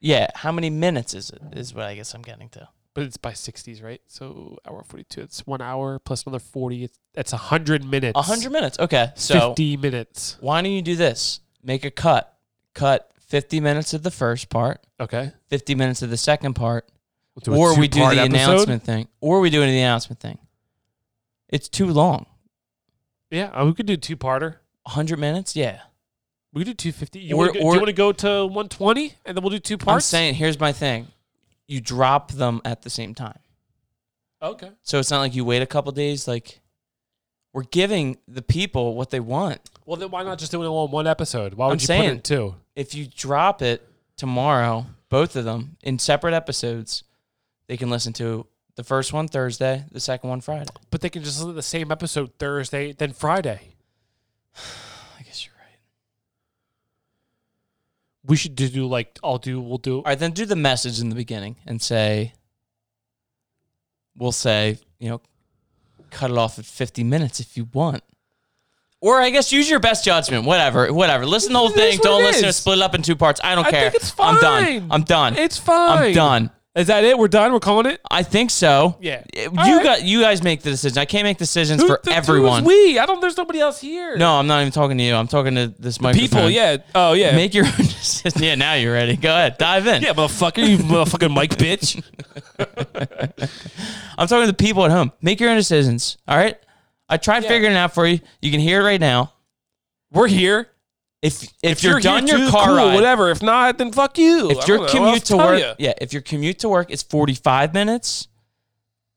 Yeah, how many minutes is it? Is what I guess I'm getting to. but it's by sixties, right? So hour forty two. It's one hour plus another forty. It's that's hundred minutes. 100 minutes. Okay. So fifty minutes. why don't you do this? Make a cut. Cut 50 minutes of the first part, Okay. 50 minutes of the second part, We'll a or we do two-part the episode. announcement thing. Or we do the announcement thing. It's too long. Yeah, uh, we could do two parter. 100 minutes? Yeah. We could do two fifty. You Or- want to or- go to one twenty, and then we'll do two parts. I'm saying, here's my thing. You drop them at the same time. okay. So it's not like you wait a couple days. Like we're giving the people what they want. Well, then why not just do it all in one episode? Why would I'm you put it in saying- two? If you drop it tomorrow, both of them in separate episodes, they can listen to the first one Thursday, the second one Friday. But they can just listen to the same episode Thursday, then Friday. I guess you're right. We should do- do like I'll do. We'll do. All right, then do the message in the beginning and say, we'll say, you know, cut it off at 50 minutes if you want. Or I guess use your best judgment. Whatever, whatever. Listen to the whole It is thing. Don't what it listen to it is. split it up in two parts. I don't I care. think it's I'm fine. done. I'm done. It's fine. I'm done. Is that it? We're done. We're calling it. I think so. Yeah. You All right. got you guys make the decision. I can't make decisions Who- for the- who is everyone. we. I don't. There's nobody else here. No, I'm not even talking to you. I'm talking to this microphone. People. Yeah. Oh yeah. Make your own [laughs] decision. Yeah, now you're ready. Go ahead. Dive in. yeah, motherfucker. [laughs] You motherfucking Mike bitch. [laughs] I'm talking to the people at home. Make your own decisions. All right? I tried Yeah. figuring it out for you. You can hear it right now. We're here. If if, you're, done here, your too, car cool, ride, whatever. If not, then fuck you. I if your don't know. What commute else to tell work, ya? yeah, if your commute to work is 45 minutes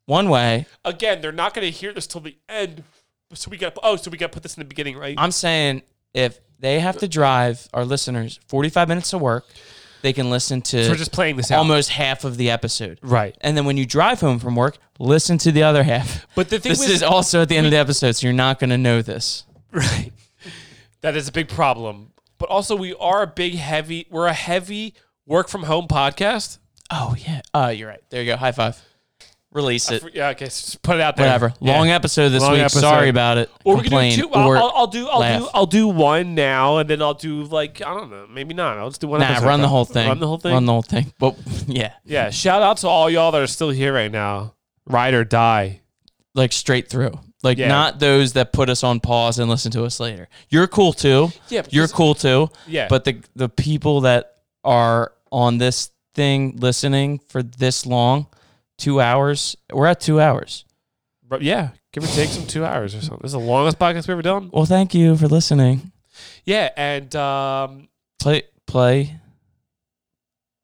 one way, again, they're not going to hear this till the end. So we got oh, so we got to put this in the beginning, right? I'm saying if they have to drive our listeners 45 minutes to work, they can listen to We're just playing this out, almost half of the episode. right? And then when you drive home from work, listen to the other half. But the [laughs] thing This was, is also at the end of the episode, so you're not going to know this. right. That is a big problem. But also, we are a big heavy. We're a heavy work from home podcast. Oh, yeah. Oh, you're right. There you go. High five. Release it. Yeah, okay, so just put it out there. Whatever. Yeah. Long episode this Long week. episode. Sorry about it. Or we can Complain. do two. I'll, or, I'll, I'll do. I'll do. laugh. I'll do one now, and then I'll do like I don't know. Maybe not. I'll just do one. nah, episode. run the whole thing. Run the whole thing. Run the whole thing. But yeah, yeah. Shout out to all y'all that are still here right now. Ride or die. like straight through. Like Yeah. not those that put us on pause and listen to us later. You're cool too. Yeah, You're because- cool too. Yeah. But the the people that are on this thing listening for this long, two hours. We're at two hours. But yeah, give or take some two hours or something. This is the longest podcast we've ever done. Well, thank you for listening. Yeah, and um, Play play.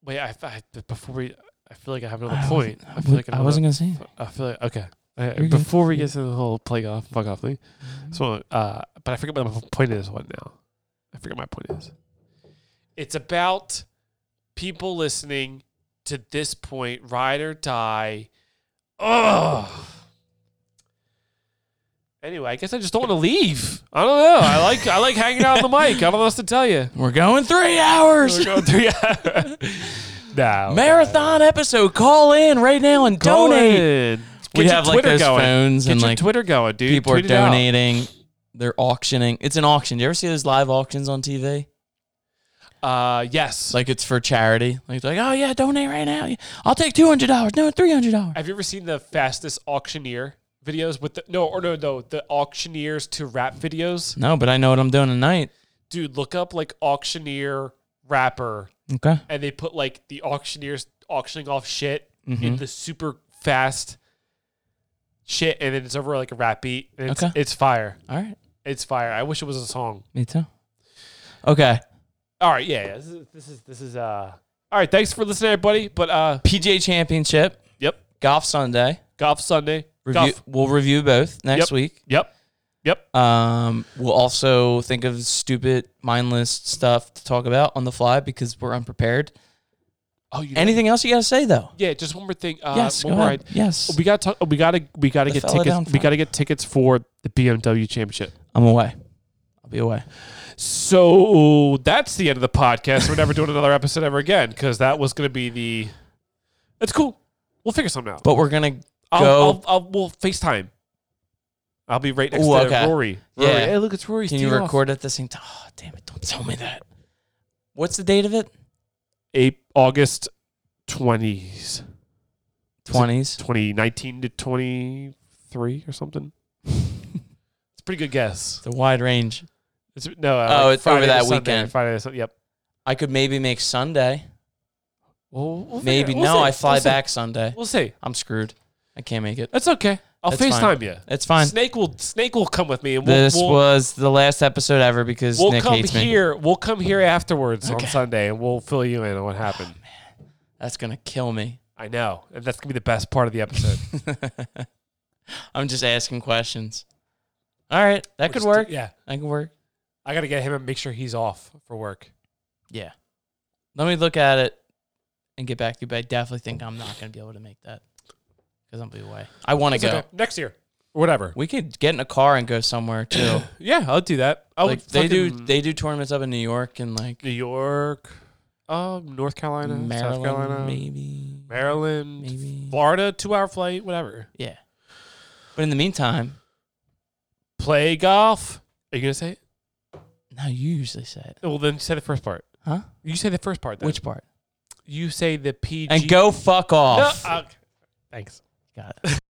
wait, I, I before we, I feel like I have another I point. wasn't, I feel like I wasn't gonna say. it. I feel like okay. Uh, good. before we get to the whole play off, fuck off thing. So, uh, but I forget what my point is. What now? I forget what my point is. It's about people listening to this point, ride or die. Ugh. Anyway, I guess I just don't want to leave. I don't know. I like I like hanging out on the mic. I don't know what else to tell you. [laughs] We're going three hours. We're going three hours. no Marathon episode. Call in right now and Go donate. in. We Get your have like Twitter those going. phones Get and your like Twitter going, dude. people Tweet are it out. donating. They're auctioning. It's an auction. Do you ever see those live auctions on TV? Uh, yes. It's like it's for charity. Like, it's like oh yeah, donate right now. I'll take two hundred dollars. No, three hundred dollars. Have you ever seen the fastest auctioneer videos with the no or no no the auctioneers to rap videos? No, but I know what I'm doing tonight. Dude, look up like auctioneer rapper, Okay. and they put like the auctioneers auctioning off shit in Mm-hmm. the super fast shit, and then it's over like a rap beat. And it's, Okay. it's fire. All right. It's fire. I wish it was a song. Me too. Okay. All right, yeah, yeah. This is this is this is uh. All right, thanks for listening, everybody. But uh, PGA Championship, yep, golf Sunday. golf Sunday, Review, golf. we'll review both next Yep. week. Yep, Um, we'll also think of stupid, mindless stuff to talk about on the fly because we're unprepared. Oh, you Anything else you got to say though? Yeah, just one more thing. Uh, yes. one go more ahead. idea. Yes. We got to we got to we got to The get fella tickets. down We front. got to get tickets for the BMW championship. I'm away. I'll be away. So that's the end of the podcast. We're never doing another episode ever again because that was going to be the. That's cool. We'll figure something out. But we're gonna go. I'll, I'll, I'll we'll FaceTime. I'll be right next Ooh, to okay. Rory. Rory. Yeah. Hey, look, it's Rory. can you record at the same time? Oh, damn it! Don't tell me that. What's the date of it? Eight, August 20s, [laughs] Twenties. 2019 to 23 or something. it's a pretty good guess. It's a wide range. It's, no, uh, Oh, like it's over Friday to that Sunday, weekend. Friday to Sunday. Yep. I could maybe make Sunday. Well, we'll figure Maybe it- we'll no. see. I fly We'll see. back Sunday. We'll see. I'm screwed. I can't make it. That's okay. I'll That's FaceTime fine. you. It's fine. Snake will Snake will come with me, and we'll this we'll, was the last episode ever because we'll Nick come hates me. here. We'll come here afterwards Okay. on Sunday, and we'll fill you in on [sighs] what happened. That's gonna kill me. [laughs] I know, and that's gonna be the best part of the episode. I'm just asking questions. All right, that could We're just- work. Yeah, That could work. I gotta get him and make sure he's off for work. Yeah. Let me look at it and get back to you, but I definitely think I'm not going to be able to make that because I'm be away. I want to It's go. okay. Next year, or whatever. We could get in a car and go somewhere too. Yeah, I'll do that. [clears throat] I like would they do, fucking- they do tournaments up in New York and like New York, um, North Carolina, South Maryland, Carolina, maybe. Maryland, Maybe. Florida, two-hour flight, whatever. Yeah. But in the meantime, Play golf. Are you gonna say it? no, you usually say it, Well, then say the first part. huh? You say the first part. Then. Which part? you say the PG And go fuck No, off. uh, thanks. Got it.